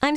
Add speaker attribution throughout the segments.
Speaker 1: I'm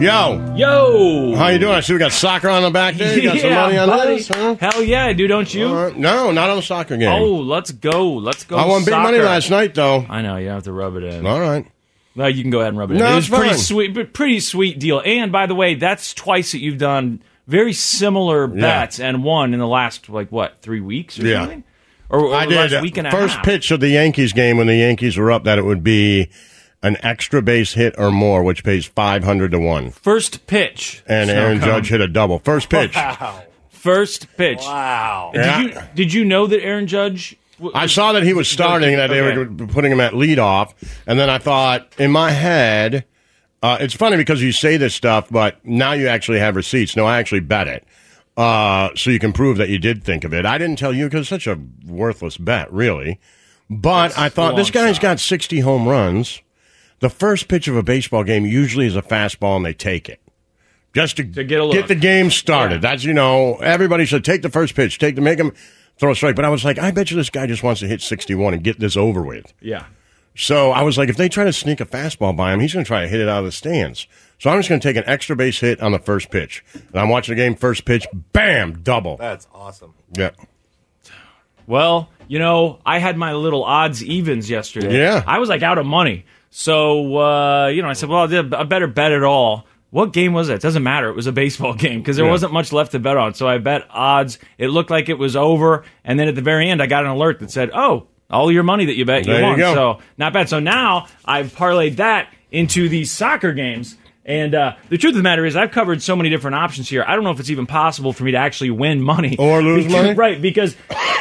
Speaker 2: Yo,
Speaker 3: Yo!
Speaker 2: how you doing? I see we got soccer on the back there. You got some
Speaker 3: Yeah,
Speaker 2: money on
Speaker 3: buddy.
Speaker 2: this, huh?
Speaker 3: Hell yeah, I do, don't you?
Speaker 2: All right. No, not on the soccer game.
Speaker 3: Oh, let's go. Let's go.
Speaker 2: I won big money
Speaker 3: soccer.
Speaker 2: last night, though.
Speaker 3: I know, you don't have to rub it in.
Speaker 2: All right.
Speaker 3: No, you can go ahead and rub it
Speaker 2: No,
Speaker 3: in. It was
Speaker 2: it's
Speaker 3: pretty
Speaker 2: fine.
Speaker 3: sweet but pretty sweet deal. And by the way, that's twice that you've done very similar bets and won in the last like what, three weeks or
Speaker 2: Yeah.
Speaker 3: something? Or, or
Speaker 2: I did. uh,
Speaker 3: last week and a
Speaker 2: First
Speaker 3: half.
Speaker 2: pitch of the Yankees game when the Yankees were up, that it would be an extra base hit or more, which pays 500 to 1.
Speaker 3: First pitch.
Speaker 2: And Aaron Judge hit a double. First pitch.
Speaker 3: First pitch.
Speaker 4: Wow.
Speaker 2: Yeah.
Speaker 3: Did you did you know that Aaron Judge w-
Speaker 2: I saw that he was starting, that they
Speaker 3: Okay.
Speaker 2: were putting him at leadoff, and then I thought in my head, uh, it's funny because you say this stuff, but now you actually have receipts. No, I actually bet it, uh, so you can prove that you did think of it. I didn't tell you because it's such a worthless bet, really. But I thought this
Speaker 3: long
Speaker 2: guy's
Speaker 3: shot.
Speaker 2: got sixty home runs. The first pitch of a baseball game usually is a fastball, and they take it. Just to,
Speaker 3: get a look.
Speaker 2: the game started. That's you know everybody should take the first pitch, take the make him throw a strike. But I was like, I bet you this guy just wants to hit sixty one and get this over with.
Speaker 3: Yeah.
Speaker 2: So I was like, if they try to sneak a fastball by him, he's going to try to hit it out of the stands. So I'm just going to take an extra base hit on the first pitch, and I'm watching the game. First pitch, bam, double.
Speaker 4: That's awesome.
Speaker 2: Yeah,
Speaker 3: Well, you know, I had my little odds evens yesterday.
Speaker 2: Yeah.
Speaker 3: I was like out of money. So, uh, you know, I said, well, I did a better bet at all. What game was it? It doesn't matter. It was a baseball game because there wasn't much left to bet on. So I bet odds. It looked like it was over. And then at the very end, I got an alert that said, oh, all your money that you bet,
Speaker 2: There
Speaker 3: you
Speaker 2: you
Speaker 3: won.
Speaker 2: go.
Speaker 3: So not bad. So now I've parlayed that into these soccer games. And uh, the truth of the matter is, I've covered so many different options here. I don't know if it's even possible for me to actually win money
Speaker 2: Or lose
Speaker 3: Because-
Speaker 2: money?
Speaker 3: right? Because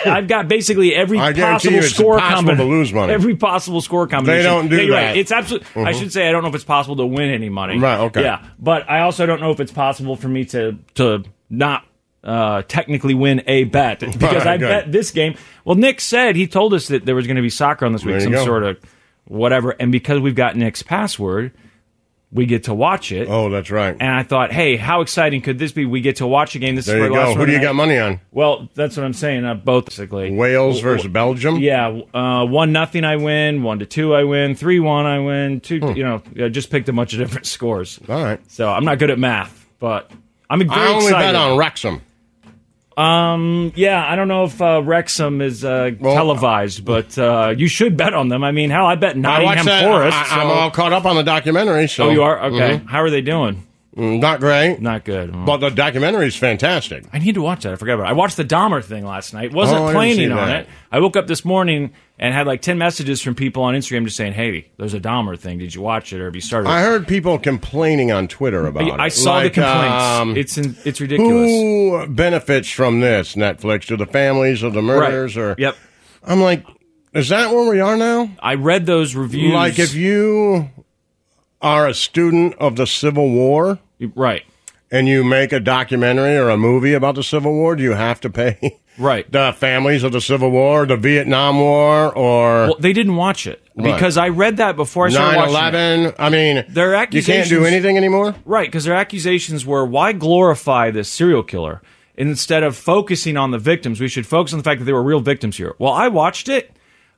Speaker 3: I've got basically every
Speaker 2: I guarantee
Speaker 3: possible
Speaker 2: you it's
Speaker 3: score
Speaker 2: impossible to
Speaker 3: combina-
Speaker 2: lose money.
Speaker 3: Every possible score combination.
Speaker 2: don't do
Speaker 3: Yeah, you're Right.
Speaker 2: that.
Speaker 3: It's absolutely. I
Speaker 2: Mhm.
Speaker 3: should say I don't know if it's possible to win any money.
Speaker 2: Right, okay.
Speaker 3: Yeah, but I also don't know if it's possible for me to to not uh, technically win a bet because I
Speaker 2: Good.
Speaker 3: bet this game. Well, Nick said he told us that there was going to be soccer on this week,
Speaker 2: There you
Speaker 3: some
Speaker 2: go.
Speaker 3: sort of whatever, and because we've got Nick's password, we get to watch it.
Speaker 2: Oh, that's right.
Speaker 3: And I thought, hey, how exciting could this be? We get to watch a game. This is
Speaker 2: There
Speaker 3: where
Speaker 2: you
Speaker 3: last
Speaker 2: go. Who
Speaker 3: one
Speaker 2: do you
Speaker 3: night-
Speaker 2: got money on?
Speaker 3: Well, that's what I'm saying. Uh, both basically.
Speaker 2: Wales versus Belgium.
Speaker 3: Yeah, uh, one nothing I win, one to two I win, three one I win, two. You know, I just picked a bunch of different scores.
Speaker 2: Hmm. All right.
Speaker 3: So I'm not good at math, but I'm very
Speaker 2: I only
Speaker 3: excited.
Speaker 2: bet on Wrexham.
Speaker 3: Um, yeah, I don't know if uh, Wrexham is uh,
Speaker 2: Well,
Speaker 3: televised, but uh, you should bet on them. I mean, hell, I bet
Speaker 2: I watched
Speaker 3: Nottingham
Speaker 2: that.
Speaker 3: Forest.
Speaker 2: I,
Speaker 3: so-
Speaker 2: am all caught up on the documentary. So
Speaker 3: oh, you are okay.
Speaker 2: Mhm.
Speaker 3: How are they doing?
Speaker 2: Mm, Not great,
Speaker 3: Not good. Oh.
Speaker 2: but the documentary is fantastic.
Speaker 3: I need to watch that. I forgot about it. I watched the Dahmer thing last night. Wasn't
Speaker 2: Oh, I didn't
Speaker 3: planning
Speaker 2: see
Speaker 3: on
Speaker 2: that.
Speaker 3: it. I woke up this morning and had like 10 messages from people on Instagram just saying, hey, there's a Dahmer thing. Did you watch it or have you started?
Speaker 2: I heard people complaining on Twitter about
Speaker 3: I,
Speaker 2: it.
Speaker 3: I saw
Speaker 2: Like,
Speaker 3: the complaints.
Speaker 2: um,
Speaker 3: it's in, it's ridiculous.
Speaker 2: who benefits from this Netflix? Do the families of the
Speaker 3: Right.
Speaker 2: murderers or
Speaker 3: Yep.
Speaker 2: I'm like, Is that where we are now?
Speaker 3: I read those reviews.
Speaker 2: Like, if you are a student of the Civil War
Speaker 3: right,
Speaker 2: and you make a documentary or a movie about the Civil War, do you have to pay
Speaker 3: right.
Speaker 2: the families of the Civil War, the Vietnam War, or
Speaker 3: well, they didn't watch it
Speaker 2: Right.
Speaker 3: because I read that before I started
Speaker 2: nine
Speaker 3: watching. it.
Speaker 2: eleven? I mean,
Speaker 3: Their
Speaker 2: you can't
Speaker 3: accusations-
Speaker 2: do anything anymore.
Speaker 3: Right, because their accusations were why glorify this serial killer instead of focusing on the victims? We should focus on the fact that they were real victims here. Well, I watched it.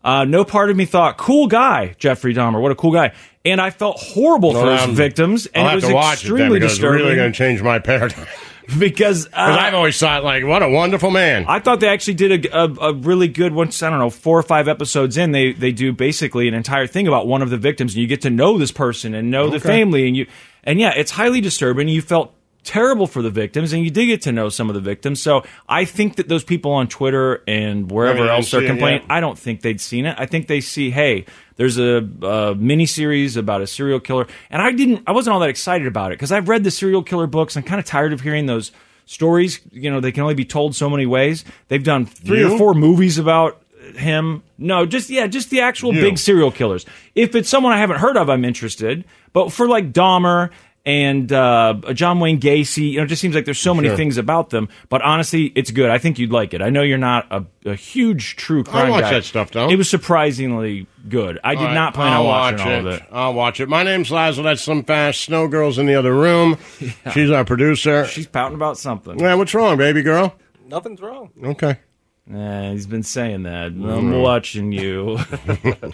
Speaker 3: Uh, no part of me thought, cool guy, Jeffrey Dahmer. What a cool guy. And I felt horrible for his
Speaker 2: Um,
Speaker 3: victims, and
Speaker 2: I'll
Speaker 3: it
Speaker 2: have
Speaker 3: was
Speaker 2: to watch it then,
Speaker 3: extremely
Speaker 2: because
Speaker 3: disturbing
Speaker 2: It's really going to change my paradigm.
Speaker 3: because uh,
Speaker 2: Because I've always thought, like, what a wonderful man.
Speaker 3: I thought they actually did a, a, a really good once I don't know four or five episodes in they they do basically an entire thing about one of the victims and you get to know this person and know the family and you and yeah it's highly disturbing you felt terrible for the victims and you did get to know some of the victims so I think that those people on Twitter and wherever
Speaker 2: Maybe they
Speaker 3: else are
Speaker 2: didn't see it
Speaker 3: complaining
Speaker 2: yet.
Speaker 3: I don't think they'd seen it I think they see hey there's a, a mini series about a serial killer and I didn't I wasn't all that excited about it because I've read the serial killer books I'm kind of tired of hearing those stories. You know, they can only be told so many ways. They've done three
Speaker 2: You?
Speaker 3: or four movies about him. No, just yeah, just the actual
Speaker 2: You.
Speaker 3: big serial killers. If it's someone I haven't heard of, I'm interested. But for like Dahmer and uh, John Wayne Gacy, you know, it just seems like there's so many things about them. But honestly, it's good. I think you'd like it. I know you're not a, a huge true crime
Speaker 2: watch
Speaker 3: guy.
Speaker 2: that stuff, though.
Speaker 3: It was surprisingly good. I did
Speaker 2: All right,
Speaker 3: not plan
Speaker 2: I'll
Speaker 3: on watching
Speaker 2: watch
Speaker 3: all of it.
Speaker 2: I'll watch it. My name's Lazo. That's Slim Fast. Snow Girl's in the other room. She's our producer.
Speaker 3: She's pouting about something.
Speaker 2: yeah, what's wrong, baby girl?
Speaker 4: Nothing's wrong.
Speaker 2: Okay.
Speaker 3: Eh, he's been saying that.
Speaker 2: Mm-hmm.
Speaker 3: I'm watching you.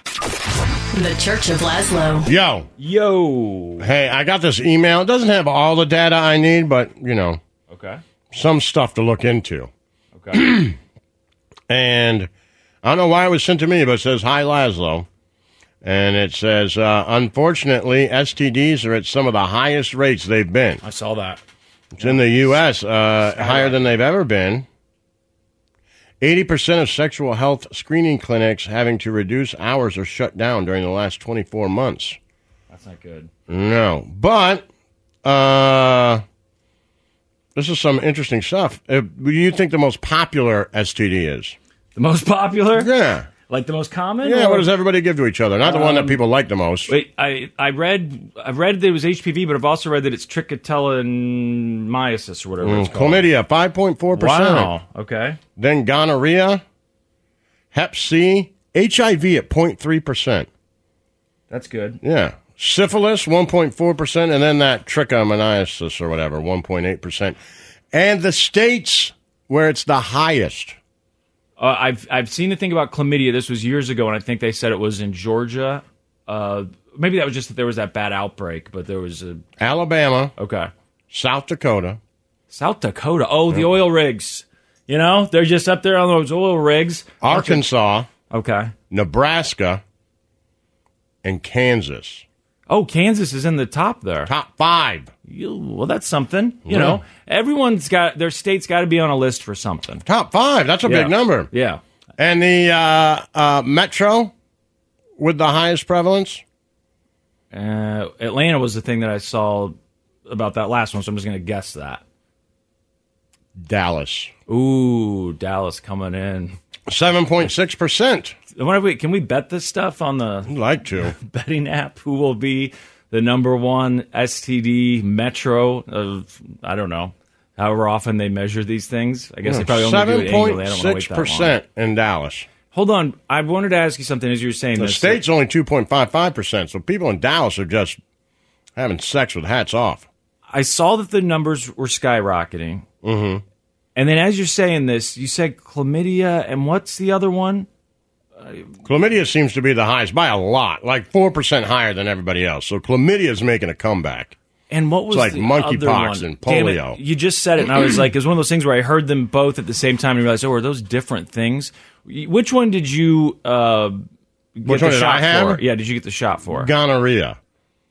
Speaker 5: The Church of Laszlo.
Speaker 2: Yo,
Speaker 3: Yo.
Speaker 2: hey, I got this email. It doesn't have all the data I need, but, you know,
Speaker 3: Okay.
Speaker 2: some stuff to look into.
Speaker 3: Okay.
Speaker 2: And I don't know why it was sent to me, but it says, Hi, Laszlo. And it says, uh, unfortunately, STDs are at some of the highest rates they've been.
Speaker 3: I saw that.
Speaker 2: It's in the U.S., uh, higher than they've ever been. 80% of sexual health screening clinics having to reduce hours or shut down during the last 24 months.
Speaker 3: That's not good.
Speaker 2: No. But uh, this is some interesting stuff. Uh, what do you think the most popular STD is?
Speaker 3: The most popular?
Speaker 2: Yeah.
Speaker 3: Like the most common? Or-
Speaker 2: Yeah,
Speaker 3: Um,
Speaker 2: what does everybody give to each other? Not the one that people like the most.
Speaker 3: Wait, I I read I read that it was HPV, but I've also read that it's trichotillomyosis or whatever it's called.
Speaker 2: Mm, Chlamydia, 5.4%.
Speaker 3: Wow. Okay.
Speaker 2: Then gonorrhea, hep C, HIV at 0.3%.
Speaker 3: That's good.
Speaker 2: Yeah. Syphilis, 1.4%, and then that trichomoniasis or whatever, 1.8%. And the states where it's the highest.
Speaker 3: Uh, I've I've seen the thing about chlamydia. This was years ago, and I think they said it was in Georgia. Uh, maybe that was just that there was that bad outbreak, but there was a
Speaker 2: Alabama,
Speaker 3: okay.
Speaker 2: South Dakota.
Speaker 3: South Dakota. Oh, the oil rigs. You know, they're just up there on those oil rigs.
Speaker 2: Arkansas,
Speaker 3: Okay.
Speaker 2: Nebraska, and Kansas.
Speaker 3: Oh, Kansas is in the top there.
Speaker 2: Top five.
Speaker 3: You- well, that's something. You know, everyone's got their state's got to be on a list for something.
Speaker 2: Top five. That's a
Speaker 3: Yeah.
Speaker 2: big number.
Speaker 3: Yeah.
Speaker 2: And the uh, uh, metro with the highest prevalence.
Speaker 3: Uh, Atlanta was the thing that I saw about that last one, so I'm just going to guess that.
Speaker 2: Dallas.
Speaker 3: Ooh, Dallas coming in.
Speaker 2: 7.6%.
Speaker 3: I wonder if we can we bet this stuff on the
Speaker 2: I'd like to.
Speaker 3: betting app? Who will be the number one STD metro of I don't know. However often they measure these things, I guess they probably only do it annually. I don't want to wait that long.
Speaker 2: 7.6% in Dallas.
Speaker 3: Hold on, I wanted to ask you something as you were saying
Speaker 2: The
Speaker 3: this.
Speaker 2: state's only 2.55%, so people in Dallas are just having sex with hats off.
Speaker 3: I saw that the numbers were skyrocketing. Mm-hmm. And then as you're saying this, you said chlamydia, and what's the other one?
Speaker 2: Chlamydia seems to be the highest by a lot, like 4% higher than everybody else. So chlamydia is making a comeback.
Speaker 3: And what was
Speaker 2: like
Speaker 3: the other
Speaker 2: monkeypox
Speaker 3: one?
Speaker 2: and
Speaker 3: Damn it,
Speaker 2: polio.
Speaker 3: you just said it, and I was like, it was one of those things where I heard them both at the same time and realized, oh, are those different things? Which one did you uh, get
Speaker 2: Which
Speaker 3: the
Speaker 2: one did
Speaker 3: shot
Speaker 2: I have?
Speaker 3: for? Yeah, did you get the shot for?
Speaker 2: Gonorrhea,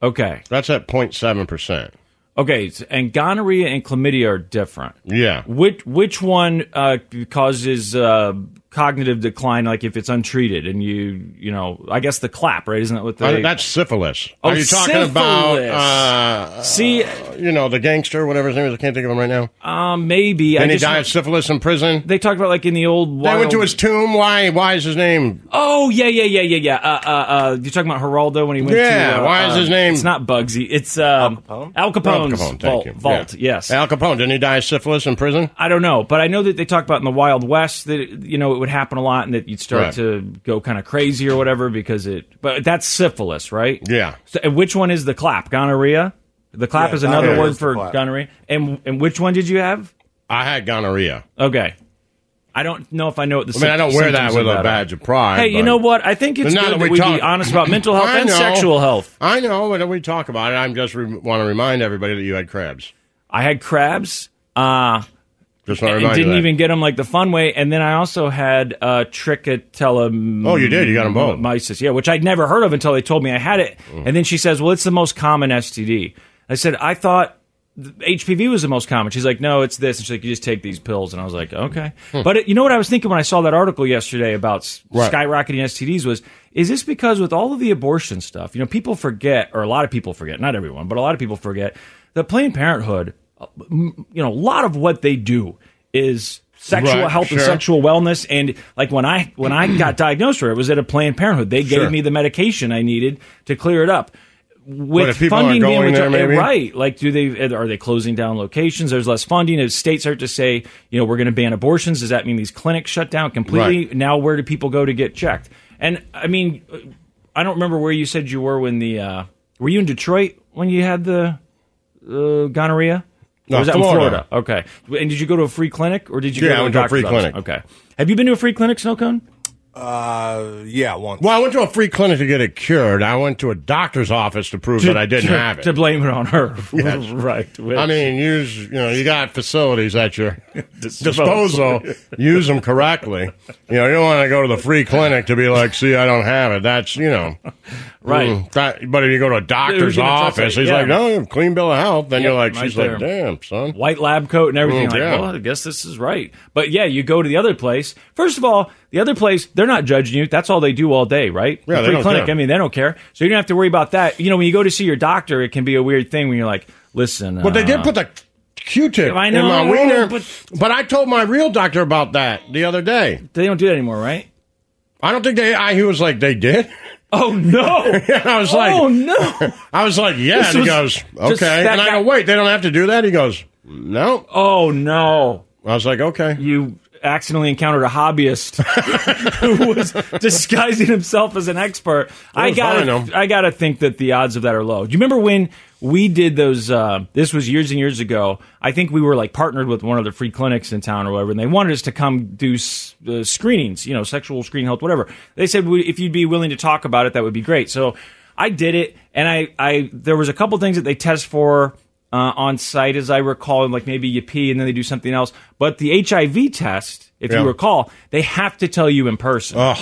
Speaker 3: okay,
Speaker 2: that's at 0.7%.
Speaker 3: okay, s- and gonorrhea and chlamydia are different.
Speaker 2: Yeah.
Speaker 3: Which which one uh, causes uh, cognitive decline, like if it's untreated, and you, you know, I guess the clap, right? Isn't that what they?
Speaker 2: Uh, that's syphilis.
Speaker 3: Oh,
Speaker 2: Are you talking
Speaker 3: syphilis.
Speaker 2: about uh,
Speaker 3: See-
Speaker 2: uh, you know, the gangster, whatever his name is? I can't think of him right now.
Speaker 3: um, maybe. I
Speaker 2: Didn't he
Speaker 3: just,
Speaker 2: die of syphilis in prison?
Speaker 3: They talked about like in the old.
Speaker 2: They
Speaker 3: Wild...
Speaker 2: went to his tomb. Why? Why is his name?
Speaker 3: Oh yeah, yeah, yeah, yeah, yeah. Uh, uh, uh, you're talking about Geraldo when he went.
Speaker 2: Yeah,
Speaker 3: To, uh,
Speaker 2: why is
Speaker 3: um,
Speaker 2: his name-
Speaker 3: It's not Bugsy. It's um, Al Capone. Al
Speaker 2: Al
Speaker 3: Capone's
Speaker 2: Capone. Thank
Speaker 3: vault.
Speaker 2: you.
Speaker 3: vault
Speaker 2: Yeah.
Speaker 3: Yes.
Speaker 2: Al Capone. Didn't he die of syphilis in prison?
Speaker 3: I don't know, but I know that they talk about in the Wild West that you know it would happen a lot, and that you'd start
Speaker 2: Right.
Speaker 3: to go kind of crazy or whatever because it. But that's syphilis, right?
Speaker 2: Yeah.
Speaker 3: So, and which one is the clap? Gonorrhea. The clap
Speaker 4: Yeah,
Speaker 3: is another
Speaker 4: gonorrhea
Speaker 3: word
Speaker 4: is the
Speaker 3: for
Speaker 4: clap.
Speaker 3: gonorrhea. And and which one did you have?
Speaker 2: I had gonorrhea.
Speaker 3: Okay. I don't know if I know what the.
Speaker 2: I mean, I don't wear that with a badge of pride.
Speaker 3: Hey, you
Speaker 2: but-
Speaker 3: know what? I think it's
Speaker 2: But now
Speaker 3: good
Speaker 2: that
Speaker 3: that
Speaker 2: we
Speaker 3: we
Speaker 2: talk-
Speaker 3: be honest about mental health
Speaker 2: I
Speaker 3: and
Speaker 2: know.
Speaker 3: sexual health.
Speaker 2: I know, but we talk about it. I am just re- want to remind everybody that you had crabs.
Speaker 3: I had crabs. Uh,
Speaker 2: Just want to
Speaker 3: and
Speaker 2: remind
Speaker 3: didn't
Speaker 2: you that.
Speaker 3: even get them like the fun way. And then I also had uh, trichotella.
Speaker 2: Oh, you did. You got 'em both. Mm.
Speaker 3: Mysis, yeah, which I'd never heard of until they told me I had it. And then she says, "Well, it's the most common STD." I said, "I thought." th- HPV was the most common. She's like, no, it's this. And she's like, you just take these pills. And I was like, okay. But it, you know what I was thinking when I saw that article yesterday about s-
Speaker 2: Hmm. Right.
Speaker 3: skyrocketing STDs was, is this because with all of the abortion stuff, you know, people forget, or a lot of people forget, not everyone, but a lot of people forget that Planned Parenthood, uh, m- you know, a lot of what they do is sexual
Speaker 2: Right,
Speaker 3: health and
Speaker 2: sure.
Speaker 3: sexual wellness. And like when I when I got diagnosed with it, it was at a Planned Parenthood. They
Speaker 2: Sure.
Speaker 3: gave me the medication I needed to clear it up. With
Speaker 2: if people aren't
Speaker 3: funding being
Speaker 2: going there,
Speaker 3: withdrawn-
Speaker 2: maybe?
Speaker 3: right, like do they are they closing down locations? There's less funding. If states start to say, you know, we're going to ban abortions, does that mean these clinics shut down completely?
Speaker 2: Right.
Speaker 3: Now, where do people go to get checked? And I mean, I don't remember where you said you were when the uh, were you in Detroit when you had the uh, gonorrhea?
Speaker 2: No,
Speaker 3: Or was that in
Speaker 2: Florida.
Speaker 3: Florida? Okay. And did you go to a free clinic or did you go
Speaker 2: Yeah,
Speaker 3: to
Speaker 2: I went to a free
Speaker 3: doctor's office?
Speaker 2: clinic.
Speaker 3: Okay. Have you been to a free clinic, Snowcone?
Speaker 4: Uh, yeah, once.
Speaker 2: Well, I went to a free clinic to get it cured. I went to a doctor's office to prove that I didn't
Speaker 3: to,
Speaker 2: have it.
Speaker 3: To blame it on her.
Speaker 2: Yes.
Speaker 3: right. which-
Speaker 2: I mean, use you know you got facilities at your disposal.
Speaker 3: Disposal.
Speaker 2: use them correctly. You know, you don't want to go to the free clinic to be like, see, I don't have it. That's you know,
Speaker 3: Right.
Speaker 2: mm, that- but if you go to a doctor's
Speaker 3: gonna trust
Speaker 2: office,
Speaker 3: it?
Speaker 2: he's
Speaker 3: Yeah.
Speaker 2: like, no, you have a clean bill of health. Then
Speaker 3: Yep,
Speaker 2: you're like,
Speaker 3: right
Speaker 2: she's like,
Speaker 3: there.
Speaker 2: damn, son.
Speaker 3: white lab coat and everything.
Speaker 2: Mm,
Speaker 3: like,
Speaker 2: yeah.
Speaker 3: well, I guess this is right. But yeah, you go to the other place. First of all, the other place, they're not judging you. That's all they do all day, right?
Speaker 2: Yeah,
Speaker 3: the
Speaker 2: they
Speaker 3: free
Speaker 2: don't
Speaker 3: clinic.
Speaker 2: care.
Speaker 3: I mean, they don't care. So you don't have to worry about that. You know, when you go to see your doctor, it can be a weird thing when you're like, listen.
Speaker 2: But they
Speaker 3: uh,
Speaker 2: did put the Q-tip
Speaker 3: I
Speaker 2: in
Speaker 3: know,
Speaker 2: my
Speaker 3: I know,
Speaker 2: wiener.
Speaker 3: but-
Speaker 2: but I told my real doctor about that the other day.
Speaker 3: They don't do that anymore, right?
Speaker 2: I don't think they. I he was like they did.
Speaker 3: Oh no!
Speaker 2: And I was like,
Speaker 3: oh no!
Speaker 2: I was like, yeah.
Speaker 3: This
Speaker 2: And he
Speaker 3: was
Speaker 2: goes,
Speaker 3: just
Speaker 2: okay.
Speaker 3: that
Speaker 2: And I go,
Speaker 3: guy-
Speaker 2: wait, they don't have to do that. He goes, no.
Speaker 3: Oh no!
Speaker 2: I was like, okay.
Speaker 3: You accidentally encountered a hobbyist who was disguising himself as an expert. I
Speaker 2: was fine,
Speaker 3: gotta,
Speaker 2: though.
Speaker 3: I gotta think that the odds of that are low. Do you remember when we did those? Uh, this was years and years ago. I think we were like partnered with one of the free clinics in town or whatever, and they wanted us to come do s- uh, screenings, you know, sexual screen health, whatever. They said we, if you'd be willing to talk about it, that would be great. So I did it, and I, I there was a couple things that they test for uh, on site, as I recall, like maybe you pee and then they do something else. But the HIV test, if
Speaker 2: Yeah.
Speaker 3: you recall, they have to tell you in person.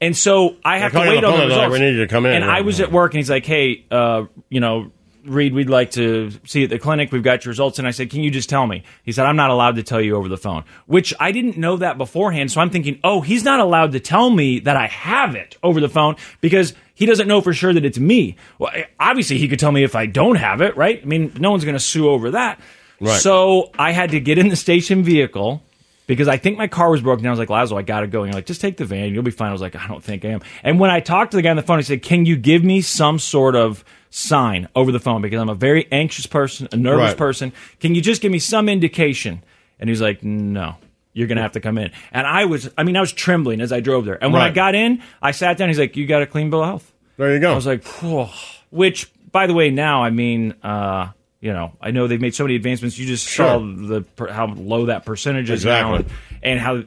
Speaker 3: And so I have to
Speaker 2: call you on
Speaker 3: wait
Speaker 2: the
Speaker 3: on the
Speaker 2: phone and they're like,
Speaker 3: results.
Speaker 2: "We need you to come in."
Speaker 3: And I was at work, and he's like, "Hey, uh, you know, Reed, we'd like to see you at the clinic. We've got your results." And I said, "Can you just tell me?" He said, "I'm not allowed to tell you over the phone," which I didn't know that beforehand. So I'm thinking, "Oh, he's not allowed to tell me that I have it over the phone because." He doesn't know for sure that it's me. Well, I- obviously, he could tell me if I don't have it, right? I mean, no one's going to sue over that.
Speaker 2: Right.
Speaker 3: So I had to get in the station vehicle because I think my car was broken down. I was like, Lazo, I got to go. And you're like, just take the van. You'll be fine. I was like, I don't think I am. And when I talked to the guy on the phone, he said, Can you give me some sort of sign over the phone? Because I'm a very anxious person, a nervous
Speaker 2: Right.
Speaker 3: person. Can you just give me some indication? And he's like, No. You're gonna have to come in, and I was—I mean, I was trembling as I drove there. And when I
Speaker 2: Right.
Speaker 3: got in, I sat down. He's like, "You got a clean bill of health."
Speaker 2: There you go.
Speaker 3: I was like, Phew. which, by the way, now I mean, uh, you know, I know they've made so many advancements. You just saw
Speaker 2: Sure.
Speaker 3: the per- how low that percentage is now,
Speaker 2: Exactly.
Speaker 3: and, and how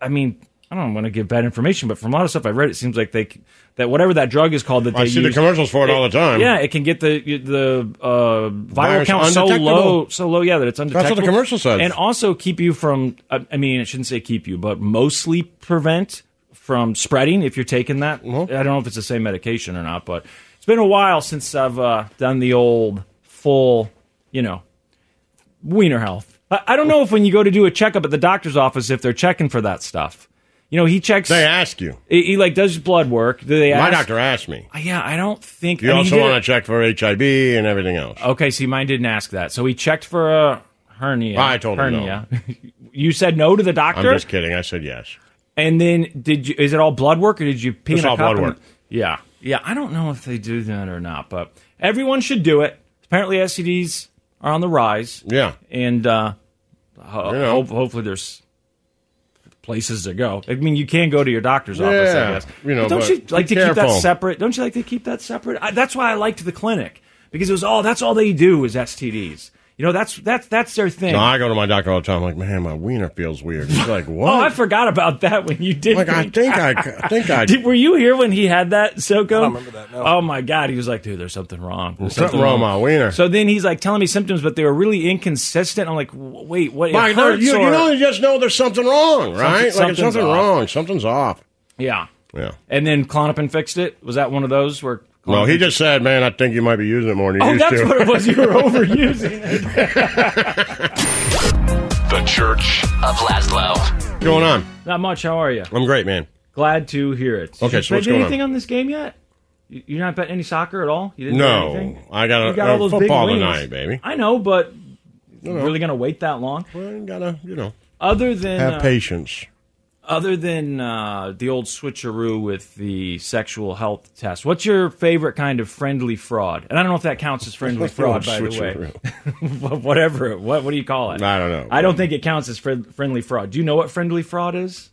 Speaker 3: I mean, I don't want to give bad information, but from a lot of stuff I've read, it seems like they c- that whatever that drug is called that
Speaker 2: I
Speaker 3: they
Speaker 2: see the
Speaker 3: use-
Speaker 2: commercials for it all the time.
Speaker 3: Yeah, it can get the the uh, viral
Speaker 2: Virus
Speaker 3: count so
Speaker 2: undetectable.
Speaker 3: low, so low, yeah, that it's
Speaker 2: the
Speaker 3: undetectable.
Speaker 2: commercial says.
Speaker 3: and also keep you from. uh, I I mean, I shouldn't say keep you, but mostly prevent from spreading if you're taking that.
Speaker 2: Mm-hmm.
Speaker 3: I don't know if it's the same medication or not, but it's been a while since I've uh, done the old full, you know, wiener health. I, I don't know if when you go to do a checkup at the doctor's office if they're checking for that stuff. You know, he checks.
Speaker 2: They ask you.
Speaker 3: He, he, like does blood work. Do they?
Speaker 2: My
Speaker 3: ask-
Speaker 2: doctor asked me.
Speaker 3: Uh, Yeah, I don't think.
Speaker 2: You
Speaker 3: I mean, he
Speaker 2: also
Speaker 3: did
Speaker 2: want
Speaker 3: it-
Speaker 2: to check for HIV and everything else.
Speaker 3: Okay, see, mine didn't ask that. So he checked for a hernia.
Speaker 2: I told him
Speaker 3: hernia. you said no to the doctor,
Speaker 2: I'm just kidding. I said yes.
Speaker 3: and then did you? Is it all blood work, or did you pee
Speaker 2: It's
Speaker 3: in a
Speaker 2: all
Speaker 3: cup
Speaker 2: blood
Speaker 3: and-
Speaker 2: work.
Speaker 3: Yeah, yeah. I don't know if they do that or not, but everyone should do it. Apparently, STDs are on the rise.
Speaker 2: Yeah.
Speaker 3: and uh, ho- ho- hopefully there's places to go. I mean, you can go to your doctor's office, I
Speaker 2: Yeah,
Speaker 3: guess.
Speaker 2: you know,
Speaker 3: But don't
Speaker 2: but
Speaker 3: you like
Speaker 2: be
Speaker 3: to keep that
Speaker 2: careful.
Speaker 3: separate? Don't you like to keep that separate? I, that's why I liked the clinic because it was all that's all they do is STDs. You know, that's that's that's their thing.
Speaker 2: No, I go to my doctor all the time. I'm like, man, my wiener feels weird. He's like, what?
Speaker 3: Oh, I forgot about that when you did.
Speaker 2: Like, I think I- I think I-
Speaker 3: Did, were you here when he had that Soko? I
Speaker 4: don't remember that, no.
Speaker 3: Oh my god, he was like, dude, there's something wrong. There's
Speaker 2: something wrong with my wiener.
Speaker 3: So then he's like telling me symptoms, but they were really inconsistent. I'm like, w- wait, what? It
Speaker 2: Like, there-
Speaker 3: hurts
Speaker 2: you, you
Speaker 3: or-
Speaker 2: know, you just know there's something wrong, right? like,
Speaker 3: something's
Speaker 2: it's something
Speaker 3: off.
Speaker 2: wrong. Something's off.
Speaker 3: yeah.
Speaker 2: Yeah.
Speaker 3: And then Clonopin fixed it. Was that one of those where?
Speaker 2: Well,
Speaker 3: Klonopin-
Speaker 2: he just said, man, I think you might be using it more than you
Speaker 3: Oh,
Speaker 2: used
Speaker 3: that's
Speaker 2: to.
Speaker 3: what it was. You were overusing it.
Speaker 6: The Church of Laszlo.
Speaker 2: What's going on?
Speaker 3: Not much. How are you?
Speaker 2: I'm great, man.
Speaker 3: Glad to hear it. Did
Speaker 2: Okay,
Speaker 3: you
Speaker 2: so what's
Speaker 3: bet
Speaker 2: going
Speaker 3: anything on? this game yet? You- You're not betting any soccer at all? You didn't bet
Speaker 2: No,
Speaker 3: anything?
Speaker 2: I got
Speaker 3: You
Speaker 2: a,
Speaker 3: got
Speaker 2: a
Speaker 3: all those big
Speaker 2: football
Speaker 3: wings.
Speaker 2: tonight, baby.
Speaker 3: I know, but you really gonna wait that long?
Speaker 2: Well, you gotta, you know,
Speaker 3: Other than
Speaker 2: have
Speaker 3: uh,
Speaker 2: patience.
Speaker 3: other than uh, the old switcheroo with the sexual health test, what's your favorite kind of friendly fraud? And I don't know if that counts as
Speaker 2: Oh,
Speaker 3: friendly fraud, by the way. Wha- Whatever. it- What what do you call it?
Speaker 2: I don't know.
Speaker 3: I don't think it counts as friend, friendly fraud. Do you know what friendly fraud is?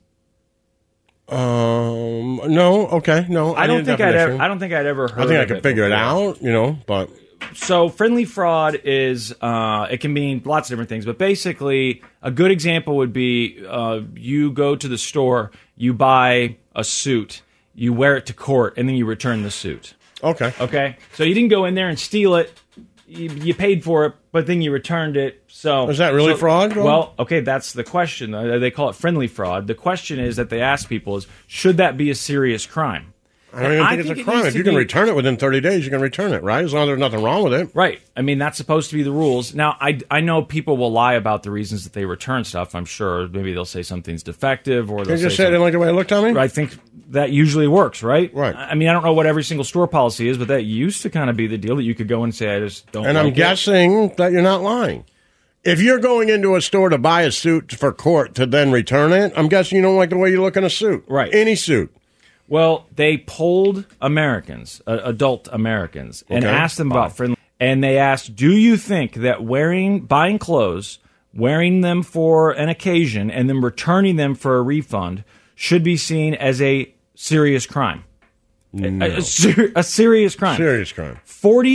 Speaker 2: Um, no, okay, no.
Speaker 3: I don't
Speaker 2: need a
Speaker 3: think I'd ever,
Speaker 2: definition.
Speaker 3: I don't think I'd ever heard.
Speaker 2: I think I
Speaker 3: of
Speaker 2: can figure it
Speaker 3: before.
Speaker 2: out, you know, but
Speaker 3: so friendly fraud is uh, it can mean lots of different things but basically a good example would be uh, you go to the store you buy a suit you wear it to court and then you return the suit
Speaker 2: okay.
Speaker 3: okay so you didn't go in there and steal it you, you paid for it but then you returned it so
Speaker 2: Is that really
Speaker 3: so-
Speaker 2: fraud, Rob?
Speaker 3: well okay that's the question Uh, they call it friendly fraud the question is that they ask people is should that be a serious crime
Speaker 2: I don't even
Speaker 3: I
Speaker 2: think,
Speaker 3: think
Speaker 2: it's a
Speaker 3: it
Speaker 2: crime.
Speaker 3: needs
Speaker 2: If
Speaker 3: to
Speaker 2: you can
Speaker 3: be-
Speaker 2: return it within 30 days, you can return it, right? As long as there's nothing wrong with it.
Speaker 3: Right. I mean, that's supposed to be the rules. Now, I, I know people will lie about the reasons that they return stuff, I'm sure. Maybe they'll say something's defective or
Speaker 2: They
Speaker 3: they'll
Speaker 2: just
Speaker 3: say
Speaker 2: said, I didn't like the way it looked on me?
Speaker 3: something- I think that usually works, right?
Speaker 2: Right.
Speaker 3: I mean, I don't know what every single store policy is, but that used to kind of be the deal that you could go and say, I just don't
Speaker 2: And
Speaker 3: like
Speaker 2: I'm
Speaker 3: it.
Speaker 2: guessing that you're not lying. If you're going into a store to buy a suit for court to then return it, I'm guessing you don't like the way you look in a suit.
Speaker 3: Right.
Speaker 2: Any suit.
Speaker 3: Well, they polled Americans, uh, adult Americans, and
Speaker 2: Okay.
Speaker 3: asked them about friendly. And they asked, "Do you think that wearing, buying clothes, wearing them for an occasion, and then returning them for a refund should be seen as a serious crime? A- A, ser- a serious crime.
Speaker 2: Serious crime.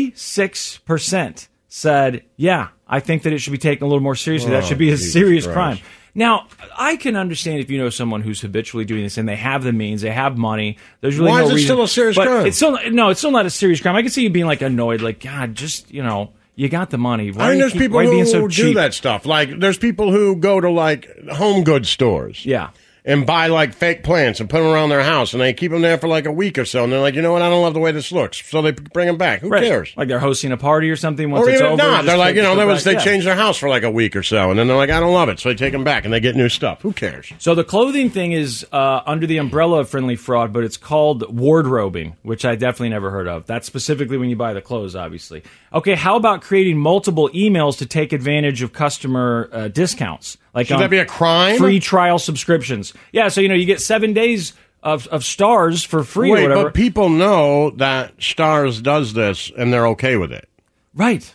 Speaker 3: Forty-six percent said, "Yeah, I think that it should be taken a little more seriously. that
Speaker 2: Oh,
Speaker 3: should be a
Speaker 2: Jesus
Speaker 3: serious
Speaker 2: Christ.
Speaker 3: crime." Now, I can understand if you know someone who's habitually doing this and they have the means, they have money. There's really
Speaker 2: Why
Speaker 3: no
Speaker 2: is it
Speaker 3: reason-
Speaker 2: still a serious
Speaker 3: but
Speaker 2: crime?
Speaker 3: It's still no, it's still not a serious crime. I can see you being like annoyed, like God, just you know, you got the money. Why
Speaker 2: I mean,
Speaker 3: do you
Speaker 2: there's
Speaker 3: keep-
Speaker 2: people
Speaker 3: why are you
Speaker 2: who
Speaker 3: being so
Speaker 2: do
Speaker 3: cheap?
Speaker 2: that stuff. Like, there's people who go to, like, home goods stores.
Speaker 3: Yeah,
Speaker 2: and buy like fake plants and put them around their house and they keep them there for like a week or so and they're like, you know what, I don't love the way this looks, so they bring them back. Who
Speaker 3: Right.
Speaker 2: cares?
Speaker 3: Like they're hosting a party or something. Once
Speaker 2: Or
Speaker 3: it's
Speaker 2: even
Speaker 3: over,
Speaker 2: not,
Speaker 3: just
Speaker 2: they're like,
Speaker 3: take
Speaker 2: you know,
Speaker 3: it
Speaker 2: they, was,
Speaker 3: back.
Speaker 2: they
Speaker 3: Yeah.
Speaker 2: change their house for like a week or so and then they're like, I don't love it, so they take them back and they get new stuff. Who cares?
Speaker 3: So the clothing thing is uh, under the umbrella of friendly fraud, but it's called wardrobing, which I definitely never heard of. That's specifically when you buy the clothes, obviously. Okay, how about creating multiple emails to take advantage of customer uh, discounts? Like um,
Speaker 2: Should
Speaker 3: on
Speaker 2: that be a crime?
Speaker 3: Free trial subscriptions. Yeah, so you know you get seven days of, of stars for free or
Speaker 2: Wait,
Speaker 3: whatever.
Speaker 2: but people know that Stars does this and they're okay with it.
Speaker 3: Right.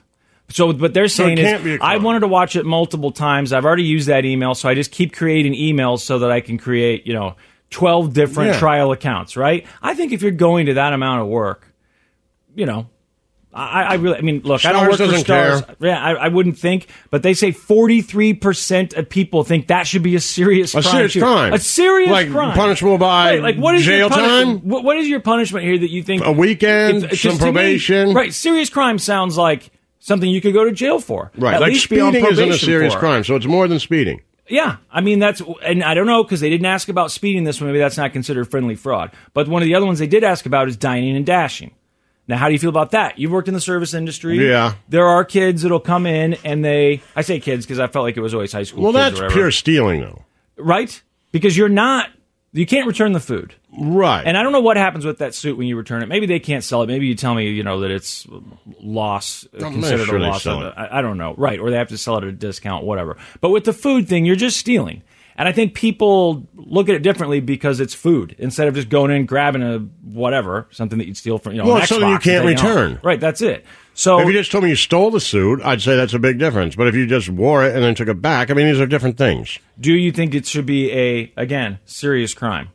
Speaker 3: So what they're
Speaker 2: So
Speaker 3: saying
Speaker 2: it can't be a
Speaker 3: is,
Speaker 2: crime.
Speaker 3: I wanted to watch it multiple times. I've already used that email, so I just keep creating emails so that I can create, you know, twelve different
Speaker 2: Yeah.
Speaker 3: trial accounts. Right. I think if you're going to that amount of work, you know, I, I really, I mean, look, I don't work
Speaker 2: Stars
Speaker 3: for
Speaker 2: doesn't
Speaker 3: stars.
Speaker 2: care.
Speaker 3: Yeah, I, I wouldn't think, but they say forty three percent of people think that should be a serious
Speaker 2: A
Speaker 3: crime
Speaker 2: serious
Speaker 3: too.
Speaker 2: crime.
Speaker 3: a serious
Speaker 2: Like,
Speaker 3: crime,
Speaker 2: punishable by
Speaker 3: Right, like what is
Speaker 2: jail
Speaker 3: your punish-
Speaker 2: time?
Speaker 3: What, what is your punishment here that you think
Speaker 2: A weekend,
Speaker 3: If- 'cause
Speaker 2: some
Speaker 3: to me-
Speaker 2: probation.
Speaker 3: right? Serious crime sounds like something you could go to jail for.
Speaker 2: Right.
Speaker 3: At
Speaker 2: like
Speaker 3: least be on
Speaker 2: speeding isn't a
Speaker 3: probation
Speaker 2: serious
Speaker 3: for.
Speaker 2: crime, so it's more than speeding.
Speaker 3: Yeah, I mean that's, and I don't know because they didn't ask about speeding this one. Maybe that's not considered friendly fraud. But one of the other ones they did ask about is dining and dashing. Now, how do you feel about that? You've worked in the service industry.
Speaker 2: Yeah.
Speaker 3: there are kids that'll come in and they. I say kids because I felt like it was always high school.
Speaker 2: Well,
Speaker 3: kids or
Speaker 2: that's
Speaker 3: whatever.
Speaker 2: pure stealing, though.
Speaker 3: right? Because you're not You can't return the food.
Speaker 2: Right.
Speaker 3: And I don't know what happens with that suit when you return it. Maybe they can't sell it. Maybe you tell me, you know, that it's loss,
Speaker 2: I'm
Speaker 3: considered
Speaker 2: sure
Speaker 3: a
Speaker 2: they
Speaker 3: loss.
Speaker 2: sell
Speaker 3: of
Speaker 2: it.
Speaker 3: the- I, I don't know. Right. Or they have to sell it at a discount, whatever. But with the food thing, you're just stealing. And I think people look at it differently because it's food instead of just going in, grabbing a whatever, something that you'd steal from, you know,
Speaker 2: Well,
Speaker 3: an
Speaker 2: it's
Speaker 3: Xbox
Speaker 2: something you
Speaker 3: and
Speaker 2: can't
Speaker 3: taking it home.
Speaker 2: return.
Speaker 3: Right. That's it. So
Speaker 2: if you just told me you stole the suit, I'd say that's a big difference. But if you just wore it and then took it back, I mean, these are different things.
Speaker 3: do you think it should be a, again, serious crime?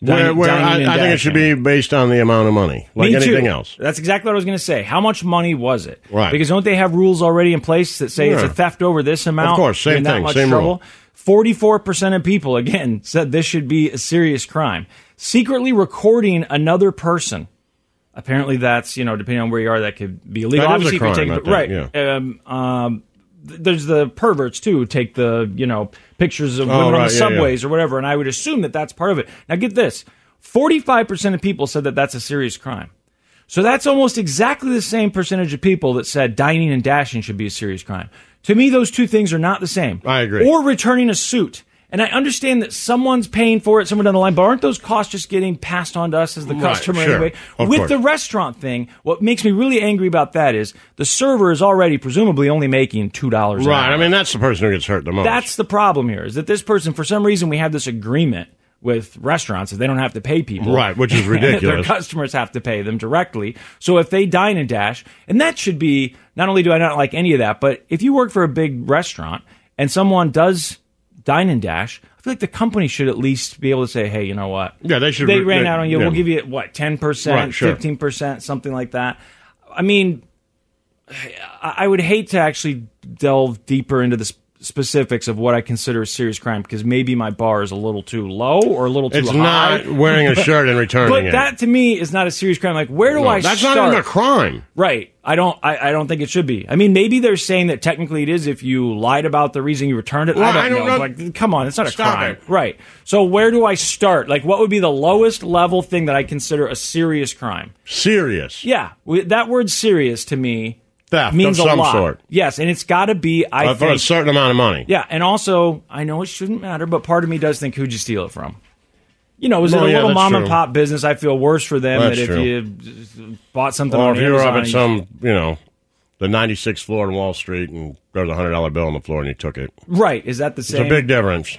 Speaker 2: Where,
Speaker 3: Dining-
Speaker 2: where
Speaker 3: dining and
Speaker 2: I, I think it
Speaker 3: dashing.
Speaker 2: should be based on the amount of money, like
Speaker 3: Me
Speaker 2: anything
Speaker 3: too.
Speaker 2: else.
Speaker 3: That's exactly what I was going to say. How much money was it?
Speaker 2: Right.
Speaker 3: Because don't they have rules already in place that say it's a
Speaker 2: Yeah.
Speaker 3: theft over this amount?
Speaker 2: Of course, same
Speaker 3: you're in that
Speaker 2: thing,
Speaker 3: much
Speaker 2: same
Speaker 3: trouble?
Speaker 2: rule.
Speaker 3: Forty-four percent of people again said this should be a serious crime. Secretly recording another person. Apparently, that's you know depending on where you are, that could be illegal.
Speaker 2: That is a
Speaker 3: Obviously, if you're
Speaker 2: crime,
Speaker 3: taking-
Speaker 2: I think,
Speaker 3: right. Um, um, th- there's the perverts too who take the you know pictures of
Speaker 2: Oh,
Speaker 3: women on
Speaker 2: right,
Speaker 3: the
Speaker 2: yeah, yeah.
Speaker 3: subways or whatever, and I would assume that that's part of it. Now, get this: forty-five percent of people said that that's a serious crime. So that's almost exactly the same percentage of people that said dining and dashing should be a serious crime. To me, those two things are not the same.
Speaker 2: I agree.
Speaker 3: Or returning a suit. And I understand that someone's paying for it, someone down the line, but aren't those costs just getting passed on to us as the
Speaker 2: Right,
Speaker 3: customer
Speaker 2: sure.
Speaker 3: anyway?
Speaker 2: Of
Speaker 3: With
Speaker 2: course.
Speaker 3: the restaurant thing, what makes me really angry about that is the server is already presumably only making $2 an hour.
Speaker 2: Right. I mean, that's the person who gets hurt the most.
Speaker 3: That's the problem here is that this person, for some reason, we have this agreement with restaurants that they don't have to pay people.
Speaker 2: Right, which is
Speaker 3: And that
Speaker 2: ridiculous.
Speaker 3: Their customers have to pay them directly. So if they dine and dash, and that should be not only do I not like any of that, but if you work for a big restaurant and someone does dine and dash, I feel like the company should at least be able to say, hey, you know what?
Speaker 2: Yeah, they should
Speaker 3: They
Speaker 2: re-
Speaker 3: ran
Speaker 2: they-
Speaker 3: out on you.
Speaker 2: yeah.
Speaker 3: We'll give you what ten
Speaker 2: Right,
Speaker 3: percent,
Speaker 2: sure.
Speaker 3: fifteen percent, something like that. I mean, I I would hate to actually delve deeper into the sp- specifics of what I consider a serious crime because maybe my bar is a little too low or a little too
Speaker 2: It's
Speaker 3: high.
Speaker 2: not wearing a shirt and returning
Speaker 3: but
Speaker 2: it.
Speaker 3: that to me is not a serious crime. Like, where do
Speaker 2: No,
Speaker 3: I
Speaker 2: that's
Speaker 3: start?
Speaker 2: not even a crime.
Speaker 3: Right. I don't. I, I don't think it should be. I mean, maybe they're saying that technically it is if you lied about the reason you returned it.
Speaker 2: Well,
Speaker 3: I
Speaker 2: I
Speaker 3: don't
Speaker 2: don't
Speaker 3: know.
Speaker 2: know.
Speaker 3: Like, come on, it's not a
Speaker 2: Stop
Speaker 3: crime.
Speaker 2: it.
Speaker 3: Right. So where do I start? Like, what would be the lowest level thing that I consider a serious crime?
Speaker 2: Serious.
Speaker 3: Yeah, we, that word "serious" to me
Speaker 2: Theft of
Speaker 3: means a
Speaker 2: some
Speaker 3: lot.
Speaker 2: sort.
Speaker 3: Yes, and it's got to be. I
Speaker 2: Uh, for a
Speaker 3: think.
Speaker 2: certain amount of money.
Speaker 3: Yeah, and also I know it shouldn't matter, but part of me does think who'd you steal it from? You know, is it
Speaker 2: Well,
Speaker 3: a
Speaker 2: yeah,
Speaker 3: little
Speaker 2: that's
Speaker 3: mom and
Speaker 2: true.
Speaker 3: pop business? I feel worse for them
Speaker 2: That's
Speaker 3: that if
Speaker 2: true.
Speaker 3: you bought something
Speaker 2: Or
Speaker 3: on
Speaker 2: if you were up
Speaker 3: Amazon
Speaker 2: at
Speaker 3: and-
Speaker 2: some, you know, the 96th floor in Wall Street and there was a $100 bill on the floor and you took it.
Speaker 3: right? Is that the
Speaker 2: It's
Speaker 3: same?
Speaker 2: a big difference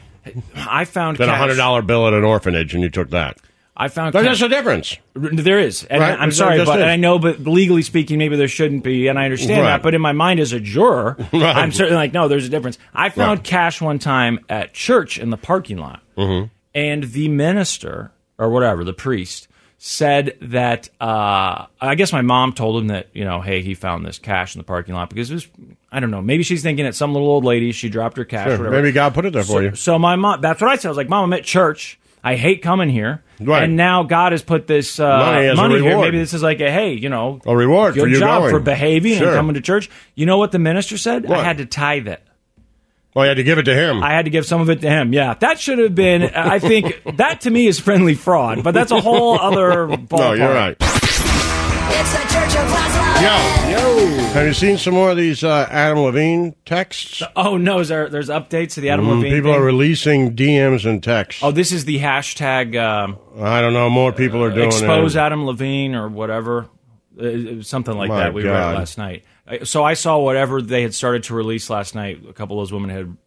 Speaker 3: I found
Speaker 2: than a
Speaker 3: cash.
Speaker 2: $100 bill at an orphanage and you took that.
Speaker 3: I found
Speaker 2: There's
Speaker 3: cash.
Speaker 2: just a difference.
Speaker 3: There is. And
Speaker 2: Right?
Speaker 3: I'm
Speaker 2: There
Speaker 3: sorry,
Speaker 2: just
Speaker 3: but
Speaker 2: is.
Speaker 3: and I know, but legally speaking, maybe there shouldn't be, and I understand
Speaker 2: Right.
Speaker 3: that. But in my mind, as a juror,
Speaker 2: Right.
Speaker 3: I'm certainly like, no, there's a difference. I found
Speaker 2: Right.
Speaker 3: cash one time at church in the parking lot,
Speaker 2: Mm-hmm.
Speaker 3: and the minister or whatever, the priest, said that. Uh, I guess my mom told him that you know, hey, he found this cash in the parking lot because it was, I don't know, maybe she's thinking it's some little old lady. She dropped her cash.
Speaker 2: Sure,
Speaker 3: whatever.
Speaker 2: Maybe God put it there for you.
Speaker 3: So my mom, that's what I said. I was like, Mom, I'm at church. I hate coming here.
Speaker 2: Right.
Speaker 3: And now God has put this uh,
Speaker 2: Money as a
Speaker 3: here.
Speaker 2: reward.
Speaker 3: Maybe this is like a hey, you know,
Speaker 2: A reward
Speaker 3: good
Speaker 2: for you
Speaker 3: job
Speaker 2: going.
Speaker 3: for behaving
Speaker 2: Sure.
Speaker 3: and coming to church. You know what the minister said? I
Speaker 2: What?
Speaker 3: had to tithe it.
Speaker 2: Well, you had to give it to him.
Speaker 3: I had to give some of it to him. Yeah, that should have been. I think that to me is friendly fraud, but that's a whole other. Ballpark.
Speaker 2: no, you're right.
Speaker 5: It's the Church of Laszlo.
Speaker 2: Yo. Have you seen some more of these uh, Adam Levine texts? Mm-hmm.
Speaker 3: Oh no, is there there's updates to the Adam Levine?
Speaker 2: Mm, People
Speaker 3: thing?
Speaker 2: are releasing DMs and texts.
Speaker 3: oh, this is the hashtag um,
Speaker 2: I don't know. More people are doing
Speaker 3: expose
Speaker 2: it.
Speaker 3: Adam Levine or whatever, Uh, uh, something like
Speaker 2: My
Speaker 3: that. We
Speaker 2: God.
Speaker 3: read last night. I- So I saw whatever they had started to release last night. A couple of those women had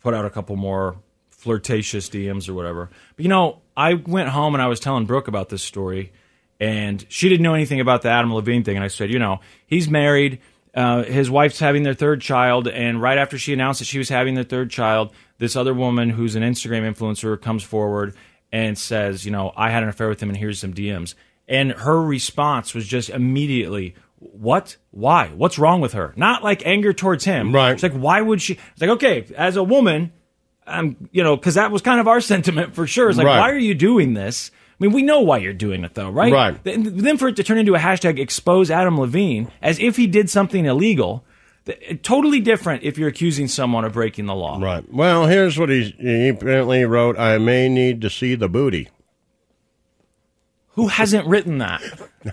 Speaker 3: put out a couple more flirtatious DMs or whatever. But you know, I went home and I was telling Brooke about this story, and she didn't know anything about the Adam Levine thing. And I said, you know, he's married. Uh, his wife's having their third child, and right after she announced that she was having their third child, this other woman who's an Instagram influencer comes forward and says, you know, I had an affair with him, and here's some DMs. And her response was just immediately, what? Why? What's wrong with her? Not like anger towards him.
Speaker 2: Right.
Speaker 3: It's like, why would she? It's like, okay, as a woman, I'm, you know, because that was kind of our sentiment for sure. It's like,
Speaker 2: Right.
Speaker 3: why are you doing this? I mean, we know why you're doing it, though, right?
Speaker 2: Right.
Speaker 3: Th- Then for it to turn into a hashtag expose Adam Levine as if he did something illegal, th- totally different if you're accusing someone of breaking the law.
Speaker 2: Right. Well, here's what he, he apparently wrote I may need to see the booty.
Speaker 3: Who hasn't written that?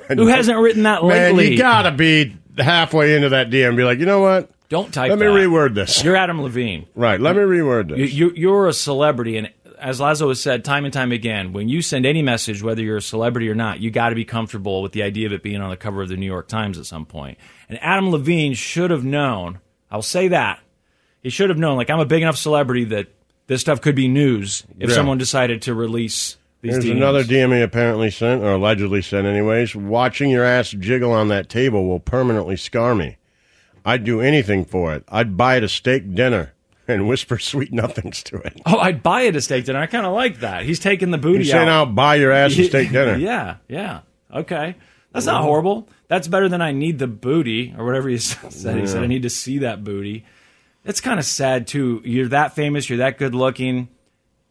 Speaker 3: Who hasn't written that
Speaker 2: Man,
Speaker 3: lately?
Speaker 2: you gotta be halfway into that DM and be like, you know what?
Speaker 3: Don't type
Speaker 2: Let me
Speaker 3: that.
Speaker 2: reword this.
Speaker 3: You're Adam Levine.
Speaker 2: Right. Let me reword
Speaker 3: You,
Speaker 2: this.
Speaker 3: you, you're a celebrity, and as Lazo has said time and time again, when you send any message, whether you're a celebrity or not, you got to be comfortable with the idea of it being on the cover of the New York Times at some point. And Adam Levine should have known. I'll say that he should have known. Like I'm a big enough celebrity that this stuff could be news if
Speaker 2: Yeah.
Speaker 3: someone decided to release these.
Speaker 2: There's
Speaker 3: DMs.
Speaker 2: another DM he apparently sent, or allegedly sent, anyways. Watching your ass jiggle on that table will permanently scar me. I'd do anything for it. I'd buy it a steak dinner and whisper sweet nothings to it.
Speaker 3: Oh, I'd buy it a steak dinner. I kind of like that. He's taking the booty
Speaker 2: He's
Speaker 3: out.
Speaker 2: saying, "I'll buy your ass a steak dinner."
Speaker 3: yeah, yeah. Okay. That's not horrible. That's better than I need the booty or whatever he said. He said,
Speaker 7: Yeah.
Speaker 3: I need to see that booty. It's kind of sad, too. You're that famous, you're that good looking,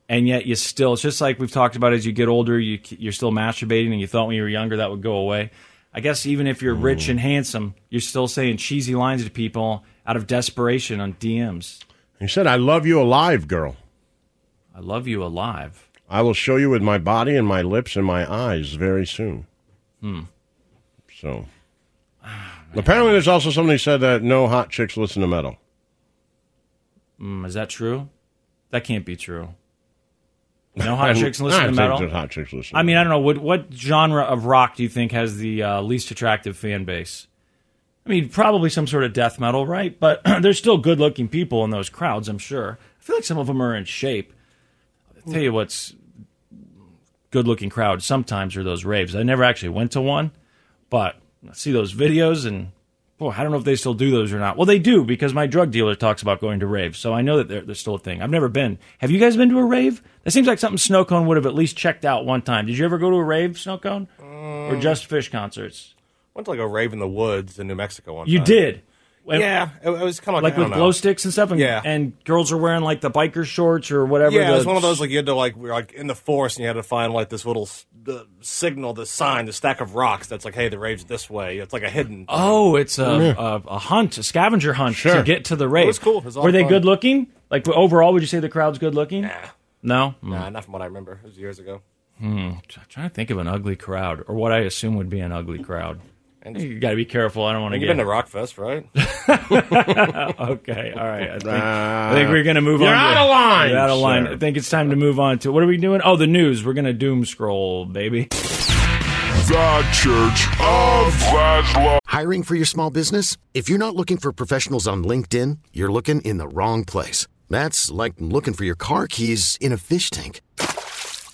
Speaker 3: and yet you still, it's just like we've talked about as you get older, you, you're still masturbating and you thought when you were younger that would go away. I guess even if you're
Speaker 2: Mm.
Speaker 3: rich and handsome, you're still saying cheesy lines to people out of desperation on DMs.
Speaker 2: He said, I love you alive, girl.
Speaker 3: I love you alive.
Speaker 2: I will show you with my body and my lips and my eyes very soon.
Speaker 3: Hmm.
Speaker 2: So. Apparently, there's also somebody said that no hot chicks listen to metal.
Speaker 3: Mm, is that true? That can't be true. No hot
Speaker 2: I'm-
Speaker 3: chicks listen
Speaker 2: I
Speaker 3: to
Speaker 2: think
Speaker 3: metal.
Speaker 2: that hot chicks listen
Speaker 3: I mean, I don't know what what genre of rock do you think has the uh, least attractive fan base? I mean, probably some sort of death metal, right? But there's still good looking people in those crowds, I'm sure. I feel like some of them are in shape. I tell you what's good looking crowd sometimes are those raves. I never actually went to one, but I see those videos and boy, I don't know if they still do those or not. Well, they do because my drug dealer talks about going to raves, so I know that they're, they're still a thing. I've never been. Have you guys been to a rave? That seems like something Snow Cone would have at least checked out one time. Did you ever go to a rave, Snow Cone, or just fish concerts?
Speaker 4: Mm, Went to like a rave in the woods in New Mexico one
Speaker 3: You
Speaker 4: time.
Speaker 3: did. And-
Speaker 4: Yeah, it, it was kind of
Speaker 3: like
Speaker 4: like, I don't
Speaker 3: with
Speaker 4: know.
Speaker 3: glow sticks and stuff, and,
Speaker 4: Yeah.
Speaker 3: and girls are wearing like the biker shorts or whatever.
Speaker 4: Yeah, it
Speaker 3: the-
Speaker 4: was one of those like you had to like we were like in the forest and you had to find like this little s- the signal, the sign, the stack of rocks that's like, hey, the rave's this way. It's like a hidden.
Speaker 3: Oh, it's a,
Speaker 4: Yeah.
Speaker 3: a, a hunt, a scavenger hunt
Speaker 4: Sure.
Speaker 3: to get to the rave.
Speaker 4: It was cool. It was a lot
Speaker 3: Were
Speaker 4: of
Speaker 3: they
Speaker 4: fun.
Speaker 3: good looking? Like overall, would you say the crowd's good looking? No.
Speaker 4: Nah, not from what I remember. It was years ago.
Speaker 3: Hmm. T- trying to think of an ugly crowd, or what I assume would be an ugly crowd. you got to be careful. I don't want to
Speaker 4: You've
Speaker 3: get
Speaker 4: been to Rockfest, right?
Speaker 3: okay, all right. I think, I
Speaker 4: Uh,
Speaker 3: think we're gonna move on.
Speaker 4: You're
Speaker 3: to-
Speaker 4: out of line,
Speaker 3: You're out of line.
Speaker 4: sir.
Speaker 3: I think it's time to move on to what are we doing? Oh, the news. We're gonna doom scroll, baby.
Speaker 8: The Church of Laszlo. Hiring for your small business? If you're not looking for professionals on LinkedIn, you're looking in the wrong place. That's like looking for your car keys in a fish tank.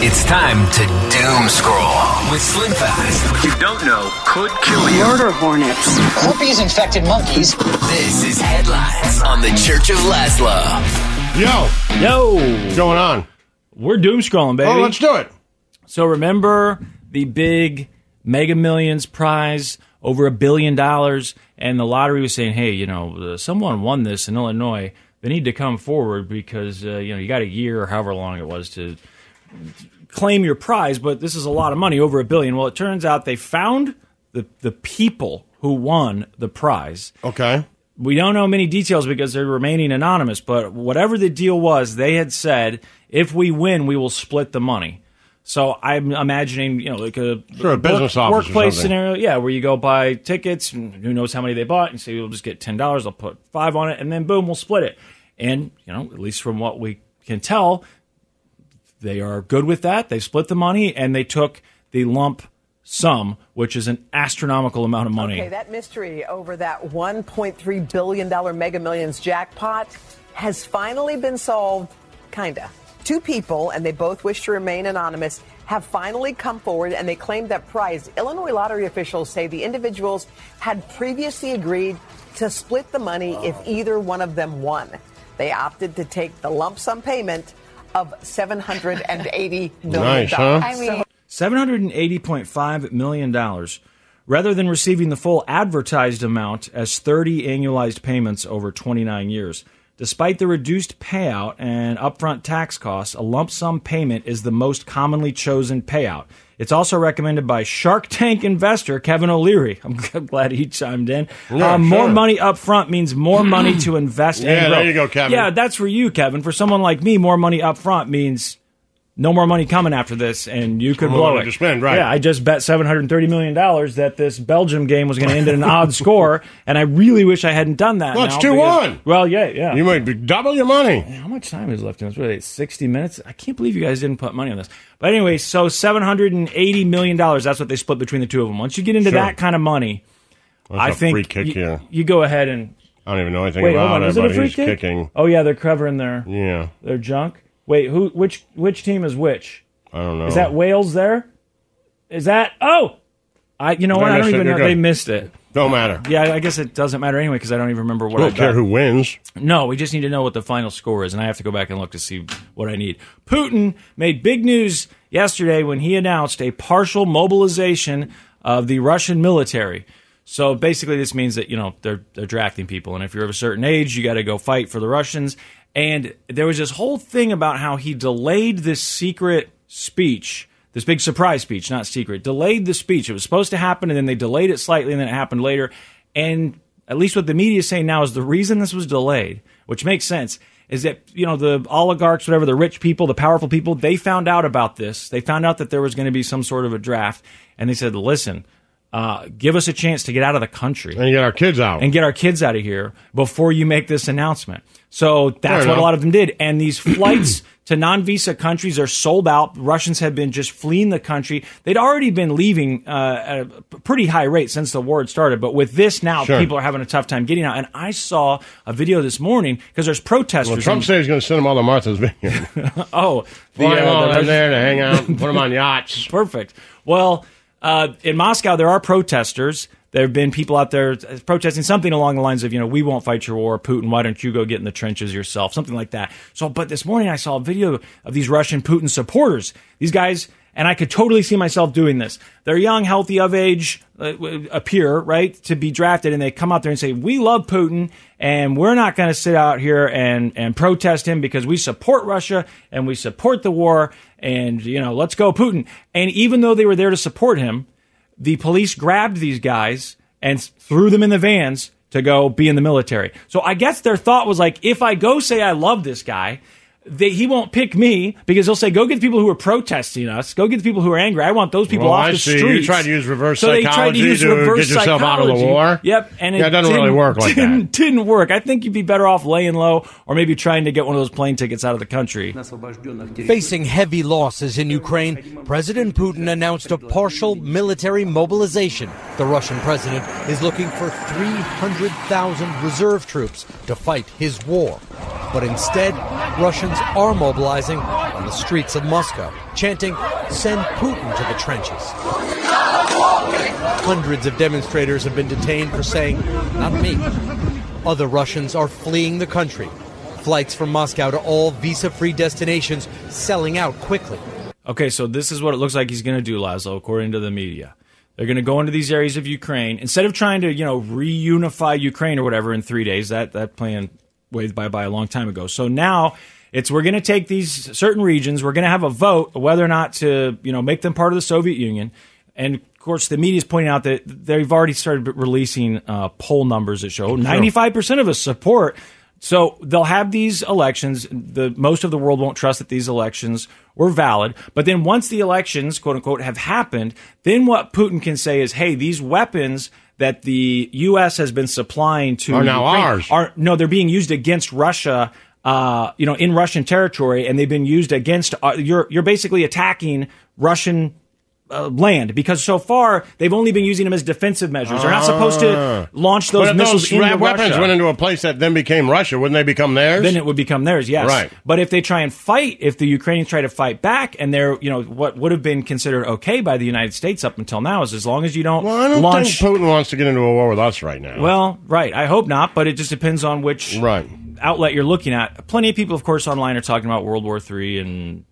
Speaker 9: It's time to doom scroll with Slim Fast. What you don't know could kill the order hornets. Herpes infected monkeys. This is headlines on the Church of Laszlo.
Speaker 2: Yo,
Speaker 3: yo,
Speaker 2: what's going on?
Speaker 3: We're doom scrolling, baby.
Speaker 2: Oh, let's do it.
Speaker 3: So remember the big Mega Millions prize over a billion dollars, and the lottery was saying, "Hey, you know, uh, someone won this in Illinois. They need to come forward because uh, you know you got a year or however long it was to claim your prize, but this is a lot of money, over a billion. Well, it turns out they found the the people who won the prize.
Speaker 2: Okay.
Speaker 3: We don't know many details because they're remaining anonymous, but whatever the deal was, they had said if we win, we will split the money. So I'm imagining, you know, like a,
Speaker 2: Sure, a business office or
Speaker 3: workplace
Speaker 2: something.
Speaker 3: scenario, yeah, where you go buy tickets, and who knows how many they bought, and say we'll just get ten dollars, I'll put five on it, and then boom, we'll split it. And you know, at least from what we can tell, they are good with that. They split the money and they took the lump sum, which is an astronomical amount of money.
Speaker 7: Okay, that mystery over that $1.3 billion mega millions jackpot has finally been solved, kinda. Two people, and they both wish to remain anonymous, have finally come forward and they claim that prize. Illinois lottery officials say the individuals had previously agreed to split the money if either one of them won. They opted to take the lump sum payment of $780 million.
Speaker 3: $780.5 million rather than receiving the full advertised amount as 30 annualized payments over 29 years. Despite the reduced payout and upfront tax costs, a lump sum payment is the most commonly chosen payout. It's also recommended by Shark Tank investor Kevin O'Leary. I'm g- glad he chimed in.
Speaker 2: Yeah,
Speaker 3: Uh, More
Speaker 2: sure.
Speaker 3: money up front means more money to invest and
Speaker 2: Yeah, there
Speaker 3: grow.
Speaker 2: you go, Kevin.
Speaker 3: Yeah, that's for you, Kevin. For someone like me, more money up front means no more money coming after this, and you could
Speaker 2: More
Speaker 3: blow
Speaker 2: money
Speaker 3: it.
Speaker 2: to spend, right.
Speaker 3: Yeah, I just bet seven hundred thirty million dollars that this Belgium game was going to end in an odd score, and I really wish I hadn't done that.
Speaker 2: Well, it's
Speaker 3: now
Speaker 2: two
Speaker 3: because-
Speaker 2: one.
Speaker 3: Well, yeah, yeah.
Speaker 2: You might be double your money.
Speaker 3: How much time is left in this? What are they, 60 minutes? I can't believe you guys didn't put money on this. But anyway, so $780 million, that's what they split between the two of them. Once you get into
Speaker 2: Sure.
Speaker 3: that kind of money,
Speaker 2: That's
Speaker 3: I
Speaker 2: a
Speaker 3: think
Speaker 2: free kick
Speaker 3: you,
Speaker 2: here.
Speaker 3: you go ahead and.
Speaker 2: I don't even know anything
Speaker 3: Wait, hold
Speaker 2: about
Speaker 3: on.
Speaker 2: it,
Speaker 3: Is
Speaker 2: but
Speaker 3: it a free
Speaker 2: he's
Speaker 3: kick?
Speaker 2: kicking.
Speaker 3: Oh, yeah, they're covering their,
Speaker 2: Yeah,
Speaker 3: their junk. Wait, who? which which team is which?
Speaker 2: I don't know.
Speaker 3: Is that Wales there? Is that oh? I you know
Speaker 2: They
Speaker 3: what? I don't
Speaker 2: missed it.
Speaker 3: even
Speaker 2: You're
Speaker 3: know.
Speaker 2: good.
Speaker 3: They missed it.
Speaker 2: Don't matter.
Speaker 3: Yeah, I guess it doesn't matter anyway because I don't even remember what.
Speaker 2: We
Speaker 3: I
Speaker 2: don't care
Speaker 3: bet.
Speaker 2: who wins.
Speaker 3: No, we just need to know what the final score is, and I have to go back and look to see what I need. Putin made big news yesterday when he announced a partial mobilization of the Russian military. So basically, this means that you know they're they're drafting people, and if you're of a certain age, you got to go fight for the Russians. And there was this whole thing about how he delayed this secret speech, this big surprise speech, not secret, delayed the speech. It was supposed to happen, and then they delayed it slightly, and then it happened later. And at least what the media is saying now is the reason this was delayed, which makes sense, is that you know the oligarchs, whatever the rich people, the powerful people, they found out about this. They found out that there was going to be some sort of a draft, and they said, "Listen, uh, give us a chance to get out of the country
Speaker 2: and get our kids out
Speaker 3: and get our kids out of here before you make this announcement." So that's what
Speaker 2: enough.
Speaker 3: a lot of them did, and these flights. To non visa countries are sold out. Russians have been just fleeing the country. They'd already been leaving uh, at a p- pretty high rate since the war had started. But with this now,
Speaker 2: Sure.
Speaker 3: people are having a tough time getting out. And I saw a video this morning because there's protesters.
Speaker 2: Well, Trump
Speaker 3: in-
Speaker 2: said he's going to send them all to Martha's Vineyard.
Speaker 3: oh,
Speaker 2: Fly them all in there uh, to hang out, put
Speaker 3: them on yachts. Perfect. Well, uh, in Moscow, there are protesters. There have been people out there uh, protesting something along the lines of, you know, we won't fight your war, Putin. Why don't you go get in the trenches yourself? Something like that. So, but this morning I saw a video of these Russian Putin supporters. These guys, and I could totally see myself doing this. They're young, healthy, of age, uh, w- appear, right, to be drafted, and they come out there and say, We love Putin, and we're not going to sit out here and, and protest him because we support Russia and we support the war, and, you know, let's go, Putin. And even though they were there to support him, the police grabbed these guys and s- threw them in the vans to go be in the military. So I guess their thought was like, if I go say I love this guy, they, he won't pick me because he'll say, "Go get the people who are protesting us. Go get the people who are angry. I want those people
Speaker 2: Well,
Speaker 3: off
Speaker 2: I
Speaker 3: the
Speaker 2: see. You
Speaker 3: streets."
Speaker 2: tried to use reverse
Speaker 3: so they tried to
Speaker 2: psychology
Speaker 3: use
Speaker 2: to
Speaker 3: reverse
Speaker 2: get yourself out of the
Speaker 3: psychology.
Speaker 2: war?
Speaker 3: Yep, and it,
Speaker 2: Yeah, it doesn't really
Speaker 3: didn't-
Speaker 2: work like that.
Speaker 3: didn't, Didn't work. I think you'd be better off laying low or maybe trying to get one of those plane tickets out of the country.
Speaker 10: Facing heavy losses in Ukraine, President Putin announced a partial military mobilization. The Russian president is looking for 300,000 reserve troops to fight his war. But instead, Russians are mobilizing on the streets of Moscow, chanting, Send Putin to the trenches. Hundreds of demonstrators have been detained for saying, Not me. Other Russians are fleeing the country. Flights from Moscow to all visa free destinations selling out quickly.
Speaker 3: Okay, so this is what it looks like he's going to do, Laszlo, according to the media. They're going to go into these areas of Ukraine instead of trying to, you know, reunify Ukraine or whatever in three days. That that plan waved bye bye a long time ago. So now it's we're going to take these certain regions. We're going to have a vote whether or not to, you know, make them part of the Soviet Union. And of course, the media is pointing out that they've already started releasing uh, poll numbers that show ninety five percent of us support So they'll have these elections. The most of the world won't trust that these elections were valid. But then once the elections, quote unquote, have happened, then what Putin can say is, hey, these weapons that the U.S. has been supplying to
Speaker 2: Are now
Speaker 3: Ukraine
Speaker 2: ours.
Speaker 3: Are no, they're being used against Russia. Uh, you know, in Russian territory, and they've been used against. Uh, you're you're basically attacking Russian. Uh, land because so far they've only been using them as defensive measures. They're not supposed to launch those
Speaker 2: Ah. but if
Speaker 3: missiles
Speaker 2: those
Speaker 3: into
Speaker 2: ra- weapons
Speaker 3: Russia.
Speaker 2: went into a place that then became Russia. Wouldn't they become theirs?
Speaker 3: Then it would become theirs, yes.
Speaker 2: Right.
Speaker 3: But if they try and fight, if the Ukrainians try to fight back, and they're, you know, what would have been considered okay by the United States up until now is as long as you don't,
Speaker 2: Well, I don't
Speaker 3: launch.
Speaker 2: think Putin wants to get into a war with us right now.
Speaker 3: well, right. I hope not, but it just depends on which
Speaker 2: right.
Speaker 3: outlet you're looking at. Plenty of people, of course, online are talking about World War III, and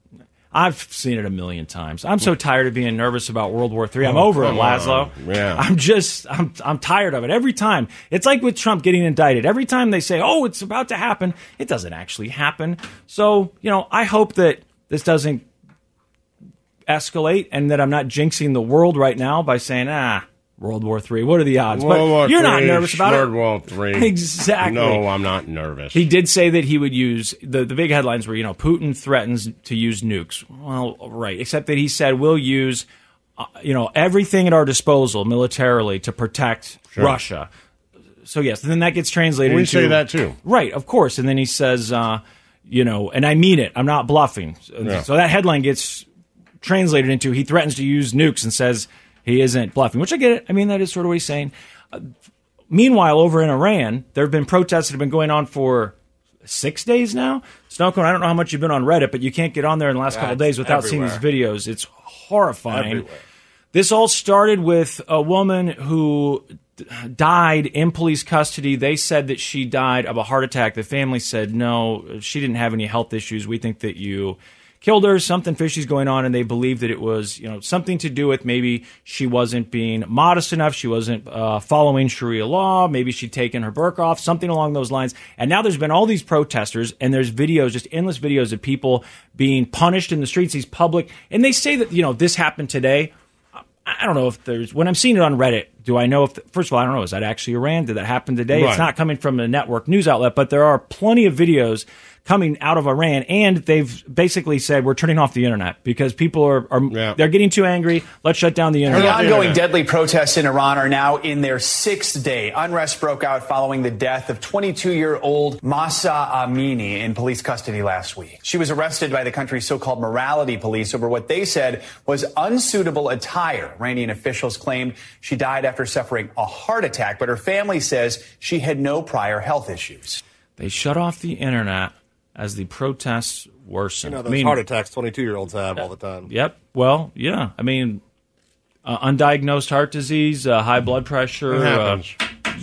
Speaker 3: I've seen it a million times. I'm so tired of being nervous about World War III. I'm
Speaker 2: Oh,
Speaker 3: over it,
Speaker 2: come
Speaker 3: Laszlo.
Speaker 2: on. Yeah.
Speaker 3: I'm just, I'm, I'm tired of it. Every time, it's like with Trump getting indicted. Every time they say, oh, it's about to happen, it doesn't actually happen. So, you know, I hope that this doesn't escalate and that I'm not jinxing the world right now by saying, ah, World War III, what are the odds? but
Speaker 2: World War
Speaker 3: you're not
Speaker 2: III,
Speaker 3: nervous about
Speaker 2: World
Speaker 3: it.
Speaker 2: War Three.
Speaker 3: Exactly.
Speaker 2: No, I'm not nervous.
Speaker 3: He did say that he would use the the big headlines were you know Putin threatens to use nukes. Well, right, except that he said we'll use uh, you know everything at our disposal militarily to protect
Speaker 2: Sure.
Speaker 3: Russia. So yes, and then that gets translated.
Speaker 2: We
Speaker 3: into,
Speaker 2: say that, too.
Speaker 3: right? Of course, and then he says, uh, you know, and I mean it. I'm not bluffing. So,
Speaker 2: Yeah.
Speaker 3: so that headline gets translated into he threatens to use nukes and says he isn't bluffing, which I get it. I mean that is sort of what he's saying. Meanwhile, over in Iran, there have been protests that have been going on for six days now. Snowcone, I don't know how much you've been on Reddit, but you can't get on there in the last couple of
Speaker 4: That's
Speaker 3: days without seeing
Speaker 4: everywhere.
Speaker 3: these videos. It's horrifying.
Speaker 4: Everywhere.
Speaker 3: This all started with a woman who d- died in police custody. They said that she died of a heart attack. The family said, no, she didn't have any health issues. We think that you killed her. Something fishy's going on. And they believed that it was, you know, something to do with maybe she wasn't being modest enough. She wasn't uh, following Sharia law. Maybe she'd taken her burqa off, something along those lines. And now there's been all these protesters and there's videos, just endless videos of people being punished in the streets, these public. And they say that, you know, this happened today. I don't know if there's when I'm seeing it on Reddit. Do I know if first of all I don't know is that actually Iran? Did that happen today?
Speaker 11: Right.
Speaker 3: It's not coming from a network news outlet, but there are plenty of videos coming out of Iran, and they've basically said we're turning off the internet because people are, are they're getting too angry. Let's shut down the internet.
Speaker 12: The ongoing deadly protests in Iran are now in their sixth day. Unrest broke out following the death of 22 year old Masa Amini in police custody last week. She was arrested by the country's so called morality police over what they said was unsuitable attire. Iranian officials claimed she died after suffering a heart attack, but her family says she had no prior health issues.
Speaker 3: They shut off the internet as the protests worsen.
Speaker 4: You know
Speaker 3: I
Speaker 4: those
Speaker 3: mean,
Speaker 4: heart attacks twenty-two year olds have all the time.
Speaker 3: Yep. Well, yeah. I mean, uh, undiagnosed heart disease, uh, high blood pressure,
Speaker 2: Mm-hmm. It
Speaker 3: uh,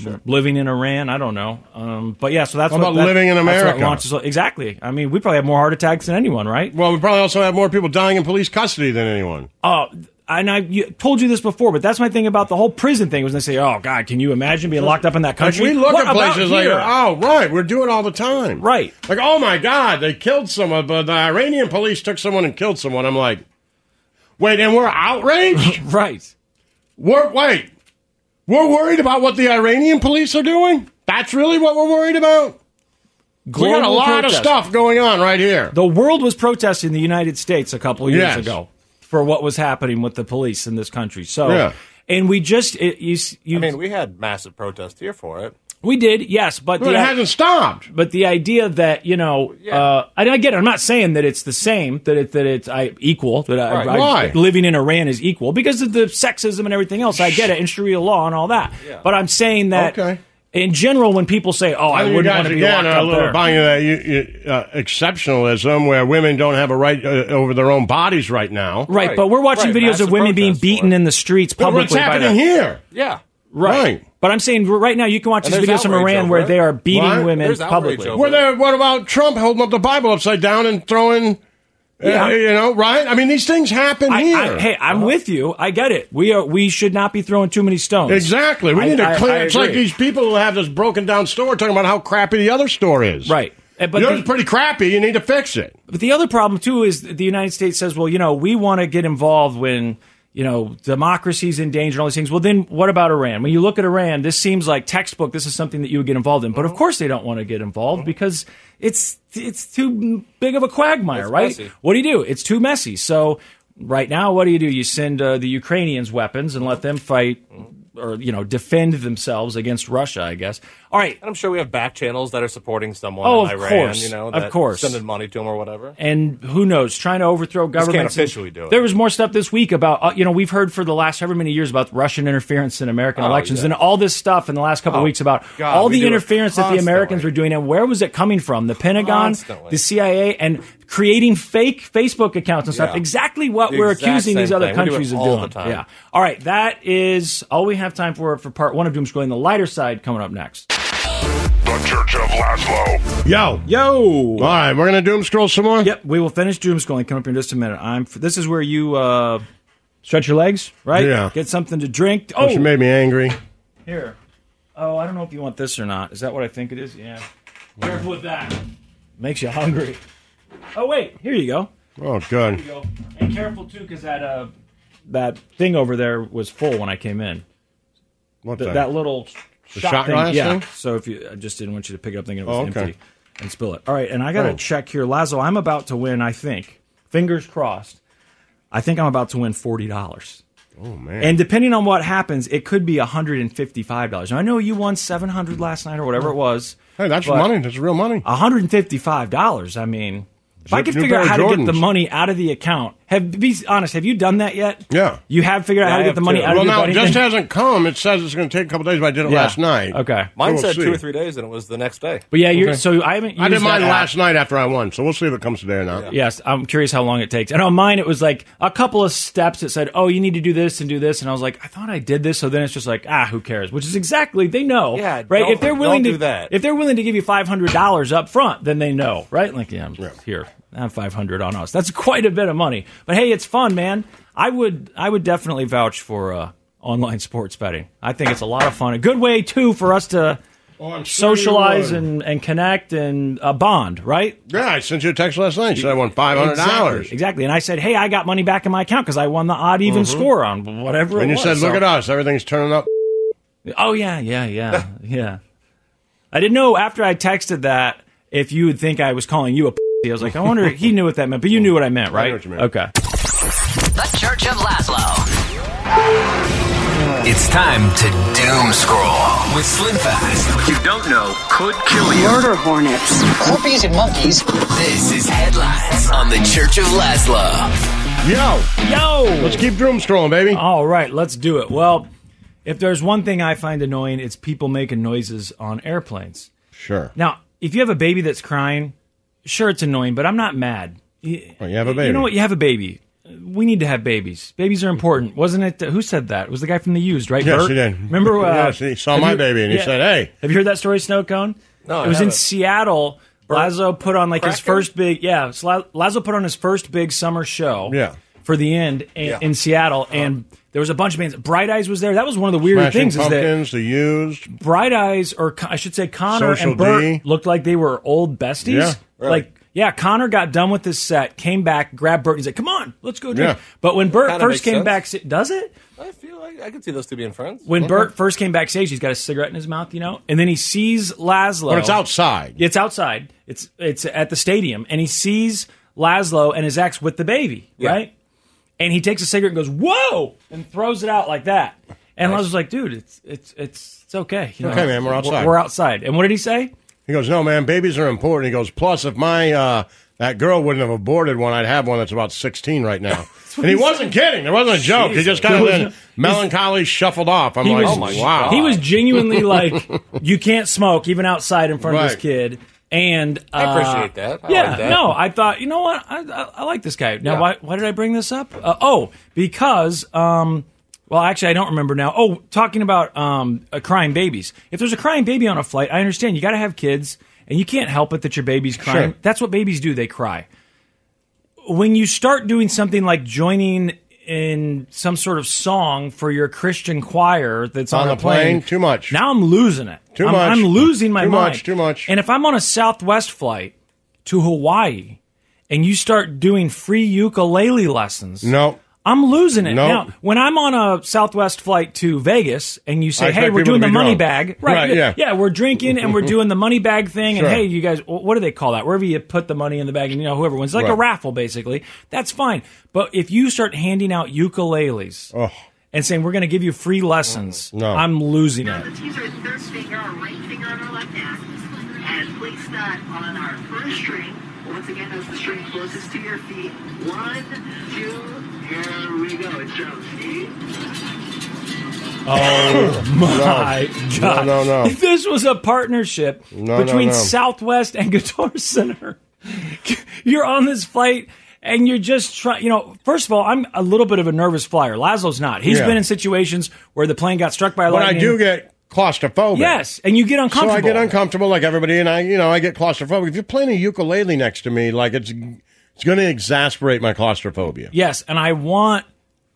Speaker 2: happens.
Speaker 3: living in Iran. I don't know. Um, but yeah, so that's
Speaker 2: How
Speaker 3: what
Speaker 2: about
Speaker 3: that-
Speaker 2: living in
Speaker 3: that's what
Speaker 2: America?
Speaker 3: launches- exactly. I mean, we probably have more heart attacks than anyone, right?
Speaker 2: Well, we probably also have more people dying in police custody than anyone.
Speaker 3: Oh. and I you, told you this before, but that's my thing about the whole prison thing. Was they say, "Oh God, can you imagine being locked up in that country?"
Speaker 2: Like, we look
Speaker 3: What
Speaker 2: at
Speaker 3: about
Speaker 2: places like,
Speaker 3: here?
Speaker 2: oh, right, we're doing all the time.
Speaker 3: Right.
Speaker 2: Like, oh my God, they killed someone, but the Iranian police took someone and killed someone. I'm like, wait, and we're outraged?
Speaker 3: right.
Speaker 2: We're, wait, we're worried about what the Iranian police are doing? That's really what we're worried about? we got a
Speaker 3: Global
Speaker 2: lot
Speaker 3: protest.
Speaker 2: of stuff going on right here.
Speaker 3: The world was protesting the United States a couple years
Speaker 2: Yes.
Speaker 3: ago for what was happening with the police in this country. So,
Speaker 2: Yeah.
Speaker 3: and we just it, you, s- you
Speaker 4: I mean, we had massive protests here for it.
Speaker 3: We did, yes, but
Speaker 4: But it hasn't
Speaker 2: stopped.
Speaker 3: But the idea that you know, uh, and I get it. I'm not saying that it's the same, that it that it's I, equal, that I,
Speaker 2: Right.
Speaker 3: I-
Speaker 2: Why?
Speaker 3: living in Iran is equal because of the sexism and everything else. I get it, and Sharia law and all that. But I'm saying that
Speaker 2: Okay.
Speaker 3: in general, when people say, "Oh, I
Speaker 2: think you
Speaker 3: wouldn't
Speaker 2: guys
Speaker 3: want to be locked
Speaker 2: again are a
Speaker 3: up
Speaker 2: little
Speaker 3: there,"
Speaker 2: buying that you, you, uh, exceptionalism where women don't have a right uh, over their own bodies right now.
Speaker 3: Right, but we're watching videos of women being beaten in the streets
Speaker 2: But
Speaker 3: publicly.
Speaker 2: what's
Speaker 3: by
Speaker 2: happening
Speaker 3: the-
Speaker 2: here?
Speaker 4: Yeah.
Speaker 3: Right.
Speaker 2: Right.
Speaker 3: But I'm saying right now you can watch
Speaker 2: And
Speaker 3: these
Speaker 2: there's
Speaker 3: videos from
Speaker 2: outrage
Speaker 3: Iran
Speaker 2: over
Speaker 3: where
Speaker 2: it.
Speaker 3: they are beating
Speaker 2: What?
Speaker 3: women
Speaker 2: There's outrage
Speaker 3: publicly.
Speaker 2: Were there, what about Trump holding up the Bible upside down and throwing? uh,
Speaker 3: Yeah.
Speaker 2: you know, right? I mean, these things happen
Speaker 3: I- I-
Speaker 2: here. Uh-huh.
Speaker 3: hey, I'm with you. I get it. We are. We should not be throwing too many stones.
Speaker 2: Exactly. We
Speaker 3: I-
Speaker 2: need to
Speaker 3: I-
Speaker 2: clear.
Speaker 3: I
Speaker 2: it's like
Speaker 3: agree.
Speaker 2: these people who have this broken down store talking about how crappy the other store is.
Speaker 3: Right. Eh, but
Speaker 2: Yours
Speaker 3: the-
Speaker 2: is pretty crappy. You need to fix it.
Speaker 3: But the other problem too is the United States says, well, you know, we want to get involved when you know, democracy's in danger and all these things. Well, then what about Iran? When you look at Iran, this seems like textbook. This is something that you would get involved in. But of course they don't want to get involved because it's, it's too big of a quagmire,
Speaker 11: It's
Speaker 3: right?
Speaker 11: messy.
Speaker 3: What do you do? It's too messy. So right now, what do you do? You send uh, the Ukrainians weapons and let them fight or, you know, defend themselves against Russia, I guess. All right.
Speaker 4: And I'm sure we have back channels that are supporting someone
Speaker 3: Oh,
Speaker 4: in
Speaker 3: of
Speaker 4: Iran,
Speaker 3: course.
Speaker 4: you know,
Speaker 3: Of
Speaker 4: that
Speaker 3: course.
Speaker 4: sending money to them or whatever.
Speaker 3: and who knows, trying to overthrow
Speaker 4: Just can't
Speaker 3: governments.
Speaker 4: officially do it.
Speaker 3: There was more stuff this week about, uh, you know, we've heard for the last however many years about Russian interference in American
Speaker 11: Oh,
Speaker 3: elections
Speaker 11: yeah.
Speaker 3: and all this stuff in the last couple
Speaker 11: Oh,
Speaker 3: of weeks about
Speaker 11: God,
Speaker 3: all
Speaker 11: we
Speaker 3: the
Speaker 11: do it
Speaker 3: interference that the Americans were doing and where was it coming from? The Pentagon,
Speaker 11: Constantly.
Speaker 3: the CIA, and creating fake Facebook accounts and stuff.
Speaker 11: Yeah.
Speaker 3: Exactly what
Speaker 11: The
Speaker 3: we're
Speaker 11: exact
Speaker 3: accusing these
Speaker 11: same
Speaker 3: other
Speaker 11: thing. We do it
Speaker 3: countries of
Speaker 11: all
Speaker 3: doing.
Speaker 11: the time.
Speaker 3: Yeah. All right. That is all we have time for for part one of Doomscrolling, the lighter side coming up next.
Speaker 13: The Church of Laszlo.
Speaker 2: Yo.
Speaker 3: Yo. All
Speaker 2: right, we're going to doom scroll some more?
Speaker 3: Yep, we will finish doom scrolling. Come up here in just a minute. I'm this is where you uh stretch your legs, right?
Speaker 2: Yeah.
Speaker 3: Get something to drink.
Speaker 2: Oh, she
Speaker 3: Oh,
Speaker 2: made me angry.
Speaker 3: here. Oh, I don't know if you want this or not. Is that what I think it is? Yeah. Careful with that. Makes you hungry. Oh, wait. Here you go.
Speaker 2: Oh,
Speaker 3: Here
Speaker 2: good.
Speaker 3: you go. And careful too cuz that uh that thing over there was full when I came in.
Speaker 2: What
Speaker 3: Th-
Speaker 2: thing?
Speaker 3: that little
Speaker 2: The shot glass
Speaker 3: yeah.
Speaker 2: thing?
Speaker 3: So if you I just didn't want you to pick it up thinking it was
Speaker 2: Oh, okay.
Speaker 3: empty and spill it. All right, and I got to
Speaker 2: Oh.
Speaker 3: check here. Lazo, I'm about to win, I think. Fingers crossed. I think I'm about to win $40.
Speaker 2: Oh, man.
Speaker 3: And depending on what happens, it could be $155. Now, I know you won 700 last night or whatever it was.
Speaker 2: Hey, that's
Speaker 3: but
Speaker 2: money. That's real money.
Speaker 3: $155. I mean, if I
Speaker 2: New
Speaker 3: could figure
Speaker 2: pair
Speaker 3: out
Speaker 2: of
Speaker 3: how to get the
Speaker 2: Jordans.
Speaker 3: money out of the account, have be honest, have you done that yet?
Speaker 2: Yeah.
Speaker 3: You have figured out how to get the money out
Speaker 2: well,
Speaker 3: of your
Speaker 2: now,
Speaker 3: buddy
Speaker 2: it just
Speaker 3: thing?
Speaker 2: hasn't come. It says it's going to take a couple days, but I did it
Speaker 3: Yeah.
Speaker 2: last night.
Speaker 3: Okay.
Speaker 4: Mine
Speaker 2: So
Speaker 4: said
Speaker 2: we'll
Speaker 4: two or
Speaker 2: Oh, see.
Speaker 4: three days, and it was the next day.
Speaker 3: But yeah, you're,
Speaker 2: Okay.
Speaker 3: so I haven't. Used
Speaker 2: I did mine
Speaker 3: that app.
Speaker 2: last night after I won, so we'll see if it comes today or not.
Speaker 3: Yes, I'm curious how long it takes. And on mine, it was like a couple of steps. It said, "Oh, you need to do this and do this," and I was like, "I thought I did this." So then it's just like, "Ah, who cares?" Which is exactly they know,
Speaker 4: Yeah,
Speaker 3: right?
Speaker 4: don't-
Speaker 3: If they're
Speaker 4: don't
Speaker 3: willing to
Speaker 4: do that.
Speaker 3: if they're willing to give you five hundred dollars up front, then they know, right? Like, yeah, I'm here, I have five hundred on us. That's quite a bit of money. But hey, it's fun, man. I would I would definitely vouch for uh, online sports betting. I think it's a lot of fun. A good way too for us to.
Speaker 2: Oh,
Speaker 3: socialize and, and connect and uh, bond, right?
Speaker 2: Yeah, I sent you a text last night. You said I won five hundred dollars.
Speaker 3: Exactly, exactly. And I said, hey, I got money back in my account because I won the odd even
Speaker 2: Mhm.
Speaker 3: score on whatever
Speaker 2: And
Speaker 3: it
Speaker 2: you
Speaker 3: was.
Speaker 2: said, "Look at us, everything's turning up."
Speaker 3: Oh, yeah, yeah, yeah, yeah. I didn't know after I texted that if you would think I was calling you a pussy. I was like, I wonder, he knew what that meant, but you knew what I meant, right? Okay.
Speaker 5: The Church of Laszlo.
Speaker 9: It's time to doom scroll with Slim Fast. What you don't know could kill you. Murder hornets, corpies, and monkeys. This is headlines on the Church of Laszlo.
Speaker 2: Yo,
Speaker 3: yo,
Speaker 2: let's keep doom scrolling, baby.
Speaker 3: All right, let's do it. Well, if there's one thing I find annoying, it's people making noises on airplanes.
Speaker 2: Sure.
Speaker 3: Now, if you have a baby that's crying, sure, it's annoying, but I'm not mad. You,
Speaker 2: Well, you have a baby.
Speaker 3: You know what? You have a baby. We need to have babies. Babies are important, wasn't it? Who said that? It was the guy from the used, right?
Speaker 2: Yes,
Speaker 3: Bert?
Speaker 2: he did.
Speaker 3: Remember? Uh,
Speaker 2: Yes, he saw
Speaker 3: have
Speaker 2: my
Speaker 3: you-
Speaker 2: baby and he
Speaker 3: yeah.
Speaker 2: said, "Hey."
Speaker 3: Have you heard that story, Snow Cone?
Speaker 2: No, I
Speaker 3: it was in
Speaker 2: haven't.
Speaker 3: Seattle. Lazo put on like his first big yeah. Sla- Lazo put on his first big summer show
Speaker 2: Yeah.
Speaker 3: for the end in,
Speaker 2: Yeah.
Speaker 3: in Seattle, and there was a bunch of bands. Bright Eyes was there. That was one of the weirder
Speaker 2: Smashing
Speaker 3: things is that
Speaker 2: pumpkins, the used.
Speaker 3: Bright Eyes, or Con- I should say Connor
Speaker 2: Social
Speaker 3: and Bert,
Speaker 2: D.
Speaker 3: looked like they were old besties.
Speaker 2: Yeah, right.
Speaker 3: Like, yeah, Connor got done with his set, came back, grabbed Bert, and he's like, come on, let's go drink.
Speaker 4: Yeah.
Speaker 3: But when Bert
Speaker 4: Kinda
Speaker 3: first
Speaker 4: makes
Speaker 3: came
Speaker 4: sense.
Speaker 3: back, si- does it?
Speaker 4: I feel like I could see those two being friends.
Speaker 3: When Bert first came backstage, he's got a cigarette in his mouth, you know, and then he sees Laszlo.
Speaker 2: But it's outside.
Speaker 3: It's outside. It's it's at the stadium, and he sees Laszlo and his ex with the baby, right? And he takes a cigarette and goes, "Whoa!" and throws it out like that. And Laszlo's like, "Dude, it's it's it's it's okay. You know,
Speaker 2: Okay, man, we're outside.
Speaker 3: We're outside." And what did he say?
Speaker 2: He goes, "No, man, babies are important." He goes, "Plus, if my uh, that girl wouldn't have aborted one, I'd have one that's about sixteen right now." and he wasn't kidding. There wasn't a joke. He just kind of then melancholy shuffled off. I'm
Speaker 3: he
Speaker 2: like,
Speaker 3: was,
Speaker 2: "Oh my wow."
Speaker 3: He was genuinely like, "You can't smoke even outside in front of
Speaker 2: Right.
Speaker 3: this kid." And uh,
Speaker 4: I appreciate that. I
Speaker 3: yeah,
Speaker 4: like that.
Speaker 3: no, I thought you know what I, I, I like this guy. Now,
Speaker 4: Yeah.
Speaker 3: why, why did I bring this up? Uh, oh, because um, well, actually, I don't remember now. Oh, talking about um, uh, crying babies. If there's a crying baby on a flight, I understand you got to have kids, and you can't help it that your baby's crying.
Speaker 11: Sure.
Speaker 3: That's what babies do; they cry when you start doing something like joining in some sort of song for your Christian choir that's on,
Speaker 2: On
Speaker 3: a
Speaker 2: the plane,
Speaker 3: too much. Now I'm losing it.
Speaker 2: Too
Speaker 3: I'm,
Speaker 2: much.
Speaker 3: I'm losing my
Speaker 2: Too
Speaker 3: mind.
Speaker 2: much, too much.
Speaker 3: And if I'm on a Southwest flight to Hawaii and you start doing free ukulele lessons,
Speaker 2: no.
Speaker 3: I'm losing it
Speaker 2: No.
Speaker 3: now. When I'm on a Southwest flight to Vegas, and you
Speaker 2: I
Speaker 3: say, "Hey,
Speaker 2: expect
Speaker 3: we're
Speaker 2: people to
Speaker 3: doing the
Speaker 2: be
Speaker 3: money
Speaker 2: drunk.
Speaker 3: bag,"
Speaker 2: Right, yeah.
Speaker 3: yeah, we're drinking and we're doing the money bag thing,
Speaker 2: Sure.
Speaker 3: and hey, you guys, wh- what do they call that? Wherever you put the money in the bag, and you know, whoever wins, It's like a
Speaker 2: Right.
Speaker 3: raffle, basically. That's fine. But if you start handing out ukuleles and saying we're going to give you free lessons,
Speaker 2: Mm,
Speaker 3: I'm losing it.
Speaker 11: teacher's third finger or right finger on our left hand and place that on our first string. Once again, that's the string closest to your feet. One, two, here we go. It's drums. See?
Speaker 3: Oh my
Speaker 2: No.
Speaker 3: god!
Speaker 2: No, no, no.
Speaker 3: If This was a partnership
Speaker 2: No, no,
Speaker 3: between
Speaker 2: no.
Speaker 3: Southwest and Guitar Center. you're on this flight and you're just trying. You know, first of all, I'm a little bit of a nervous flyer. Laszlo's not. He's
Speaker 2: Yeah.
Speaker 3: been in situations where the plane got struck by
Speaker 2: But I
Speaker 3: lightning.
Speaker 2: do get claustrophobic.
Speaker 3: Yes, and you get uncomfortable.
Speaker 2: So I get uncomfortable like everybody, and I, you know, I get claustrophobic. If you're playing a ukulele next to me, like it's, it's going to exasperate my claustrophobia.
Speaker 3: Yes, and I want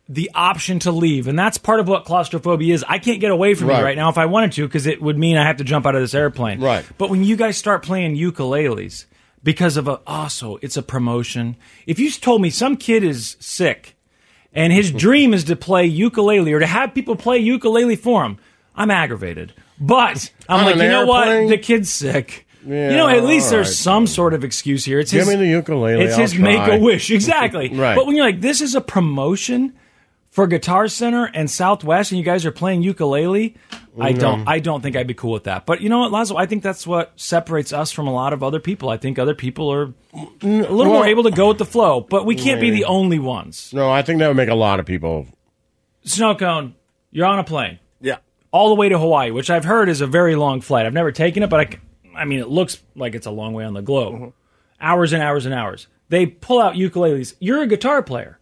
Speaker 3: the option to leave, and that's part of what claustrophobia is. I can't get away from
Speaker 2: Right.
Speaker 3: you right now if I wanted to, because it would mean I have to jump out of this airplane. Right. But when you guys start playing ukuleles, because of a also it's a promotion. If you told me some kid is sick, and his dream is to play ukulele or to have people play ukulele for him, I'm aggravated. But I'm
Speaker 2: On
Speaker 3: like,
Speaker 2: an
Speaker 3: you know what?
Speaker 2: airplane?
Speaker 3: The kid's sick. you know, at least
Speaker 2: all
Speaker 3: there's
Speaker 2: right.
Speaker 3: some sort of excuse here. It's
Speaker 2: Give
Speaker 3: his,
Speaker 2: me the ukulele,
Speaker 3: It's
Speaker 2: I'll
Speaker 3: his
Speaker 2: try.
Speaker 3: make a wish, exactly.
Speaker 2: Right.
Speaker 3: But when you're like, this is a promotion for Guitar Center and Southwest, and you guys are playing ukulele, I
Speaker 2: No.
Speaker 3: don't, I don't think I'd be cool with that. But you know what, Lazo? I think that's what separates us from a lot of other people. I think other people are a little
Speaker 2: well-
Speaker 3: more able to go with the flow, but we can't be
Speaker 2: Maybe.
Speaker 3: the only ones.
Speaker 2: No, I think that would make a lot of people.
Speaker 3: Snow cone, you're on a plane.
Speaker 4: Yeah.
Speaker 3: All the way to Hawaii, which I've heard is a very long flight. I've never taken it, but I, c- I mean, it looks like it's a long way on the globe.
Speaker 4: Mm-hmm.
Speaker 3: Hours and hours and hours. They pull out ukuleles. You're a guitar player.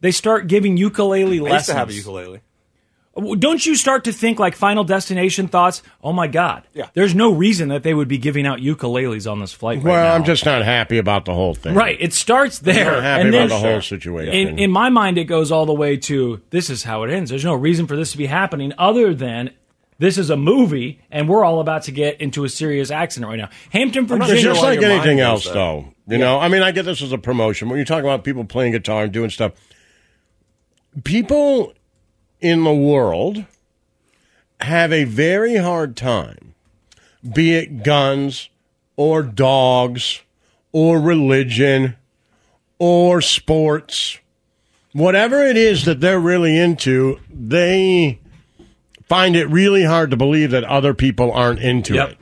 Speaker 3: They start giving ukulele
Speaker 4: Mm-hmm. I
Speaker 3: lessons.
Speaker 4: used to have a ukulele.
Speaker 3: Well, Don't you start to think like Final Destination thoughts? Oh my God. Yeah. There's no reason that they would be giving out ukuleles on this flight.
Speaker 2: well, I'm just not happy about the whole thing.
Speaker 3: Right. It starts there.
Speaker 2: I'm not happy
Speaker 3: and then-
Speaker 2: about the whole situation.
Speaker 3: In, in my mind, it goes all the way to this is how it ends. There's no reason for this to be happening other than this is a movie and we're all about to get into a serious accident right now. Hampton,
Speaker 2: It's
Speaker 3: Virginia.
Speaker 2: just like anything else, though. You know, I mean, I get this as a promotion. When you talk about people playing guitar and doing stuff, people in the world have a very hard time, be it guns or dogs or religion or sports, whatever it is that they're really into, they find it really hard to believe that other people aren't into
Speaker 14: Yep.
Speaker 2: it.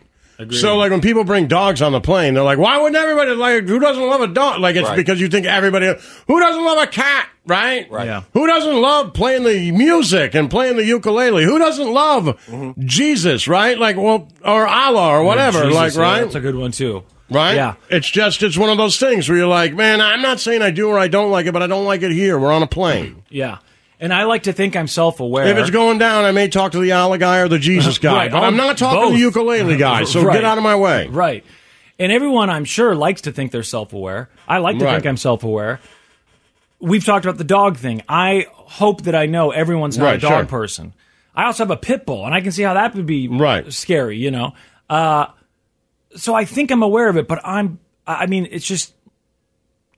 Speaker 2: So, like when people bring dogs on the plane, they're like, "Why wouldn't everybody like? Who doesn't love a dog? Like it's
Speaker 14: Right.
Speaker 2: because you think everybody who doesn't love a cat, right?
Speaker 14: Right. Yeah.
Speaker 2: Who doesn't love playing the music and playing the ukulele? Who doesn't love Jesus, right? Like, well, or Allah or whatever,
Speaker 3: Jesus,
Speaker 2: like,
Speaker 3: yeah,
Speaker 2: right?
Speaker 3: That's a good one, too.
Speaker 2: Right?
Speaker 3: Yeah.
Speaker 2: It's just, it's one of those things where you're like, man, I'm not saying I do or I don't like it, but I don't like it here. We're on a plane.
Speaker 3: Yeah. And I like to think I'm self aware.
Speaker 2: If it's going down, I may talk to the Allah guy or the Jesus guy,
Speaker 3: Right,
Speaker 2: but I'm
Speaker 3: all-
Speaker 2: not talking to
Speaker 3: both.
Speaker 2: the ukulele guy, so
Speaker 3: Right.
Speaker 2: get out of my way.
Speaker 3: Right. And everyone, I'm sure, likes to think they're self aware. I like to
Speaker 2: Right.
Speaker 3: think I'm self aware. We've talked about the dog thing. I hope that I know everyone's not a
Speaker 2: Right,
Speaker 3: dog
Speaker 2: sure.
Speaker 3: person. I also have a pit bull, and I can see how that would be right. scary, you know? Uh, so I think I'm aware of it, but I'm, I mean, it's just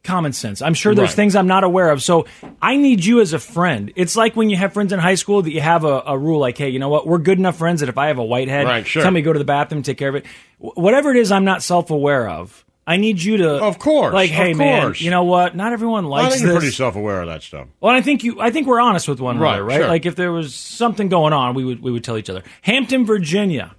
Speaker 3: common sense. I'm sure there's
Speaker 2: Right.
Speaker 3: things I'm not aware of. So I need you as a friend. It's like when you have friends in high school that you have a, a rule like, hey, you know what? We're good enough friends that if I have a whitehead,
Speaker 2: Right, sure.
Speaker 3: tell me to go to the bathroom, take care of it. Wh- Whatever it is I'm not self aware of, I need you to. Of course. Like,
Speaker 2: of
Speaker 3: hey, man,
Speaker 2: course.
Speaker 3: you know what? Not everyone
Speaker 2: I
Speaker 3: likes
Speaker 2: think you're
Speaker 3: this.
Speaker 2: pretty self aware of that stuff.
Speaker 3: Well, and I think you. I think we're honest with one another,
Speaker 2: Right,
Speaker 3: right?
Speaker 2: sure.
Speaker 3: Like if there was something going on, we would we would tell each other. Hampton, Virginia,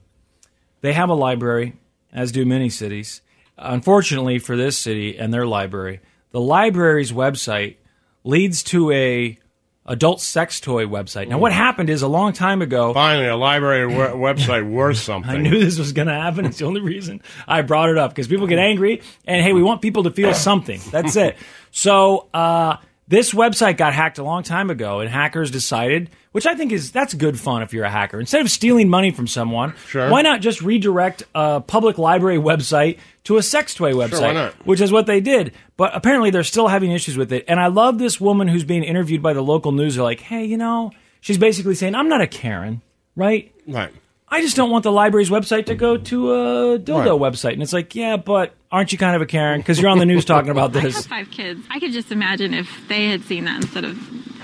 Speaker 3: they have a library, as do many cities. Unfortunately for this city and their library, the library's website leads to a adult sex toy website. Now, what happened is a long time ago.
Speaker 2: Finally, a library w- website worth something.
Speaker 3: I knew this was going to happen. It's the only reason I brought it up because people get angry, and hey, we want people to feel something. That's it. So uh, this website got hacked a long time ago, and hackers decided, which I think is that's good fun if you're a hacker. Instead of stealing money from someone,
Speaker 2: Sure.
Speaker 3: why not just redirect a public library website to a sex toy website?
Speaker 2: why not?
Speaker 3: which is what they did. But apparently, they're still having issues with it. And I love this woman who's being interviewed by the local news. They're like, hey, you know, she's basically saying, I'm not a Karen, right?
Speaker 2: Right.
Speaker 3: I just don't want the library's website to go to a dildo
Speaker 2: Right.
Speaker 3: website. And it's like, yeah, but aren't you kind of a Karen? Because you're on the news talking about
Speaker 14: I have
Speaker 3: this.
Speaker 14: five kids. I could just imagine if they had seen that instead of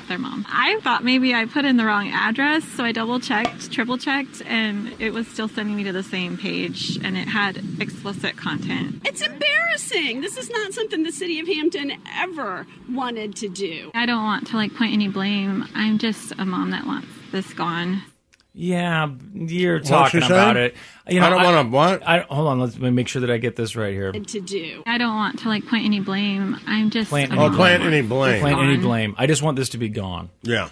Speaker 14: their mom. I thought maybe I put in the wrong address, so I double checked, triple checked, and it was still sending me to the same page, and it had explicit content.
Speaker 15: It's embarrassing. This is not something the city of Hampton ever wanted to do.
Speaker 14: I don't want to like point any blame. I'm just a mom that wants this gone.
Speaker 3: Yeah, you're
Speaker 14: What she
Speaker 3: talking
Speaker 14: said?
Speaker 3: about it. You know,
Speaker 14: I don't
Speaker 3: want to what? I, hold on, let's let me make sure that I get this right here.
Speaker 14: To do. I don't want to like point any blame. I'm just
Speaker 3: Plant
Speaker 14: a
Speaker 3: any
Speaker 14: mom
Speaker 3: blame.
Speaker 14: that wants this
Speaker 3: Plant any
Speaker 14: gone.
Speaker 3: blame. I just want this to be gone.
Speaker 2: Yeah.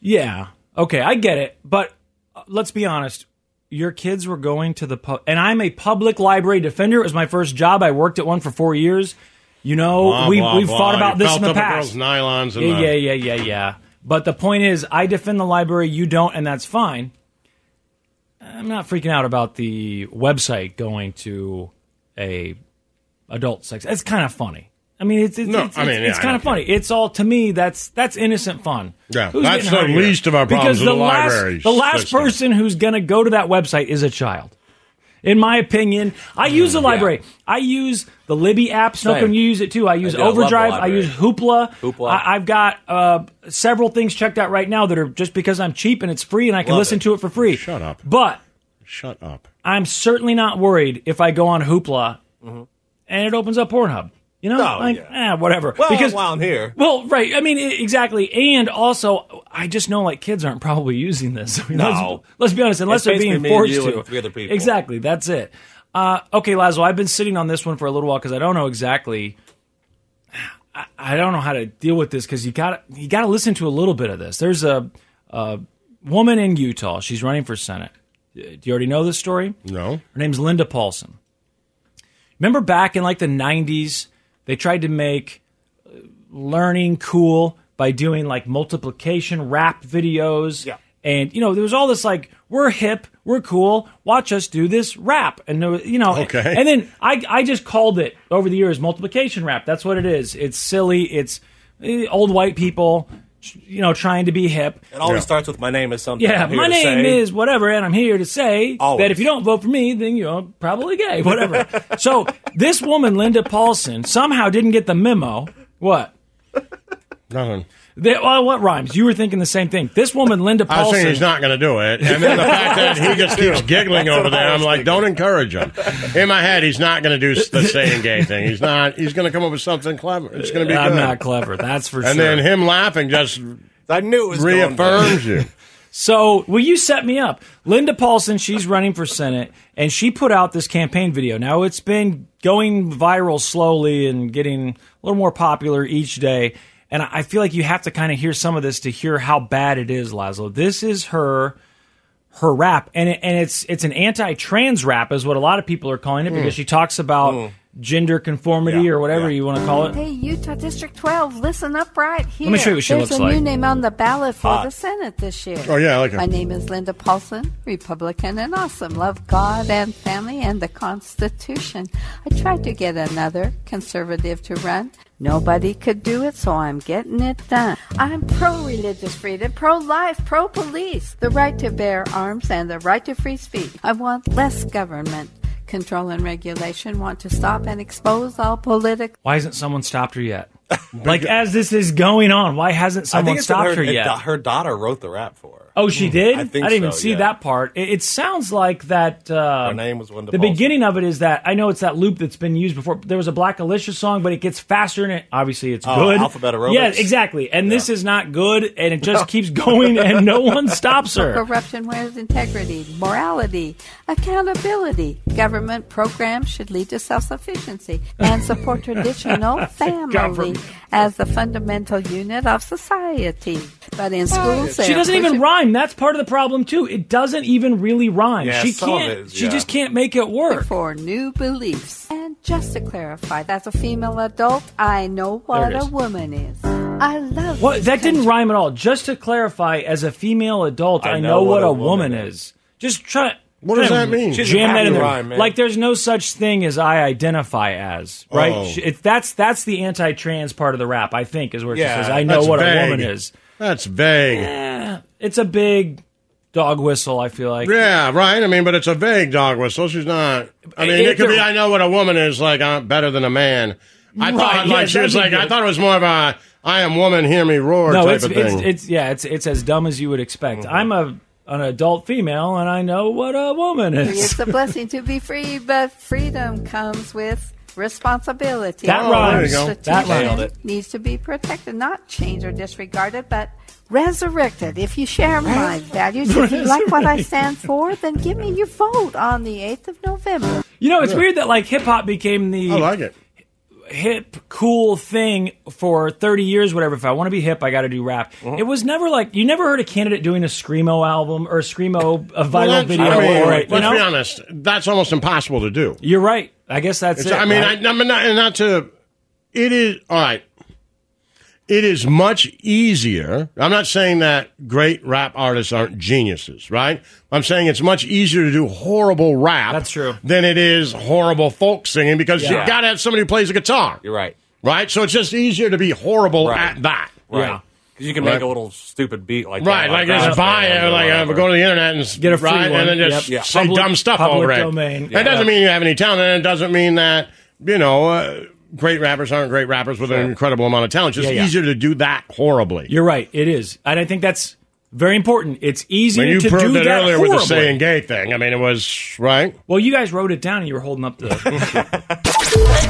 Speaker 3: Yeah. Okay, I get it, but uh, let's be honest. Your kids were going to the pub, and I'm a public library defender. It was my first job. I worked at one for four years. You know,
Speaker 2: Blah,
Speaker 3: we've
Speaker 2: blah,
Speaker 3: we've
Speaker 2: blah.
Speaker 3: thought about
Speaker 2: You
Speaker 3: this
Speaker 2: felt
Speaker 3: in the
Speaker 2: up a
Speaker 3: past.
Speaker 2: girl's nylons and
Speaker 3: yeah,
Speaker 2: the-
Speaker 3: yeah, yeah, yeah, yeah. But the point is, I defend the library. You don't, and that's fine. I'm not freaking out about the website going to a adult sex. It's kind of funny. I mean, it's it's
Speaker 2: No,
Speaker 3: it's,
Speaker 2: I mean, yeah, I
Speaker 3: kind
Speaker 2: don't
Speaker 3: of funny. It's all to me. That's that's innocent fun.
Speaker 2: Yeah,
Speaker 3: Who's
Speaker 2: that's
Speaker 3: getting
Speaker 2: the
Speaker 3: hurt here?
Speaker 2: least of our problems
Speaker 3: Because
Speaker 2: with
Speaker 3: the
Speaker 2: the
Speaker 3: last,
Speaker 2: library
Speaker 3: The last
Speaker 2: system.
Speaker 3: person who's going to go to that website is a child. In my opinion, I use
Speaker 2: Mm,
Speaker 3: the library. I use the Libby app. Snook,
Speaker 16: Same.
Speaker 3: and you use it too. I use
Speaker 16: do. I love the
Speaker 3: Overdrive. I
Speaker 16: library.
Speaker 3: use Hoopla.
Speaker 16: Hoopla.
Speaker 3: I, I've got uh, several things checked out right now that are just because I'm cheap and it's free and I can
Speaker 2: Love
Speaker 3: listen to it for free. Shut up. But
Speaker 2: Shut up.
Speaker 3: I'm certainly not worried if I go on Hoopla and it opens up Pornhub. You know, like eh, whatever.
Speaker 4: Oh, Well,
Speaker 3: because
Speaker 4: while I'm here.
Speaker 3: Well, right. I mean, i- exactly. And also, I just know like kids aren't probably using this. I mean,
Speaker 4: No.
Speaker 3: let's, let's be honest. Unless
Speaker 4: It's
Speaker 3: they're
Speaker 4: basically
Speaker 3: being
Speaker 4: me and
Speaker 3: forced
Speaker 4: you
Speaker 3: to.
Speaker 4: and three other people.
Speaker 3: Exactly. That's it. Uh, okay, Lazo. I've been sitting on this one for a little while because I don't know exactly. I, I don't know how to deal with this because you got to you got to listen to a little bit of this. There's a, a woman in Utah. She's running for senate. Do you already know this story?
Speaker 2: No.
Speaker 3: Her name's Linda Paulson. Remember back in like the 90s, they tried to make uh, learning cool by doing like multiplication rap videos. Yeah. And, you know, there was all this like, we're hip, we're cool, watch us do this rap. And, there was- you know,
Speaker 2: Okay.
Speaker 3: and then I, I just called it over the years multiplication rap. That's what it is. It's silly, it's eh, old white people, you know, trying to be hip.
Speaker 4: It always starts with my name is something.
Speaker 3: Yeah,
Speaker 4: I'm here
Speaker 3: my
Speaker 4: to
Speaker 3: name
Speaker 4: say.
Speaker 3: is whatever, and I'm here to say
Speaker 4: Always.
Speaker 3: that if you don't vote for me, then you're probably gay, whatever. so this woman, Linda Paulson, somehow didn't get the memo. What?
Speaker 2: Nothing.
Speaker 3: That, well, what rhymes? You were thinking the same thing. This woman, Linda
Speaker 2: I was
Speaker 3: Paulson.
Speaker 2: saying he's not going to do it. And then the fact that he just keeps giggling over there, I'm like, don't encourage him. In my head, he's not going to do the saying gay thing. He's not. He's going to come up with something clever. It's going to be
Speaker 3: I'm
Speaker 2: good.
Speaker 3: not clever. That's for sure.
Speaker 2: and then him laughing just
Speaker 4: I knew it was going
Speaker 2: reaffirms
Speaker 4: there.
Speaker 2: you.
Speaker 3: So, will you set me up? Linda Paulson, she's running for Senate, and she put out this campaign video. Now, it's been going viral slowly and getting a little more popular each day. And I I feel like you have to kind of hear some of this to hear how bad it is, Laszlo. This is her her rap, and it, and it's it's an anti-trans rap, is what a lot of people are calling it,
Speaker 17: Mm.
Speaker 3: because she talks about
Speaker 4: Mm.
Speaker 3: gender conformity or whatever you want to call it.
Speaker 17: Hey, Utah District 12, listen up right here.
Speaker 3: me show you what she
Speaker 17: There's
Speaker 3: looks
Speaker 17: a
Speaker 3: like.
Speaker 17: new name on the ballot for
Speaker 3: Hot.
Speaker 17: the Senate this year.
Speaker 3: Oh, yeah, I like her.
Speaker 17: My name is Linda Paulson, Republican and awesome. Love God and family and the Constitution. I tried to get another conservative to run. Nobody could do it, so I'm getting it done. I'm pro religious freedom, pro life, pro police, the right to bear arms, and the right to free speech. I want less government control and regulation, want to stop and expose all political.
Speaker 3: Why hasn't someone stopped her yet? like as this is going on, why hasn't
Speaker 4: I
Speaker 3: someone
Speaker 4: think it's that
Speaker 3: stopped
Speaker 4: her,
Speaker 3: her
Speaker 4: it-
Speaker 3: yet?
Speaker 4: Her daughter wrote the rap for her.
Speaker 3: Oh,
Speaker 2: Hmm.
Speaker 3: she did.
Speaker 4: I think
Speaker 3: didn't even
Speaker 4: so,
Speaker 3: see
Speaker 4: yeah.
Speaker 3: that part. It, it sounds like that. Uh,
Speaker 4: Her name was Linda
Speaker 3: The
Speaker 4: Paulson.
Speaker 3: beginning of it is that I know it's that loop that's been used before. There was a Black Alicia song, but it gets faster and it obviously it's
Speaker 4: Oh,
Speaker 3: good.
Speaker 4: Alphabet Aerobics?
Speaker 3: Yeah, exactly. And this is not good, and it just keeps going, and no one stops her.
Speaker 17: Corruption wears integrity, morality, accountability. Government programs should lead to self sufficiency and support traditional family
Speaker 3: Government.
Speaker 17: as the fundamental unit of society. But in schools,
Speaker 3: She
Speaker 17: they're
Speaker 3: doesn't even
Speaker 17: pushing-
Speaker 3: rhyme. That's part of the problem too. It doesn't even really rhyme.
Speaker 17: Yeah,
Speaker 3: she
Speaker 17: some of
Speaker 3: can't.
Speaker 17: it is,
Speaker 3: she
Speaker 17: yeah.
Speaker 3: just can't make it work.
Speaker 17: for new beliefs. And just to clarify, as a female adult, I know what
Speaker 3: it is.
Speaker 17: a woman is. I love
Speaker 3: What?
Speaker 17: this
Speaker 3: That didn't
Speaker 17: country.
Speaker 3: rhyme at all. Just to clarify, as a female adult, I, know, what, a woman, is. Just try.
Speaker 2: What does
Speaker 3: try to
Speaker 2: that mean? She's
Speaker 3: Jam
Speaker 2: a
Speaker 3: that in there.
Speaker 2: rhyme, man.
Speaker 3: Like there's no such thing as I identify as, right?
Speaker 2: Oh.
Speaker 3: She- It, that's that's the anti-trans part of the rap, I think, is where she says I know
Speaker 2: uh, that's
Speaker 3: what a
Speaker 2: vague.
Speaker 3: woman is.
Speaker 2: That's vague.
Speaker 3: Eh, It's a big dog whistle. I feel like
Speaker 2: Yeah, right. I mean, but it's a vague dog whistle. She's not. I mean, it,
Speaker 3: If
Speaker 2: could be.
Speaker 3: they're-
Speaker 2: I know what a woman is like. I'm better than a man. I
Speaker 3: Right,
Speaker 2: thought
Speaker 3: yeah,
Speaker 2: like she was
Speaker 3: that'd
Speaker 2: like.
Speaker 3: be
Speaker 2: I
Speaker 3: good.
Speaker 2: thought it was more of a "I am woman, hear me roar"
Speaker 3: no,
Speaker 2: type
Speaker 3: it's,
Speaker 2: of thing. Mm-hmm.
Speaker 3: It's, it's yeah, it's it's as dumb as you would expect. I'm a an adult female, and I know what a woman is.
Speaker 17: It's a blessing to be free, but freedom comes with responsibility.
Speaker 3: That Oh, there rhymes. you go. That
Speaker 17: Institution
Speaker 3: nailed it.
Speaker 17: Needs to be protected, not changed or disregarded, but resurrected. If you share my values, if you like what I stand for, then give me your vote on the 8th of November.
Speaker 3: You know, it's weird that like hip hop became the
Speaker 2: I like it.
Speaker 3: hip cool thing for 30 years whatever if i want to be hip i got to do rap
Speaker 2: Uh-huh.
Speaker 3: it was never like you never heard a candidate doing a screamo album or a screamo a viral
Speaker 2: Well, that's-
Speaker 3: video
Speaker 2: I mean,
Speaker 3: or a- you
Speaker 2: let's be
Speaker 3: know?
Speaker 2: honest. That's almost impossible to do.
Speaker 3: You're right. I guess that's
Speaker 2: It's-
Speaker 3: it,
Speaker 2: I mean,
Speaker 3: right?
Speaker 2: I, I mean, not, and not to. It is all right. It is much easier. I'm not saying that great rap artists aren't geniuses, right? I'm saying it's much easier to do horrible rap. That's true. Than it is horrible folk singing because
Speaker 4: Yeah.
Speaker 2: you got to have somebody who plays a guitar,
Speaker 4: You're right.
Speaker 2: right? So it's just easier to be horrible
Speaker 4: Right.
Speaker 2: at that.
Speaker 4: Right. Because you can make
Speaker 2: Right.
Speaker 4: a little stupid beat like uh, that.
Speaker 2: Right, like
Speaker 4: that.
Speaker 2: just buy it,
Speaker 4: Or
Speaker 2: like uh,
Speaker 4: whatever.
Speaker 2: go to the internet and s-
Speaker 4: Get a free
Speaker 2: right,
Speaker 4: one.
Speaker 2: and then just
Speaker 4: Yep. Yeah.
Speaker 2: say
Speaker 4: Public-
Speaker 2: dumb stuff
Speaker 4: public
Speaker 2: over it.
Speaker 4: domain.
Speaker 2: That
Speaker 4: Yeah.
Speaker 2: doesn't mean you have any talent, and it doesn't mean that you know uh, great rappers aren't great rappers with an incredible amount of talent. It's just
Speaker 3: Yeah, yeah.
Speaker 2: easier to do that horribly.
Speaker 3: you're right it is and i think that's very important it's easier
Speaker 2: I mean, you
Speaker 3: to
Speaker 2: proved
Speaker 3: do
Speaker 2: it
Speaker 3: that
Speaker 2: earlier
Speaker 3: horribly.
Speaker 2: with the saying gay thing. I mean, it was right.
Speaker 3: well you guys wrote it down and you were holding up the
Speaker 5: The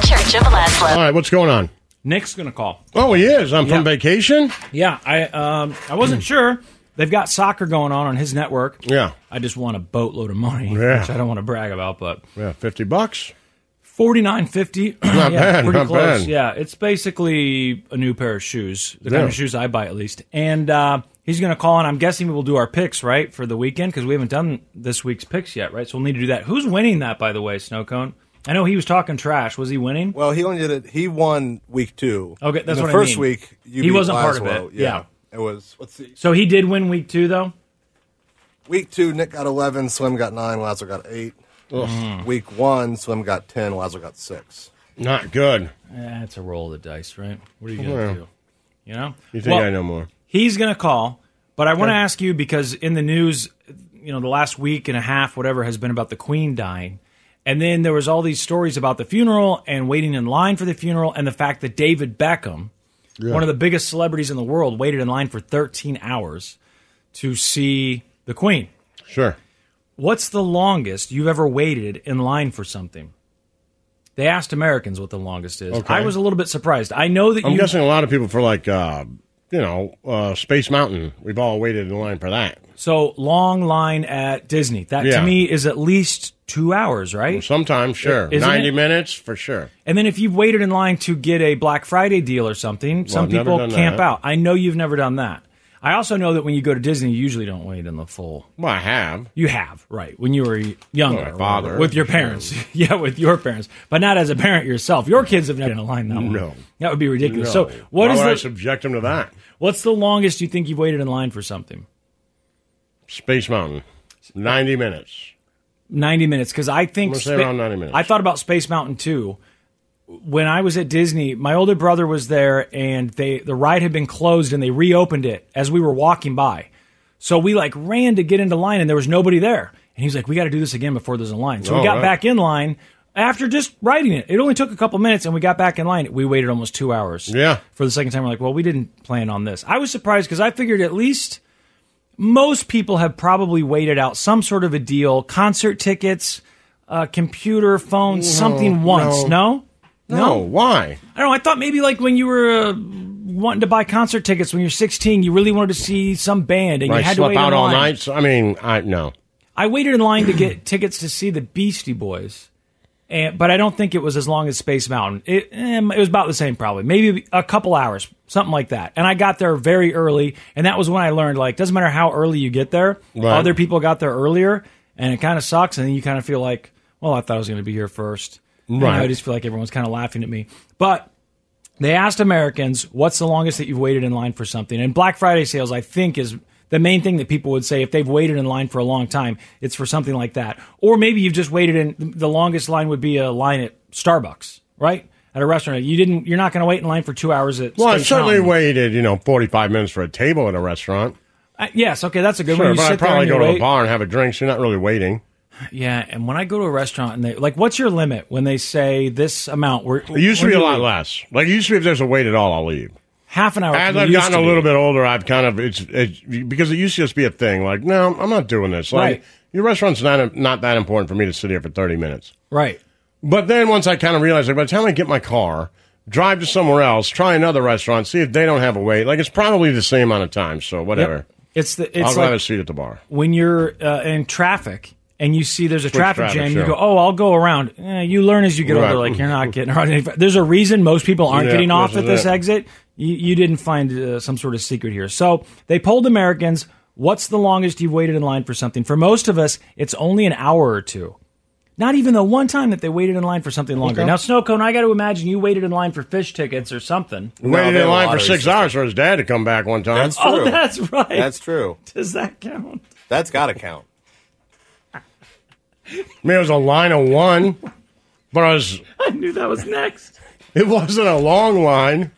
Speaker 5: Church of
Speaker 2: All
Speaker 5: Laszlo.
Speaker 2: right, what's going on?
Speaker 3: nick's gonna call
Speaker 2: Oh, he is. I'm
Speaker 3: Yeah.
Speaker 2: from vacation. Hmm.
Speaker 3: yeah i um i wasn't sure they've got soccer going on on his network
Speaker 2: Yeah,
Speaker 3: i just won a boatload of money
Speaker 2: Yeah.
Speaker 3: which i don't want to brag about but
Speaker 2: yeah, fifty bucks.
Speaker 3: Forty nine fifty.
Speaker 2: Not
Speaker 3: yeah,
Speaker 2: bad,
Speaker 3: Pretty
Speaker 2: not
Speaker 3: close.
Speaker 2: bad.
Speaker 3: Yeah, it's basically a new pair of shoes, the kind
Speaker 2: Yeah.
Speaker 3: of shoes I buy at least. And uh, he's going to call, and I'm guessing we will do our picks right for the weekend because we haven't done this week's picks yet, right? So we'll need to do that. Who's winning that, by the way, Snowcone? I know he was talking trash. Was he winning?
Speaker 4: Well, he only did it. He won week two.
Speaker 3: Okay, that's
Speaker 4: In the
Speaker 3: what I
Speaker 4: first
Speaker 3: mean.
Speaker 4: week. You
Speaker 3: He
Speaker 4: beat
Speaker 3: wasn't part of
Speaker 4: Laszlo.
Speaker 3: it. Yeah.
Speaker 4: It was. Let's see.
Speaker 3: So he did win week two, though.
Speaker 4: Week two, Nick got eleven. Slim got nine. Lazlo got eight.
Speaker 3: Mm.
Speaker 4: Week one, Slim got ten. Lazlo got six.
Speaker 2: Not good.
Speaker 3: That's Eh, a roll of the dice, right? What are you
Speaker 2: Yeah.
Speaker 3: going to do? You know,
Speaker 2: You think
Speaker 3: Well,
Speaker 2: I know more?
Speaker 3: He's going to call, but I want to
Speaker 2: Okay.
Speaker 3: ask you because in the news, you know, the last week and a half, whatever, has been about the Queen dying. And then there was all these stories about the funeral and waiting in line for the funeral and the fact that David Beckham,
Speaker 1: Yeah.
Speaker 3: one of the biggest celebrities in the world, waited in line for 13 hours to see the Queen.
Speaker 2: Sure.
Speaker 3: What's the longest you've ever waited in line for something? They asked Americans what the longest is.
Speaker 2: Okay.
Speaker 3: I was a little bit surprised. I know that
Speaker 2: I'm
Speaker 3: you
Speaker 2: guessing a lot of people for like uh, you know uh, Space Mountain. We've all waited in line for that.
Speaker 3: So long line at Disney. That
Speaker 2: Yeah.
Speaker 3: to me is at least two hours, right?
Speaker 2: Sometimes, sure.
Speaker 3: Isn't
Speaker 2: 90
Speaker 3: it?
Speaker 2: minutes for sure.
Speaker 3: And then if you've waited in line to get a Black Friday deal or something, some
Speaker 2: I've never
Speaker 3: people
Speaker 2: done
Speaker 3: camp
Speaker 2: that.
Speaker 3: out. I know you've never done that. I also know that when you go to Disney, you usually don't wait in the full.
Speaker 2: Well, I have.
Speaker 3: You have, right? When you were younger,
Speaker 2: Well, my father,
Speaker 3: with your
Speaker 2: sure.
Speaker 3: parents, yeah, with your parents, but not as a parent yourself. Your kids have never been in line that long.
Speaker 2: No.
Speaker 3: that would be ridiculous.
Speaker 2: No.
Speaker 3: So, what
Speaker 2: Why
Speaker 3: is
Speaker 2: would I
Speaker 3: the
Speaker 2: subject him to that?
Speaker 3: what's the longest you think you've waited in line for something?
Speaker 2: Space Mountain, 90 minutes.
Speaker 3: 90 minutes because I think
Speaker 2: I'm gonna say around 90 minutes.
Speaker 3: I thought about Space Mountain too. When I was at Disney, my older brother was there and they the ride had been closed and they reopened it as we were walking by. So we like ran to get into line and there was nobody there. And he's like, "We got to do this again before there's a line." So we
Speaker 2: Oh,
Speaker 3: got
Speaker 2: right.
Speaker 3: back in line after just riding it. It only took a couple minutes and we got back in line. We waited almost 2 hours.
Speaker 2: Yeah.
Speaker 3: For the second time we're like, "Well, we didn't plan on this." I was surprised cuz I figured at least most people have probably waited out some sort of a deal, concert tickets, uh, computer, phone, something once. No?
Speaker 2: No. Why?
Speaker 3: I don't know. I thought maybe like when you were uh, wanting to buy concert tickets when you're 16, you really wanted to see some band and
Speaker 2: I
Speaker 3: you had to
Speaker 2: slept
Speaker 3: wait
Speaker 2: out
Speaker 3: in
Speaker 2: all
Speaker 3: line.
Speaker 2: night. So, I mean, I no.
Speaker 3: I waited in line to get tickets to see the Beastie Boys. And, but I don't think it was as long as Space Mountain. It, eh, it was about the same, probably, maybe a couple hours, something like that. And I got there very early, and that was when I learned like doesn't matter how early you get there,
Speaker 2: Right.
Speaker 3: other people got there earlier, and it kind of sucks. And then you kind of feel like, well, I thought I was going to be here first. And
Speaker 2: Right.
Speaker 3: I just feel like everyone's kind of laughing at me. But they asked Americans, what's the longest that you've waited in line for something? And Black Friday sales, I think, is the main thing that people would say if they've waited in line for a long time. It's for something like that. Or maybe you've just waited in the longest line would be a line at Starbucks, right? At a restaurant. You didn't you're not gonna wait in line for two hours at
Speaker 2: Well, I
Speaker 3: Space
Speaker 2: certainly
Speaker 3: Mountain.
Speaker 2: waited, you know, 45 minutes for a table at a restaurant.
Speaker 3: Uh, yes, okay, that's a good
Speaker 2: Sure,
Speaker 3: one. You
Speaker 2: but I
Speaker 3: sit there and
Speaker 2: probably go
Speaker 3: you
Speaker 2: to a
Speaker 3: wait.
Speaker 2: bar and have a drink. So you're not really waiting.
Speaker 3: Yeah, and when I go to a restaurant and they like, what's your limit when they say this amount? We're,
Speaker 2: It used to be a lot less. Like it used to be, if there's a wait at all, I'll leave.
Speaker 3: Half an hour.
Speaker 2: As
Speaker 3: it
Speaker 2: I've
Speaker 3: Oh, used
Speaker 2: gotten
Speaker 3: to
Speaker 2: a
Speaker 3: be.
Speaker 2: little bit older, I've kind of it's, it's because it used to just be a thing. Like, no, I'm not doing this. Like,
Speaker 3: Right.
Speaker 2: your restaurant's not not that important for me to sit here for 30 minutes.
Speaker 3: Right.
Speaker 2: But then once I kind of realized, like, by the time I get my car, drive to somewhere else, try another restaurant, see if they don't have a wait. Like, it's probably the same amount of time. So whatever.
Speaker 3: Yep. It's the
Speaker 2: I'll
Speaker 3: it's
Speaker 2: grab a
Speaker 3: like
Speaker 2: seat at the bar.
Speaker 3: when you're uh, in traffic and you see there's a
Speaker 2: Switch
Speaker 3: traffic,
Speaker 2: traffic,
Speaker 3: jam,
Speaker 2: sure.
Speaker 3: you go, "Oh, I'll go around." Eh, you learn as you get
Speaker 2: Right.
Speaker 3: older, like you're not getting around. Any, there's a reason most people aren't
Speaker 2: Yeah,
Speaker 3: getting off
Speaker 2: this
Speaker 3: at
Speaker 2: is
Speaker 3: this
Speaker 2: it.
Speaker 3: exit. You, you didn't find uh, some sort of secret here. So they polled Americans. What's the longest you've waited in line for something? For most of us, it's only an hour or two. Not even the one time that they waited in line for something longer.
Speaker 2: Okay.
Speaker 3: Now, snow cone, I got to imagine you waited in line for fish tickets or something.
Speaker 2: We waited in line for six hours for his dad to come back one time.
Speaker 3: That's Oh, true. that's right.
Speaker 4: That's true.
Speaker 3: Does that count?
Speaker 4: That's got to count.
Speaker 2: I mean, it was a line of one, but I was,
Speaker 3: I knew that was next.
Speaker 2: it wasn't a long line.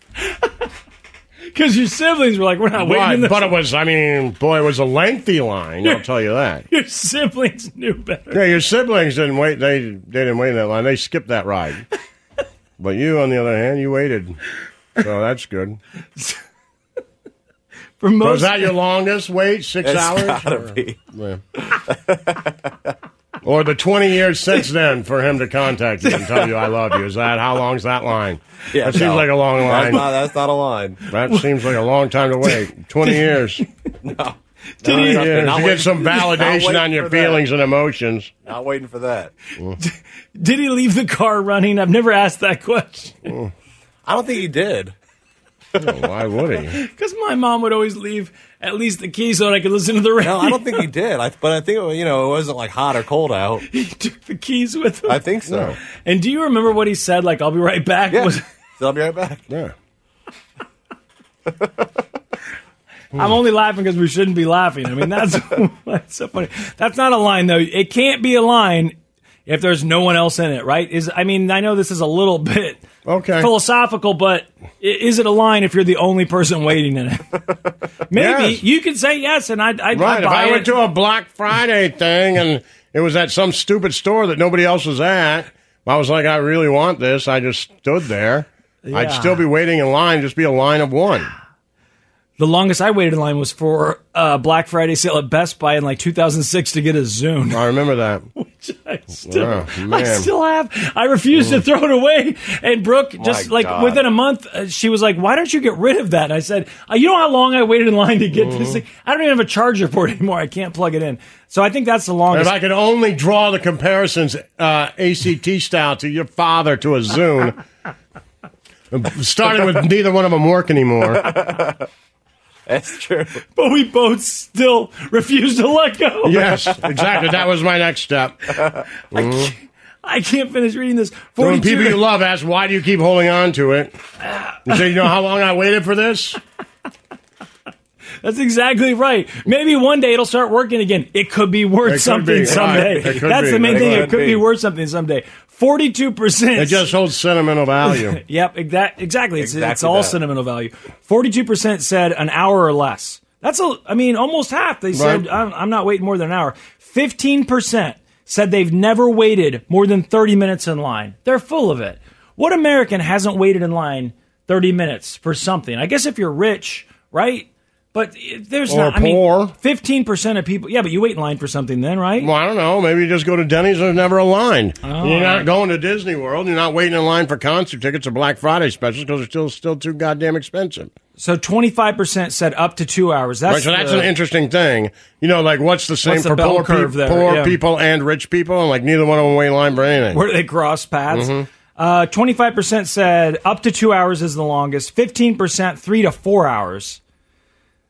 Speaker 3: Because your siblings were like, we're not waiting.
Speaker 2: But,
Speaker 3: in this
Speaker 2: but it was, I mean, boy, it was a lengthy line. I'll tell you that.
Speaker 3: Your siblings knew better.
Speaker 2: Yeah, your siblings didn't wait. They they didn't wait in that line. They skipped that ride. but you, on the other hand, you waited. So that's good.
Speaker 3: For
Speaker 2: so
Speaker 3: most-
Speaker 2: is that your longest wait? 6
Speaker 3: It's
Speaker 2: hours?
Speaker 3: gotta
Speaker 2: or,
Speaker 3: be.
Speaker 2: Yeah. or the twenty years since then for him to contact you and tell you I love you. Is that how long's that line?
Speaker 4: Yeah,
Speaker 2: that seems
Speaker 4: no.
Speaker 2: like a long
Speaker 4: That's
Speaker 2: line.
Speaker 4: not- that's not a line.
Speaker 2: That seems like a long time to wait. Twenty years.
Speaker 4: No.
Speaker 2: Did
Speaker 4: No,
Speaker 2: he-
Speaker 4: not-
Speaker 2: Yeah,
Speaker 4: not
Speaker 2: to
Speaker 4: waiting-
Speaker 2: get some
Speaker 4: not
Speaker 2: validation
Speaker 4: waiting
Speaker 2: on your
Speaker 4: for that.
Speaker 2: feelings and emotions.
Speaker 4: Not waiting for that.
Speaker 3: Did he leave the car running? I've never asked that question.
Speaker 4: I don't think he did.
Speaker 2: why would he?
Speaker 3: Because my mom would always leave at least the key so that I could listen to the radio.
Speaker 4: No, I don't think he did. I, but I think it, you know it wasn't like hot or cold out.
Speaker 3: he took the keys with him.
Speaker 4: I think so.
Speaker 3: And do you remember what he said? Like, I'll be right back.
Speaker 4: Yeah.
Speaker 3: Was-
Speaker 4: So I'll be right back.
Speaker 2: Yeah.
Speaker 4: Hmm.
Speaker 3: I'm only laughing because we shouldn't be laughing. I mean, that's that's so funny. That's not a line though. It can't be a line if there's no one else in it, right? Is I mean, I know this is a little bit
Speaker 2: okay
Speaker 3: philosophical, but i- is it a line if you're the only person waiting in it? Maybe
Speaker 2: Yes.
Speaker 3: you could say yes, and I'd, I'd,
Speaker 2: Right.
Speaker 3: I'd
Speaker 2: If
Speaker 3: buy
Speaker 2: I
Speaker 3: it.
Speaker 2: went to a Black Friday thing and it was at some stupid store that nobody else was at, I was like, I really want this. I just stood there.
Speaker 3: Yeah.
Speaker 2: I'd still be waiting in line, just be a line of one.
Speaker 3: the longest I waited in line was for uh, Black Friday sale at Best Buy in like 2006 to get a Zune.
Speaker 2: I remember that.
Speaker 3: I still,
Speaker 2: Oh,
Speaker 3: I
Speaker 2: man.
Speaker 3: still have. I refuse to throw it away. And Brooke, just
Speaker 2: My
Speaker 3: like
Speaker 2: God.
Speaker 3: within a month, uh, she was like, "Why don't you get rid of that?" And I said, Uh, "You know how long I waited in line to get
Speaker 2: Mm-hmm.
Speaker 3: this thing? I don't even have a charger for it anymore. I can't plug it in." So I think that's the
Speaker 2: If
Speaker 3: longest.
Speaker 2: I could only draw the comparisons uh, ACT style to your father to a Zune, starting with neither one of them work anymore.
Speaker 4: That's true.
Speaker 3: but we both still refuse to let go.
Speaker 2: Yes, exactly. That was my next step. Mhm.
Speaker 3: I can't finish reading this.
Speaker 2: So when
Speaker 3: 42
Speaker 2: people you love ask, why do you keep holding on to it? You say, you know how long I waited for this?
Speaker 3: That's exactly right. Maybe one day it'll start working again. It could be worth
Speaker 2: It could
Speaker 3: something
Speaker 2: be,
Speaker 3: someday.
Speaker 2: right. It could
Speaker 3: That's
Speaker 2: be,
Speaker 3: the main
Speaker 2: it
Speaker 3: thing.
Speaker 2: could
Speaker 3: It could be.
Speaker 2: be.
Speaker 3: worth something someday. Forty-two percent.
Speaker 2: It just holds sentimental value.
Speaker 3: Yep, exact, exactly. It's, it's
Speaker 2: Exactly
Speaker 3: all
Speaker 2: that.
Speaker 3: sentimental value. Forty-two percent said an hour or less. That's a, I mean, almost half. They said
Speaker 2: Right.
Speaker 3: I'm, I'm not waiting more than an hour. Fifteen percent said they've never waited more than thirty minutes in line. They're full of it. What American hasn't waited in line thirty minutes for something? I guess if you're rich, right? But it- there's
Speaker 2: Or
Speaker 3: not. I
Speaker 2: poor.
Speaker 3: mean, fifteen percent of people. Yeah, but you wait in line for something then, right?
Speaker 2: Well, I don't know. Maybe you just go to Denny's. There's never a line.
Speaker 3: Oh.
Speaker 2: You're not going to Disney World. You're not waiting in line for concert tickets or Black Friday specials because they're still still too goddamn expensive.
Speaker 3: So twenty-five percent said up to two hours. That's
Speaker 2: right, so that's
Speaker 3: the-
Speaker 2: an interesting thing. You know, like what's the same
Speaker 3: What's the
Speaker 2: for
Speaker 3: bell
Speaker 2: poor, peop-
Speaker 3: curve there?
Speaker 2: poor
Speaker 3: Yeah.
Speaker 2: people and rich people? And like neither one of them wait in line for anything.
Speaker 3: where they cross paths.
Speaker 2: Mhm.
Speaker 3: Uh, 25% said up to two hours is the longest. 15% three to four hours.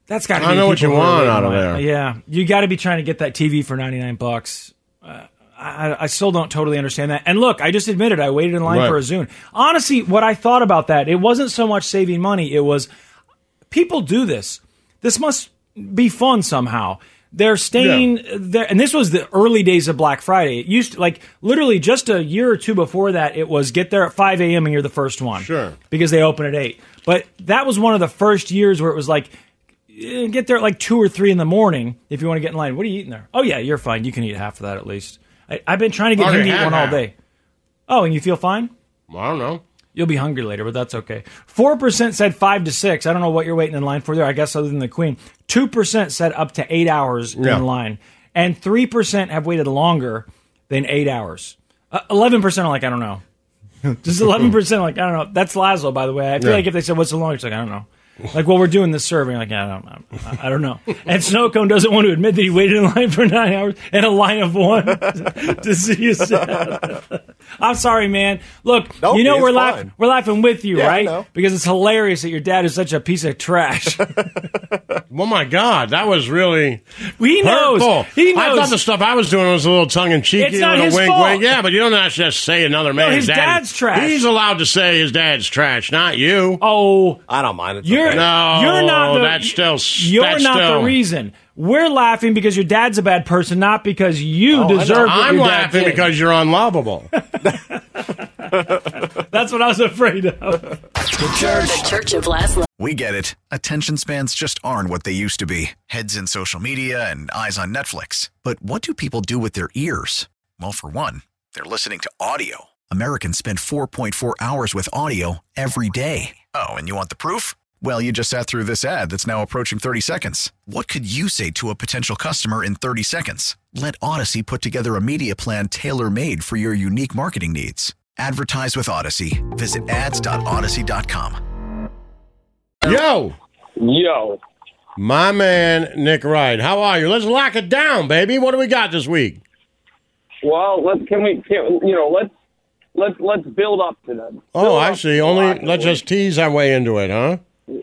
Speaker 3: That's got to
Speaker 2: I
Speaker 3: be
Speaker 2: know
Speaker 3: the
Speaker 2: what
Speaker 3: people
Speaker 2: you
Speaker 3: who are
Speaker 2: want
Speaker 3: waiting
Speaker 2: out of
Speaker 3: in
Speaker 2: there.
Speaker 3: line. Yeah. You got to be trying to get that TV for 99 bucks. Uh, I, I still don't totally understand that. And look, I just admitted I waited in line
Speaker 1: Right.
Speaker 3: for a Zune. Honestly, what I thought about that, it wasn't so much saving money, it was people do this. This must be fun somehow. They're staying there, and this was the early days of Black Friday. It used to, like literally just a year or two before that, it was get there at 5 a.m. and you're the first one. Sure. Because they open at 8. But that was one of the first years where it was like, eh, get there at like two or three in the morning if you want to get in line. What are you eating there? Oh yeah, you're fine. You can eat half of that at least. I, I've been trying to get
Speaker 2: Already
Speaker 3: him to eat
Speaker 2: had
Speaker 3: one all
Speaker 2: half.
Speaker 3: day. Oh, and you feel fine?
Speaker 2: I don't know.
Speaker 3: You'll be hungry later, but that's okay. Four percent said five to six. I don't know what you're waiting in line for there. I guess other than the queen. Two percent said up to eight hours
Speaker 1: Yeah.
Speaker 3: in line, and three percent have waited longer than eight hours. Uh, Eleven percent are like I don't know. Just eleven percent like I don't know. That's Laszlo, by the way. I feel
Speaker 1: Yeah.
Speaker 3: like if they said what's the longest, like I don't know. Like well, we're doing this survey. Like I don't, I, I don't know. And Snowcone doesn't want to admit that he waited in line for nine hours and a line of one to see you. I'm sorry, man. Look,
Speaker 1: Nope,
Speaker 3: you know
Speaker 1: it's
Speaker 3: we're
Speaker 1: fine.
Speaker 3: laughing. We're laughing with you,
Speaker 1: Yeah, I
Speaker 3: right?
Speaker 1: know.
Speaker 3: Because it's hilarious that your dad is such a piece of trash.
Speaker 2: Oh my God, that was really.
Speaker 3: He knows.
Speaker 2: hurtful.
Speaker 3: He
Speaker 2: I
Speaker 3: knows.
Speaker 2: thought the stuff I was doing was a little tongue in cheek,
Speaker 3: It's
Speaker 2: you
Speaker 3: not
Speaker 2: know,
Speaker 3: his
Speaker 2: wink,
Speaker 3: fault.
Speaker 2: wink. Yeah, but you don't have to just say another man's
Speaker 3: his
Speaker 2: dad.
Speaker 3: dad's trash.
Speaker 2: He's allowed to say his dad's trash, not you.
Speaker 3: Oh,
Speaker 2: I don't mind it.
Speaker 3: You're
Speaker 2: no,
Speaker 3: you're not the
Speaker 2: that's still
Speaker 3: you're
Speaker 2: that's
Speaker 3: not
Speaker 2: still-
Speaker 3: the reason. We're laughing because your dad's a bad person, not because you
Speaker 2: Oh, I know.
Speaker 3: deserve. What
Speaker 2: I'm
Speaker 3: your dad
Speaker 2: laughing
Speaker 3: did.
Speaker 2: because you're unlovable.
Speaker 3: that's what I was afraid of.
Speaker 16: The Church. The Church of Laszlo.
Speaker 18: We get it. Attention spans just aren't what they used to be heads in social media and eyes on Netflix. But what do people do with their ears? Well, for one, they're listening to audio. Americans spend 4.4 hours with audio every day. Oh, and you want the proof? Well, you just sat through this ad that's now approaching 30 seconds. What could you say to a potential customer in 30 seconds? Let Odyssey put together a media plan tailor made for your unique marketing needs. Advertise with Odyssey. Visit ads.odyssey.com.
Speaker 2: Yo,
Speaker 18: yo,
Speaker 2: my man Nick Wright, how are you? Let's lock it down, baby. What do we got this week?
Speaker 19: Well, let's can we can, you know let's let's let's build up to them.
Speaker 2: Oh, I see. Only let's just tease our way into it, huh?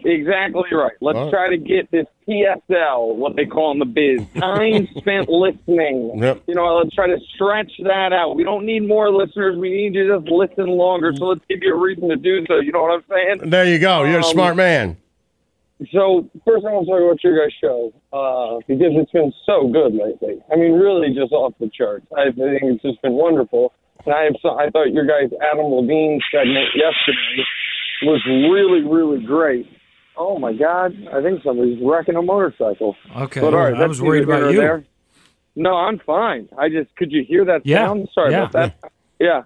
Speaker 19: Exactly right. Let's
Speaker 2: All right.
Speaker 19: try to get this PSL, what they call in the biz, time spent listening.
Speaker 2: Yep.
Speaker 19: You know, let's try to stretch that out. We don't need more listeners. We need you to just listen longer. So let's give you a reason to do so. You know what I'm saying?
Speaker 2: There you go. You're a
Speaker 19: Um,
Speaker 2: smart man.
Speaker 19: So first, I want to talk about your guys' show uh, because it's been so good lately. I mean, really, just off the charts. I think it's just been wonderful. And I have so, I thought your guys' Adam Levine segment yesterday was really, really great. Oh my God! I think somebody's wrecking a motorcycle.
Speaker 3: Okay,
Speaker 19: but all right,
Speaker 3: I
Speaker 19: that's
Speaker 3: was worried
Speaker 19: neither here
Speaker 3: about
Speaker 19: nor
Speaker 3: you.
Speaker 19: There. No, I'm fine. I just could you hear that
Speaker 3: Yeah,
Speaker 19: sound? Sorry
Speaker 3: yeah.
Speaker 19: about that. Yeah.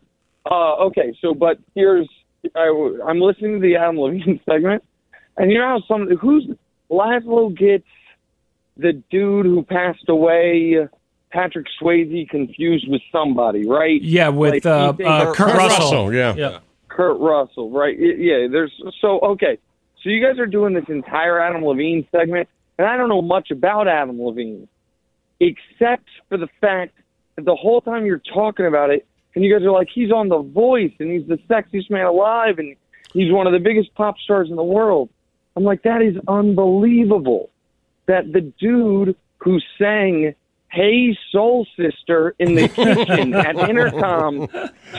Speaker 19: Uh, okay. So, but here's I, am listening to the Adam Levine segment, and you know how some who's Laszlo gets the dude who passed away, Patrick Swayze, confused with somebody, right?
Speaker 3: Yeah, with
Speaker 19: Like,
Speaker 3: uh,
Speaker 19: he
Speaker 3: uh,
Speaker 19: thinks-
Speaker 3: Kurt Russell.
Speaker 19: yeah. Kurt Russell, right? Y- Yeah, there's so okay. So you guys are doing this entire Adam Levine segment, and I don't know much about Adam Levine, except for the fact that the whole time you're talking about it, and you guys are like, he's on The Voice, and he's the sexiest man alive, and he's one of the biggest pop stars in the world. I'm like, that is unbelievable that the dude who sang "Hey Soul Sister" in the kitchen at intercom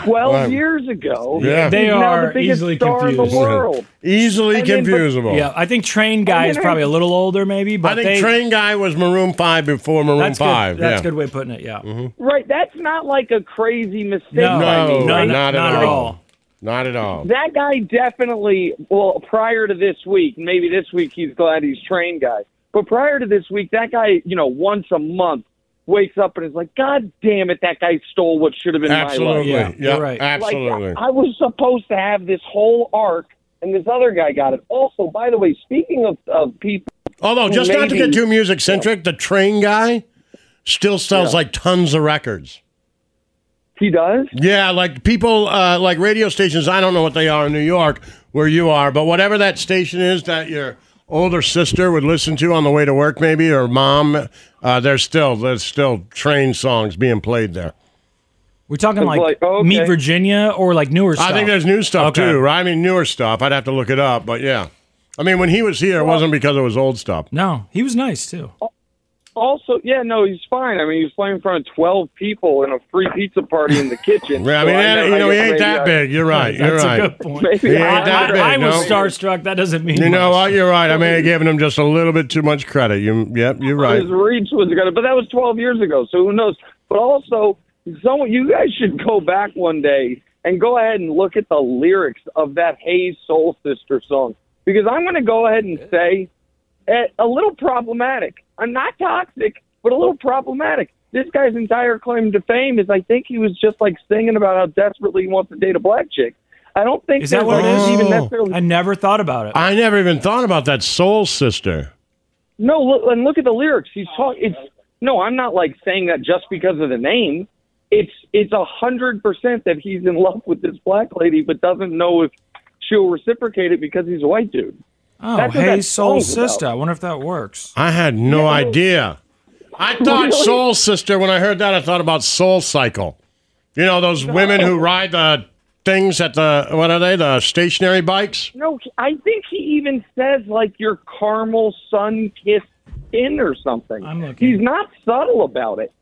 Speaker 19: 12
Speaker 2: Wow.
Speaker 19: years ago,
Speaker 2: Yeah.
Speaker 19: is
Speaker 3: They
Speaker 19: now
Speaker 3: are
Speaker 19: the biggest
Speaker 3: easily
Speaker 19: star in
Speaker 3: confused.
Speaker 19: the world.
Speaker 2: Easily
Speaker 19: I mean, but-
Speaker 2: confusable.
Speaker 3: Yeah, I think Train Guy is probably a little older, maybe. But
Speaker 2: I think
Speaker 3: they,
Speaker 2: Train Guy was Maroon Five before Maroon
Speaker 3: that's
Speaker 2: Five.
Speaker 3: Good, that's
Speaker 2: yeah. Mm-hmm.
Speaker 3: a good way of putting it. Yeah.
Speaker 19: Right, that's not like a crazy mistake.
Speaker 2: No,
Speaker 19: by me,
Speaker 2: no,
Speaker 19: right?
Speaker 2: not, at, all. Not at all.
Speaker 19: That guy definitely, well, prior to this week, maybe this week he's glad he's train guy. But prior to this week, that guy, you know, once a month wakes up and is like, God damn it, that guy stole what should have been
Speaker 2: Absolutely.
Speaker 19: my
Speaker 2: Yeah,
Speaker 19: life.
Speaker 2: you're right.
Speaker 19: Like,
Speaker 2: Absolutely.
Speaker 19: I was supposed to have this whole arc, and this other guy got it. Also, by the way, speaking of, of people.
Speaker 2: Although,
Speaker 19: who
Speaker 2: just not to
Speaker 19: maybe-
Speaker 2: get too music centric, the Train Guy still sells
Speaker 19: Yeah.
Speaker 2: like tons of records.
Speaker 19: He does?
Speaker 2: Yeah, like people, uh, like radio stations, I don't know what they are in New York where you are, but whatever that station is that your older sister would listen to on the way to work, maybe, or mom, uh, there's still there's still train songs being played there.
Speaker 3: We're talking like,
Speaker 2: Like,
Speaker 19: oh,
Speaker 2: okay.
Speaker 3: Meet Virginia or like newer stuff.
Speaker 2: I think there's new stuff
Speaker 3: Okay.
Speaker 2: too, right? I mean, newer stuff. I'd have to look it up, but yeah. I mean, when he was here, it wasn't because it was old stuff.
Speaker 3: No, he was nice too.
Speaker 19: Also, yeah, no, he's fine. I mean, he was playing in front of 12 people in a free pizza party in the kitchen.
Speaker 2: Yeah, I
Speaker 19: So
Speaker 2: mean, eh,
Speaker 19: know-
Speaker 2: you know,
Speaker 19: guess
Speaker 2: he ain't
Speaker 19: maybe
Speaker 2: that
Speaker 19: I-
Speaker 2: big. You're right. You're
Speaker 19: That's a
Speaker 2: right.
Speaker 19: good point. Maybe
Speaker 2: He ain't
Speaker 19: I-
Speaker 2: that
Speaker 19: I-
Speaker 2: big.
Speaker 19: I
Speaker 2: no.
Speaker 19: was
Speaker 3: starstruck. That doesn't mean
Speaker 2: You know
Speaker 3: much.
Speaker 2: what? You're right. I may have given him just a little bit too much credit. You, yep, you're right.
Speaker 19: His reach was good, but that was 12 years ago, so who knows? But also, someone, you guys should go back one day and go ahead and look at the lyrics of that Hey Soul Sister song because I'm going to go ahead and say eh, a little problematic. I'm not toxic, but a little problematic. This guy's entire claim to fame is I think he was just like singing about how desperately he wants to date a black chick. I don't think
Speaker 3: Is that
Speaker 19: there's,
Speaker 3: what it
Speaker 19: like,
Speaker 3: is?
Speaker 2: Oh.
Speaker 19: even necessarily
Speaker 3: I never thought about it.
Speaker 2: I never even thought about that soul sister.
Speaker 19: No, look, and look at the lyrics. He's talking. It's no, I'm not like saying that just because of the name. It's it's a hundred percent that he's in love with this black lady, but doesn't know if she'll reciprocate it because he's a white dude.
Speaker 3: Oh,
Speaker 19: That's what
Speaker 3: hey,
Speaker 19: that
Speaker 3: soul
Speaker 19: song's about.
Speaker 3: sister. I wonder if that works.
Speaker 2: I had no idea. I thought
Speaker 19: Really?
Speaker 2: soul sister when I heard that. I thought about soul cycle. You know those women who ride the things at the what are they? The stationary bikes.
Speaker 19: No, I think he even says like your caramel sun kissed skin or something. I'm looking. He's not subtle about it.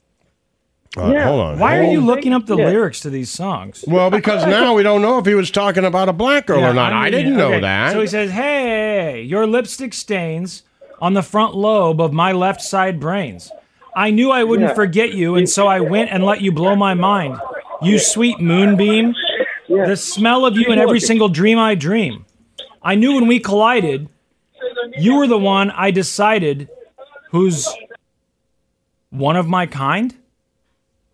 Speaker 2: Uh,
Speaker 19: Yeah.
Speaker 2: Hold on.
Speaker 19: Why are
Speaker 2: Hold
Speaker 19: you
Speaker 2: on.
Speaker 3: Looking up the
Speaker 2: Yeah.
Speaker 3: lyrics to these songs.
Speaker 2: Well, because now we don't know if he was talking about a black girl
Speaker 3: Yeah,
Speaker 2: or not. I,
Speaker 3: mean,
Speaker 2: didn't
Speaker 3: okay.
Speaker 2: know that.
Speaker 3: So he says, "Hey, your lipstick stains on the front lobe of my left side brains. I knew I wouldn't
Speaker 1: Yeah.
Speaker 3: forget you, and so I went and let you blow my mind. You sweet moonbeam, the smell of you in every single dream I dream. I knew when we collided, you were the one I decided who's one of my kind.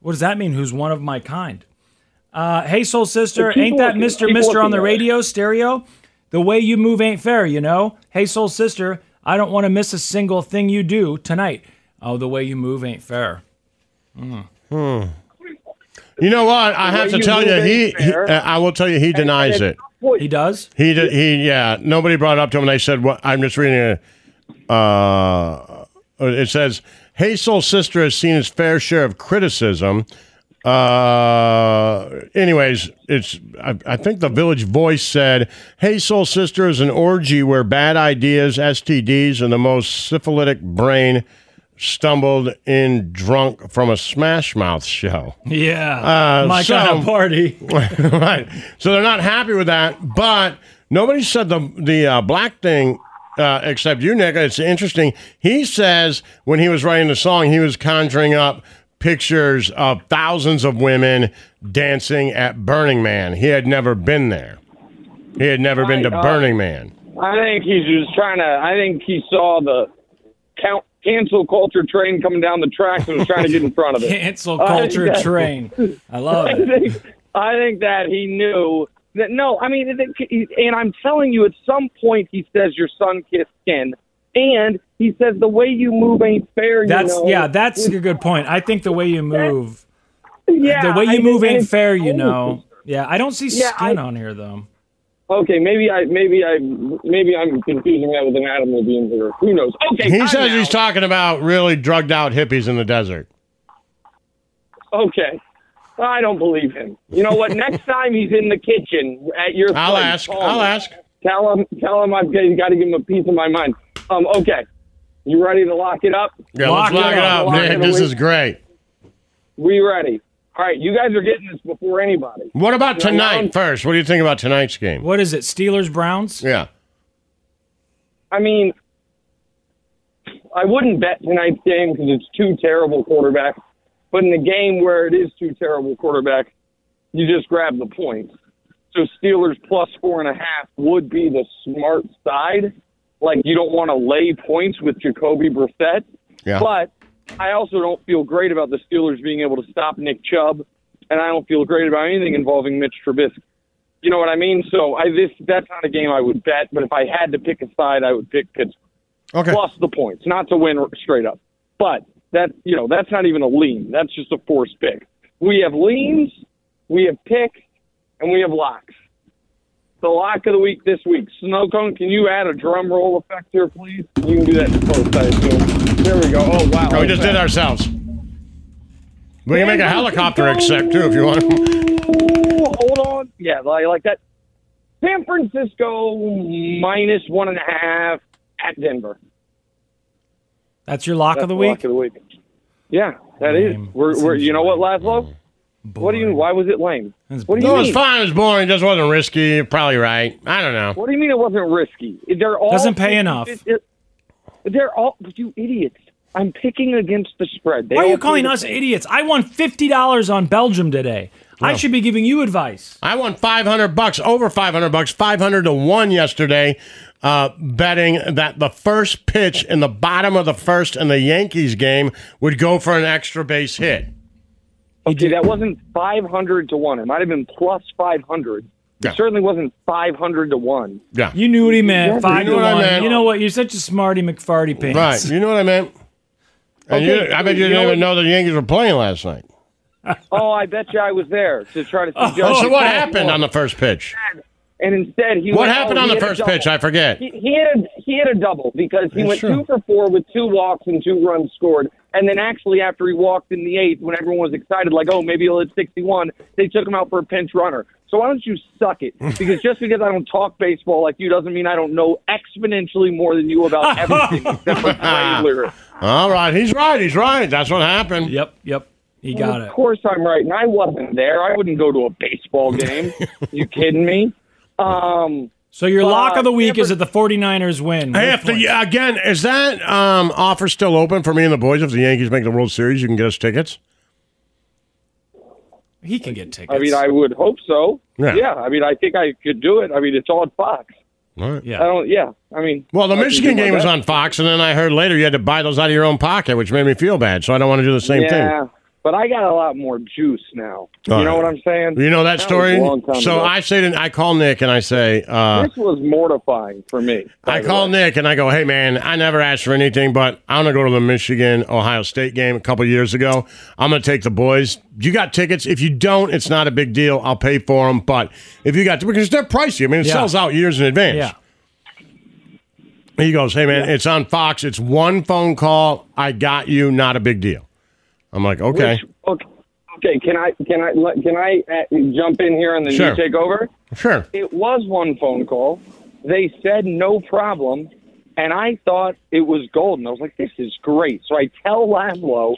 Speaker 3: What does that mean? Who's one of my kind? Uh, hey, soul sister,
Speaker 1: Keep
Speaker 3: ain't that
Speaker 1: looking,
Speaker 3: Mister
Speaker 1: keep
Speaker 3: Mister on
Speaker 1: looking.
Speaker 3: the radio stereo? The way you move ain't fair, you know. Hey, soul sister, I don't want to miss a single thing you do tonight. Oh, the way you move ain't fair. Mm.
Speaker 2: Hmm. You know what? I
Speaker 3: The
Speaker 2: have
Speaker 3: way
Speaker 2: to
Speaker 3: you
Speaker 2: tell
Speaker 3: move
Speaker 2: you,
Speaker 3: ain't
Speaker 2: he, he-
Speaker 3: fair.
Speaker 2: uh, I will tell you, he denies it.
Speaker 3: He does.
Speaker 2: He did. He yeah. Nobody brought it up to him. and They said, "What?" I'm just reading it. Uh, it says, "Hey, soul sister has seen his fair share of criticism." Uh, anyways, it's. I, I think the Village Voice said, "Hey, soul sister is an orgy where bad ideas, STDs, and the most syphilitic brain." Stumbled in drunk from a Smash Mouth show.
Speaker 3: Yeah,
Speaker 2: Uh,
Speaker 3: my kind
Speaker 2: so-
Speaker 3: of party.
Speaker 2: right. So they're not happy with that, but nobody said the the uh, black thing uh, except you, Nick. It's interesting. He says when he was writing the song, he was conjuring up pictures of thousands of women dancing at Burning Man. He had never been there. He had never been to
Speaker 19: Right, uh,
Speaker 2: Burning Man.
Speaker 19: I think he's just trying to. I think he saw the count cancel culture train coming down the tracks and was trying to get in front of it.
Speaker 3: Cancel
Speaker 19: I think
Speaker 3: culture
Speaker 19: that-
Speaker 3: train. I love it.
Speaker 19: I think, I think that he knew that. No, I mean, it- it- and I'm telling you, at some point he says your son kissed skin, and he says the way you move ain't fair. you
Speaker 3: That's
Speaker 19: know?
Speaker 3: yeah, that's a good point. I think the way you move,
Speaker 19: yeah,
Speaker 3: the way you
Speaker 19: I think-
Speaker 3: move
Speaker 19: and
Speaker 3: ain't
Speaker 19: it's-
Speaker 3: fair. You know. Yeah, I don't see
Speaker 19: Yeah,
Speaker 3: skin
Speaker 19: I-
Speaker 3: on here though.
Speaker 19: Okay, maybe I, maybe I, maybe I'm confusing that with an Adam Levine lyric. Who knows? Okay,
Speaker 2: he
Speaker 19: time
Speaker 2: says
Speaker 19: out.
Speaker 2: he's talking about really drugged out hippies in the desert.
Speaker 19: Okay. I don't believe him. You know what? Next time he's in the kitchen at your
Speaker 2: I'll
Speaker 19: place,
Speaker 2: ask.
Speaker 19: call
Speaker 2: I'll
Speaker 19: him.
Speaker 2: ask.
Speaker 19: Tell him. Tell him I've got to give him a piece of my mind. Um. Okay. You ready to lock it up?
Speaker 2: Yeah, let's lock it up, Nick. This is great.
Speaker 19: We ready? All right. You guys are getting this before anybody.
Speaker 2: What about
Speaker 19: You know, now I'm-
Speaker 2: tonight first? What do you think about tonight's game?
Speaker 3: What is it? Steelers Browns?
Speaker 2: Yeah.
Speaker 19: I mean, I wouldn't bet tonight's game because it's two terrible quarterbacks. But in a game where it is two terrible quarterbacks, you just grab the points. So Steelers plus four and a half would be the smart side. Like you don't want to lay points with Jacoby Brissett.
Speaker 20: Yeah.
Speaker 19: But I also don't feel great about the Steelers being able to stop Nick Chubb, and I don't feel great about anything involving Mitch Trubisky. You know what I mean? So I this that's not a game I would bet, but if I had to pick a side, I would pick Pittsburgh
Speaker 2: okay.
Speaker 19: plus the points, not to win straight up. But that you know that's not even a lean. That's just a forced pick. We have leans, we have picks, and we have locks. The lock of the week this week. Snow cone, can you add a drum roll effect here, please? You can do that to both sides. So there we go. Oh wow!
Speaker 2: Oh, we just did ourselves. We can make a helicopter except too if you want.
Speaker 19: Ooh, hold on. Yeah, like, like that. San Francisco minus one and a half at Denver.
Speaker 3: That's your lock of
Speaker 19: That's
Speaker 3: the
Speaker 19: lock
Speaker 3: week.
Speaker 19: of the week. Yeah, that is. We're, we're you know what, Laszlo? What do you? Why was it lame? What do you
Speaker 2: Oh, no, it
Speaker 19: mean?
Speaker 2: was fine. It was boring. Just wasn't risky. You're Probably right. I don't know.
Speaker 19: What do you mean it wasn't risky? They're all
Speaker 2: Doesn't pay enough.
Speaker 19: They're, they're all you idiots. I'm picking against the spread. They
Speaker 3: Why are
Speaker 19: all
Speaker 3: you
Speaker 19: do
Speaker 3: calling
Speaker 19: the
Speaker 3: us
Speaker 19: same.
Speaker 3: idiots? I won fifty dollars on Belgium today. I should be giving you advice.
Speaker 2: I won 500 bucks, over 500 bucks, 500 to 1 yesterday uh, betting that the first pitch in the bottom of the first in the Yankees game would go for an extra base hit.
Speaker 19: Okay, that wasn't 500 to 1. It might have been plus 500.
Speaker 2: Yeah.
Speaker 19: It certainly wasn't 500red to 1.
Speaker 2: Yeah.
Speaker 3: You knew what he meant.
Speaker 19: Yeah,
Speaker 3: Five
Speaker 19: you knew
Speaker 3: to
Speaker 19: what I
Speaker 3: one.
Speaker 19: meant.
Speaker 3: You know what? You're such a smarty McFarty pants.
Speaker 2: Right. You know what I meant. And
Speaker 19: Okay,
Speaker 2: you, I bet you,
Speaker 19: you
Speaker 2: didn't
Speaker 19: know
Speaker 2: even
Speaker 19: what-
Speaker 2: know the Yankees were playing last night.
Speaker 19: oh, I bet you I was there to try to suggest.
Speaker 2: Oh, so what happened on the first pitch?
Speaker 19: And instead, he
Speaker 2: What
Speaker 19: went,
Speaker 2: happened
Speaker 19: oh,
Speaker 2: on
Speaker 19: he
Speaker 2: the
Speaker 19: hit a
Speaker 2: first pitch?
Speaker 19: double.
Speaker 2: I forget.
Speaker 19: He, he had a, he had a double because he
Speaker 2: That's
Speaker 19: went
Speaker 2: true.
Speaker 19: two for four with two walks and two runs scored. And then actually, after he walked in the eighth, when everyone was excited, like oh maybe he'll hit sixty one, they took him out for a pinch runner. So why don't you suck it? Because just because I don't talk baseball like you doesn't mean I don't know exponentially more than you about everything except for trade lyrics.
Speaker 2: All right, he's right. He's right. That's what happened. Yep, yep. He
Speaker 19: Well, of course I'm right, and I wasn't there. I wouldn't go to a baseball game. you kidding me? Um,
Speaker 3: So your
Speaker 19: but-
Speaker 3: lock of the week is that the 49ers win.
Speaker 2: Hey, if the, again, is that um, offer still open for me and the boys? If the Yankees make the World Series, you can get us tickets.
Speaker 3: He can get tickets.
Speaker 19: I mean, I would hope so.
Speaker 2: Yeah.
Speaker 19: Yeah. I mean, I think I could do it. I mean, it's all on Fox.
Speaker 2: All right.
Speaker 19: I don't. Yeah. I mean,
Speaker 2: Well, the
Speaker 19: I can
Speaker 2: Michigan
Speaker 19: do my
Speaker 2: game was
Speaker 19: best.
Speaker 2: on Fox, and then I heard later you had to buy those out of your own pocket, which made me feel bad. So I don't want to do the same
Speaker 19: yeah,
Speaker 2: thing.
Speaker 19: but I got a lot more juice now. You
Speaker 2: All
Speaker 19: know
Speaker 2: right.
Speaker 19: what I'm saying?
Speaker 2: You know that,
Speaker 19: was
Speaker 2: story.
Speaker 19: a long time
Speaker 2: so
Speaker 19: ago.
Speaker 2: I say, to, I call Nick and I say, uh,
Speaker 19: this was mortifying for me.
Speaker 2: I call Nick and I go, "Hey man, I never asked for anything, but I want to go to the Michigan Ohio State game a couple years ago. I'm going to take the boys. You got tickets? If you don't, it's not a big deal. I'll pay for them. But if you got because they're pricey. I mean, it
Speaker 3: Yeah.
Speaker 2: sells out years in advance.
Speaker 3: Yeah.
Speaker 2: He goes, "Hey man, it's on Fox. It's one phone call. I got you. Not a big deal." I'm like, "Okay."
Speaker 19: Which- okay. Okay, can I can I let- can I uh, jump in here and then
Speaker 2: Sure.
Speaker 19: you take over?
Speaker 2: Sure.
Speaker 19: It was one phone call. They said no problem, and I thought it was golden. I was like, this is great. So I tell Laszlo,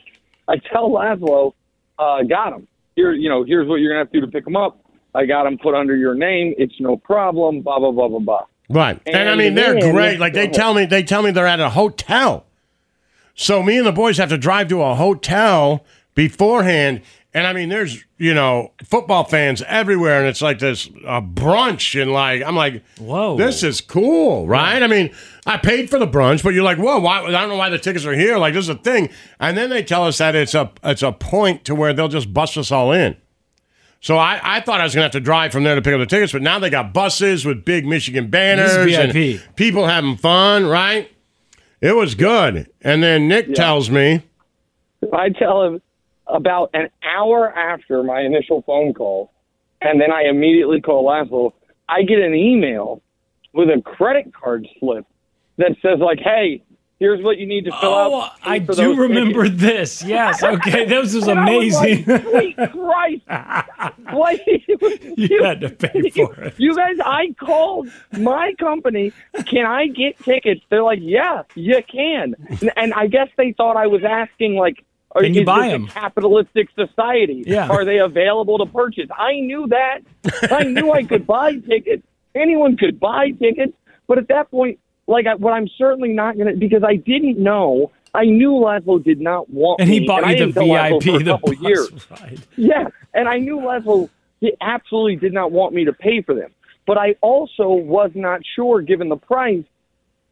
Speaker 19: I tell Laszlo, uh, got him. Here, you know, here's what you're gonna have to do to pick him up. I got him put under your name. It's no problem. Blah blah blah blah blah.
Speaker 2: Right. And, I
Speaker 19: And
Speaker 2: mean, they're
Speaker 19: then-
Speaker 2: great. Like they tell me, they tell me they're at a hotel. So me and the boys have to drive to a hotel beforehand. And I mean, there's you know football fans everywhere, and it's like this uh, brunch, and like I'm like, whoa, this is cool, right? I mean, I paid for the brunch, but you're like, whoa, why, I don't know why the tickets are here. Like this is a thing, and then they tell us that it's a it's a point to where they'll just bust us all in. So I, I thought I was going to have to drive from there to pick up the tickets, but now they got buses with big Michigan banners
Speaker 3: VIP.
Speaker 2: and people having fun, right? It was good. And then Nick tells me,
Speaker 19: I tell him about an hour after my initial phone call, and then I immediately call Laszlo. I get an email with a credit card slip that says like, "Hey, here's what you need to fill
Speaker 3: Oh,
Speaker 19: out."
Speaker 3: I do remember this. Yes. Okay. This was
Speaker 19: And I was
Speaker 3: amazing.
Speaker 19: Sweet Christ! Like,
Speaker 3: you had to pay for it.
Speaker 19: you guys, I called my company. Can I get tickets? They're like, yeah, you can. And, and I guess they thought I was asking, like, are
Speaker 3: Can you
Speaker 19: is
Speaker 3: buy
Speaker 19: this
Speaker 3: 'em?
Speaker 19: A capitalistic society.
Speaker 3: Yeah.
Speaker 19: Are they available to purchase? I knew that. I knew I could buy tickets. Anyone could buy tickets. But at that point, like, I, what I'm certainly not going to, because I didn't know. I knew Laszlo did not want
Speaker 3: And he
Speaker 19: me,
Speaker 3: bought
Speaker 19: I
Speaker 3: you the
Speaker 19: didn't tell Laszlo for
Speaker 3: VIP,
Speaker 19: a
Speaker 3: the
Speaker 19: couple
Speaker 3: bus
Speaker 19: years.
Speaker 3: ride.
Speaker 19: Yeah, and I knew Laszlo he absolutely did not want me to pay for them, but I also was not sure, given the price,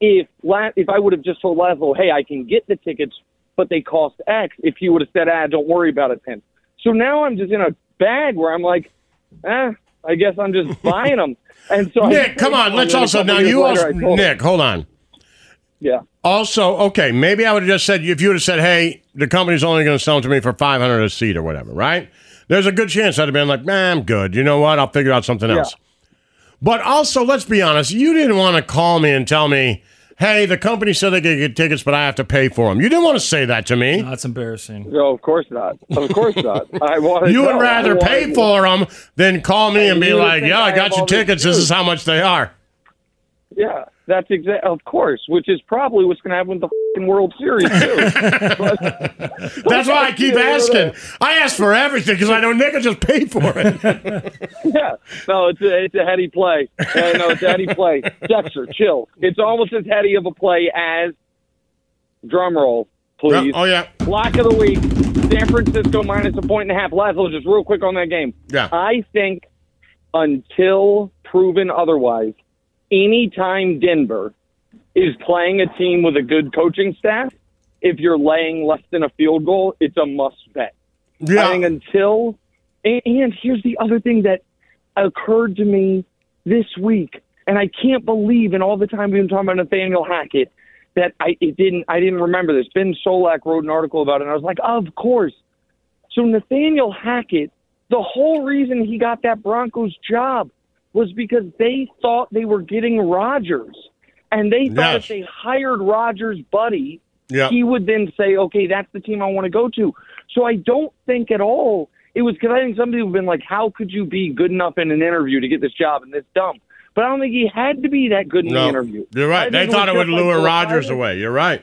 Speaker 19: if La- if I would have just told Laszlo, "Hey, I can get the tickets, but they cost X," if he would have said, "Ah, don't worry about it," then. So now I'm just in a bag where I'm like, "Ah, I guess I'm just buying them." And so I-
Speaker 2: Nick, come on,
Speaker 19: and
Speaker 2: let's
Speaker 19: then a
Speaker 2: also
Speaker 19: couple
Speaker 2: now
Speaker 19: years
Speaker 2: you
Speaker 19: later,
Speaker 2: also
Speaker 19: I told him.
Speaker 2: Nick, hold on.
Speaker 19: Yeah.
Speaker 2: Also, okay, maybe I would have just said if you would have said, "Hey, the company's only going to sell them to me for five hundred a seat or whatever," right? There's a good chance I'd have been like, "Man, I'm good. You know what? I'll figure out something
Speaker 19: Yeah.
Speaker 2: else." But also, let's be honest, you didn't want to call me and tell me, "Hey, the company said they could get tickets, but I have to pay for them." You didn't want to say that to me.
Speaker 3: That's embarrassing.
Speaker 19: No, of course not. Of course not. I wanted.
Speaker 2: You would
Speaker 19: Uh, no, I
Speaker 2: rather pay
Speaker 19: wanted-
Speaker 2: for them than call me and be
Speaker 19: you would
Speaker 2: like,
Speaker 19: think
Speaker 2: "Yeah, I
Speaker 19: I
Speaker 2: got
Speaker 19: have
Speaker 2: your
Speaker 19: all this
Speaker 2: tickets. This
Speaker 19: juice."
Speaker 2: is how much they are."
Speaker 19: Yeah, that's exact. Of course, which is probably what's going to happen with the fing World Series too.
Speaker 2: That's why I keep asking. I ask for everything because I know Nick will just pay for it.
Speaker 19: yeah, no, it's a, it's a heady play. Uh, no, it's a heady play. Dexter, chill. It's almost as heady of a play as drum roll, please.
Speaker 2: Oh, yeah.
Speaker 19: Lock of the week: San Francisco minus a point and a half. Laszlo, just real quick on that game.
Speaker 2: Yeah.
Speaker 19: I think until proven otherwise, anytime Denver is playing a team with a good coaching staff, if you're laying less than a field goal, it's a must bet. I think until, and, and here's the other thing that occurred to me this week, and I can't believe in all the time we've been talking about Nathaniel Hackett that I it didn't I didn't remember this. Ben Solak wrote an article about it, and I was like, of course. So Nathaniel Hackett, the whole reason he got that Broncos job was because they thought they were getting Rodgers, and they thought
Speaker 2: Yes.
Speaker 19: if they hired Rodgers' buddy,
Speaker 2: Yeah.
Speaker 19: he would then say, okay, that's the team I want to go to. So I don't think at all it was because I think some people have been like, how could you be good enough in an interview to get this job and this dumb? But I don't think he had to be that good in the
Speaker 2: No,
Speaker 19: interview.
Speaker 2: you're
Speaker 19: I
Speaker 2: right.
Speaker 19: think
Speaker 2: They thought it
Speaker 19: was just
Speaker 2: would
Speaker 19: like
Speaker 2: lure
Speaker 19: the
Speaker 2: Rodgers
Speaker 19: hiring-
Speaker 2: away. You're right.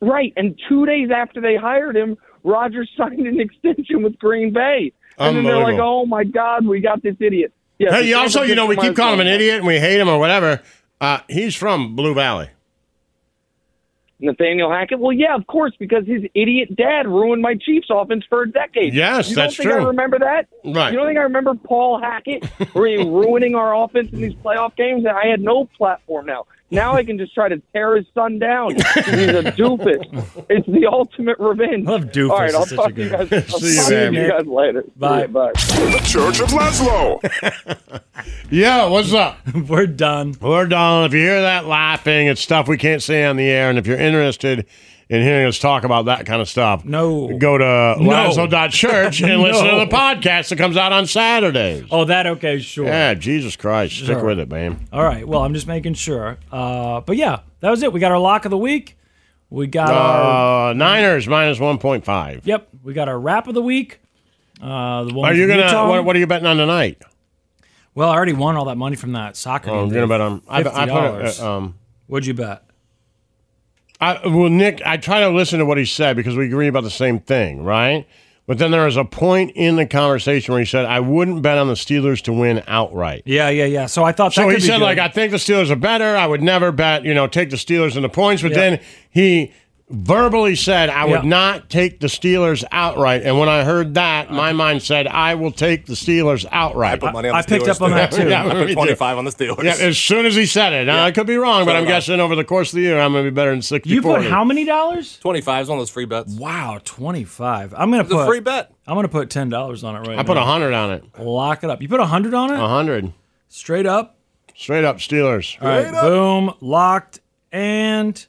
Speaker 19: Right. And two days after they hired him, Rodgers signed an extension with Green Bay. And then they're like,
Speaker 2: Unbelievable.
Speaker 19: oh my God, we got this idiot. Yeah,
Speaker 2: hey,
Speaker 19: the
Speaker 2: you also,
Speaker 19: Tampa
Speaker 2: you know, we
Speaker 19: Bay
Speaker 2: keep
Speaker 19: Buccaneers-
Speaker 2: calling him an idiot and we hate him or whatever. Uh, he's from Blue Valley.
Speaker 19: Nathaniel Hackett. Well, yeah, of course, because his idiot dad ruined my Chiefs offense for a decade.
Speaker 2: Yes,
Speaker 19: you don't
Speaker 2: that's
Speaker 19: think I
Speaker 2: true.
Speaker 19: remember that?
Speaker 2: Right.
Speaker 19: You don't think I remember Paul Hackett really ruining our offense in these playoff games? And I had no platform now. Now I can just try to tear his son down. He's a doofus. It's the ultimate revenge. I love
Speaker 3: doofus.
Speaker 19: All right, I'll
Speaker 3: It's such a
Speaker 19: talk to you
Speaker 3: good-
Speaker 19: guys. I'll
Speaker 2: See you,
Speaker 19: talk
Speaker 2: man.
Speaker 19: to you guys later.
Speaker 3: Bye.
Speaker 19: Yeah, bye.
Speaker 13: The Church of Laszlo.
Speaker 2: Yeah, what's up?
Speaker 3: We're done.
Speaker 2: We're done. If you hear that laughing, it's stuff we can't say on the air. And if you're interested in hearing us talk about that kind of stuff, no, go to Laszlo.church and listen
Speaker 3: No.
Speaker 2: to the podcast that comes out on Saturdays.
Speaker 3: Oh, that okay? Sure.
Speaker 2: Yeah, Jesus Christ. Stick
Speaker 3: Sure.
Speaker 2: with it, man.
Speaker 3: All right. Well, I'm just making sure. Uh, but yeah, that was it. We got our lock of the week. We got our
Speaker 2: Uh, Niners minus 1.5.
Speaker 3: yep. We got our wrap of the week. Uh, the one
Speaker 2: Are you
Speaker 3: from
Speaker 2: gonna
Speaker 3: Utah.
Speaker 2: what, what are you betting on tonight?
Speaker 3: Well, I already won all that money from that soccer.
Speaker 2: Oh,
Speaker 3: game,
Speaker 2: I'm gonna
Speaker 3: Dave.
Speaker 2: bet on I, I
Speaker 3: $50.
Speaker 2: put uh, um
Speaker 3: What'd you bet?
Speaker 2: I, well, Nick, I try to listen to what he said because we agree about the same thing, right? But then there was a point in the conversation where he said, "I wouldn't bet on the Steelers to win outright."
Speaker 3: Yeah, yeah, yeah. So I thought that
Speaker 2: So
Speaker 3: could
Speaker 2: he
Speaker 3: be
Speaker 2: said,
Speaker 3: good.
Speaker 2: "Like I think the Steelers are better. I would never bet, you know, take the Steelers in the points." But then he verbally said, "I would
Speaker 3: Yeah.
Speaker 2: not take the Steelers outright." And when I heard that,
Speaker 3: Uh-huh.
Speaker 2: my mind said, "I will take the Steelers outright." I
Speaker 4: put money on the Steelers,
Speaker 2: Yeah,
Speaker 4: I
Speaker 2: me
Speaker 4: put
Speaker 2: too.
Speaker 4: 25 on the Steelers.
Speaker 2: Yeah, as soon as he said it. Now, I could be wrong, but
Speaker 4: So
Speaker 2: I'm
Speaker 4: did I.
Speaker 2: guessing over the course of the year, I'm going to be better than 60
Speaker 3: You put how many dollars?
Speaker 4: 25 is one of those free bets.
Speaker 3: Wow, 25. I'm gonna
Speaker 4: It's a
Speaker 3: put
Speaker 4: free bet.
Speaker 3: I'm gonna put ten dollars on it right
Speaker 2: I
Speaker 3: now.
Speaker 2: put 100 on it.
Speaker 3: Lock it up. You put hundred on it?
Speaker 2: 100.
Speaker 3: Straight up.
Speaker 2: Straight up Steelers.
Speaker 3: All right. Boom. Locked and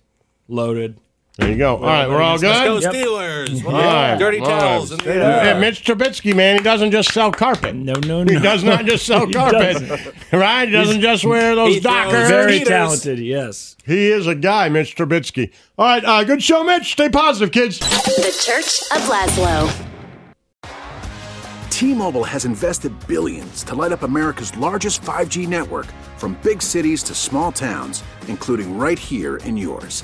Speaker 3: loaded.
Speaker 2: There you go. All right, we're all good?
Speaker 4: Let's go
Speaker 2: Yep.
Speaker 4: Steelers.
Speaker 2: All right,
Speaker 4: Dirty
Speaker 2: all right.
Speaker 4: towels. in the
Speaker 2: Yeah, Mitch Trubisky, man, he doesn't just sell carpet. No,
Speaker 3: no,
Speaker 2: He
Speaker 3: no.
Speaker 2: does not just sell
Speaker 3: He
Speaker 2: carpet,
Speaker 3: doesn't.
Speaker 2: right? He doesn't just wear those
Speaker 3: He throws
Speaker 2: Dockers.
Speaker 3: Very talented, yes.
Speaker 2: He is a guy, Mitch Trubisky. All right, uh, good show, Mitch. Stay positive, kids.
Speaker 5: The Church of Laszlo.
Speaker 21: T-Mobile has invested billions to light up America's largest 5G network from big cities to small towns, including right here in yours.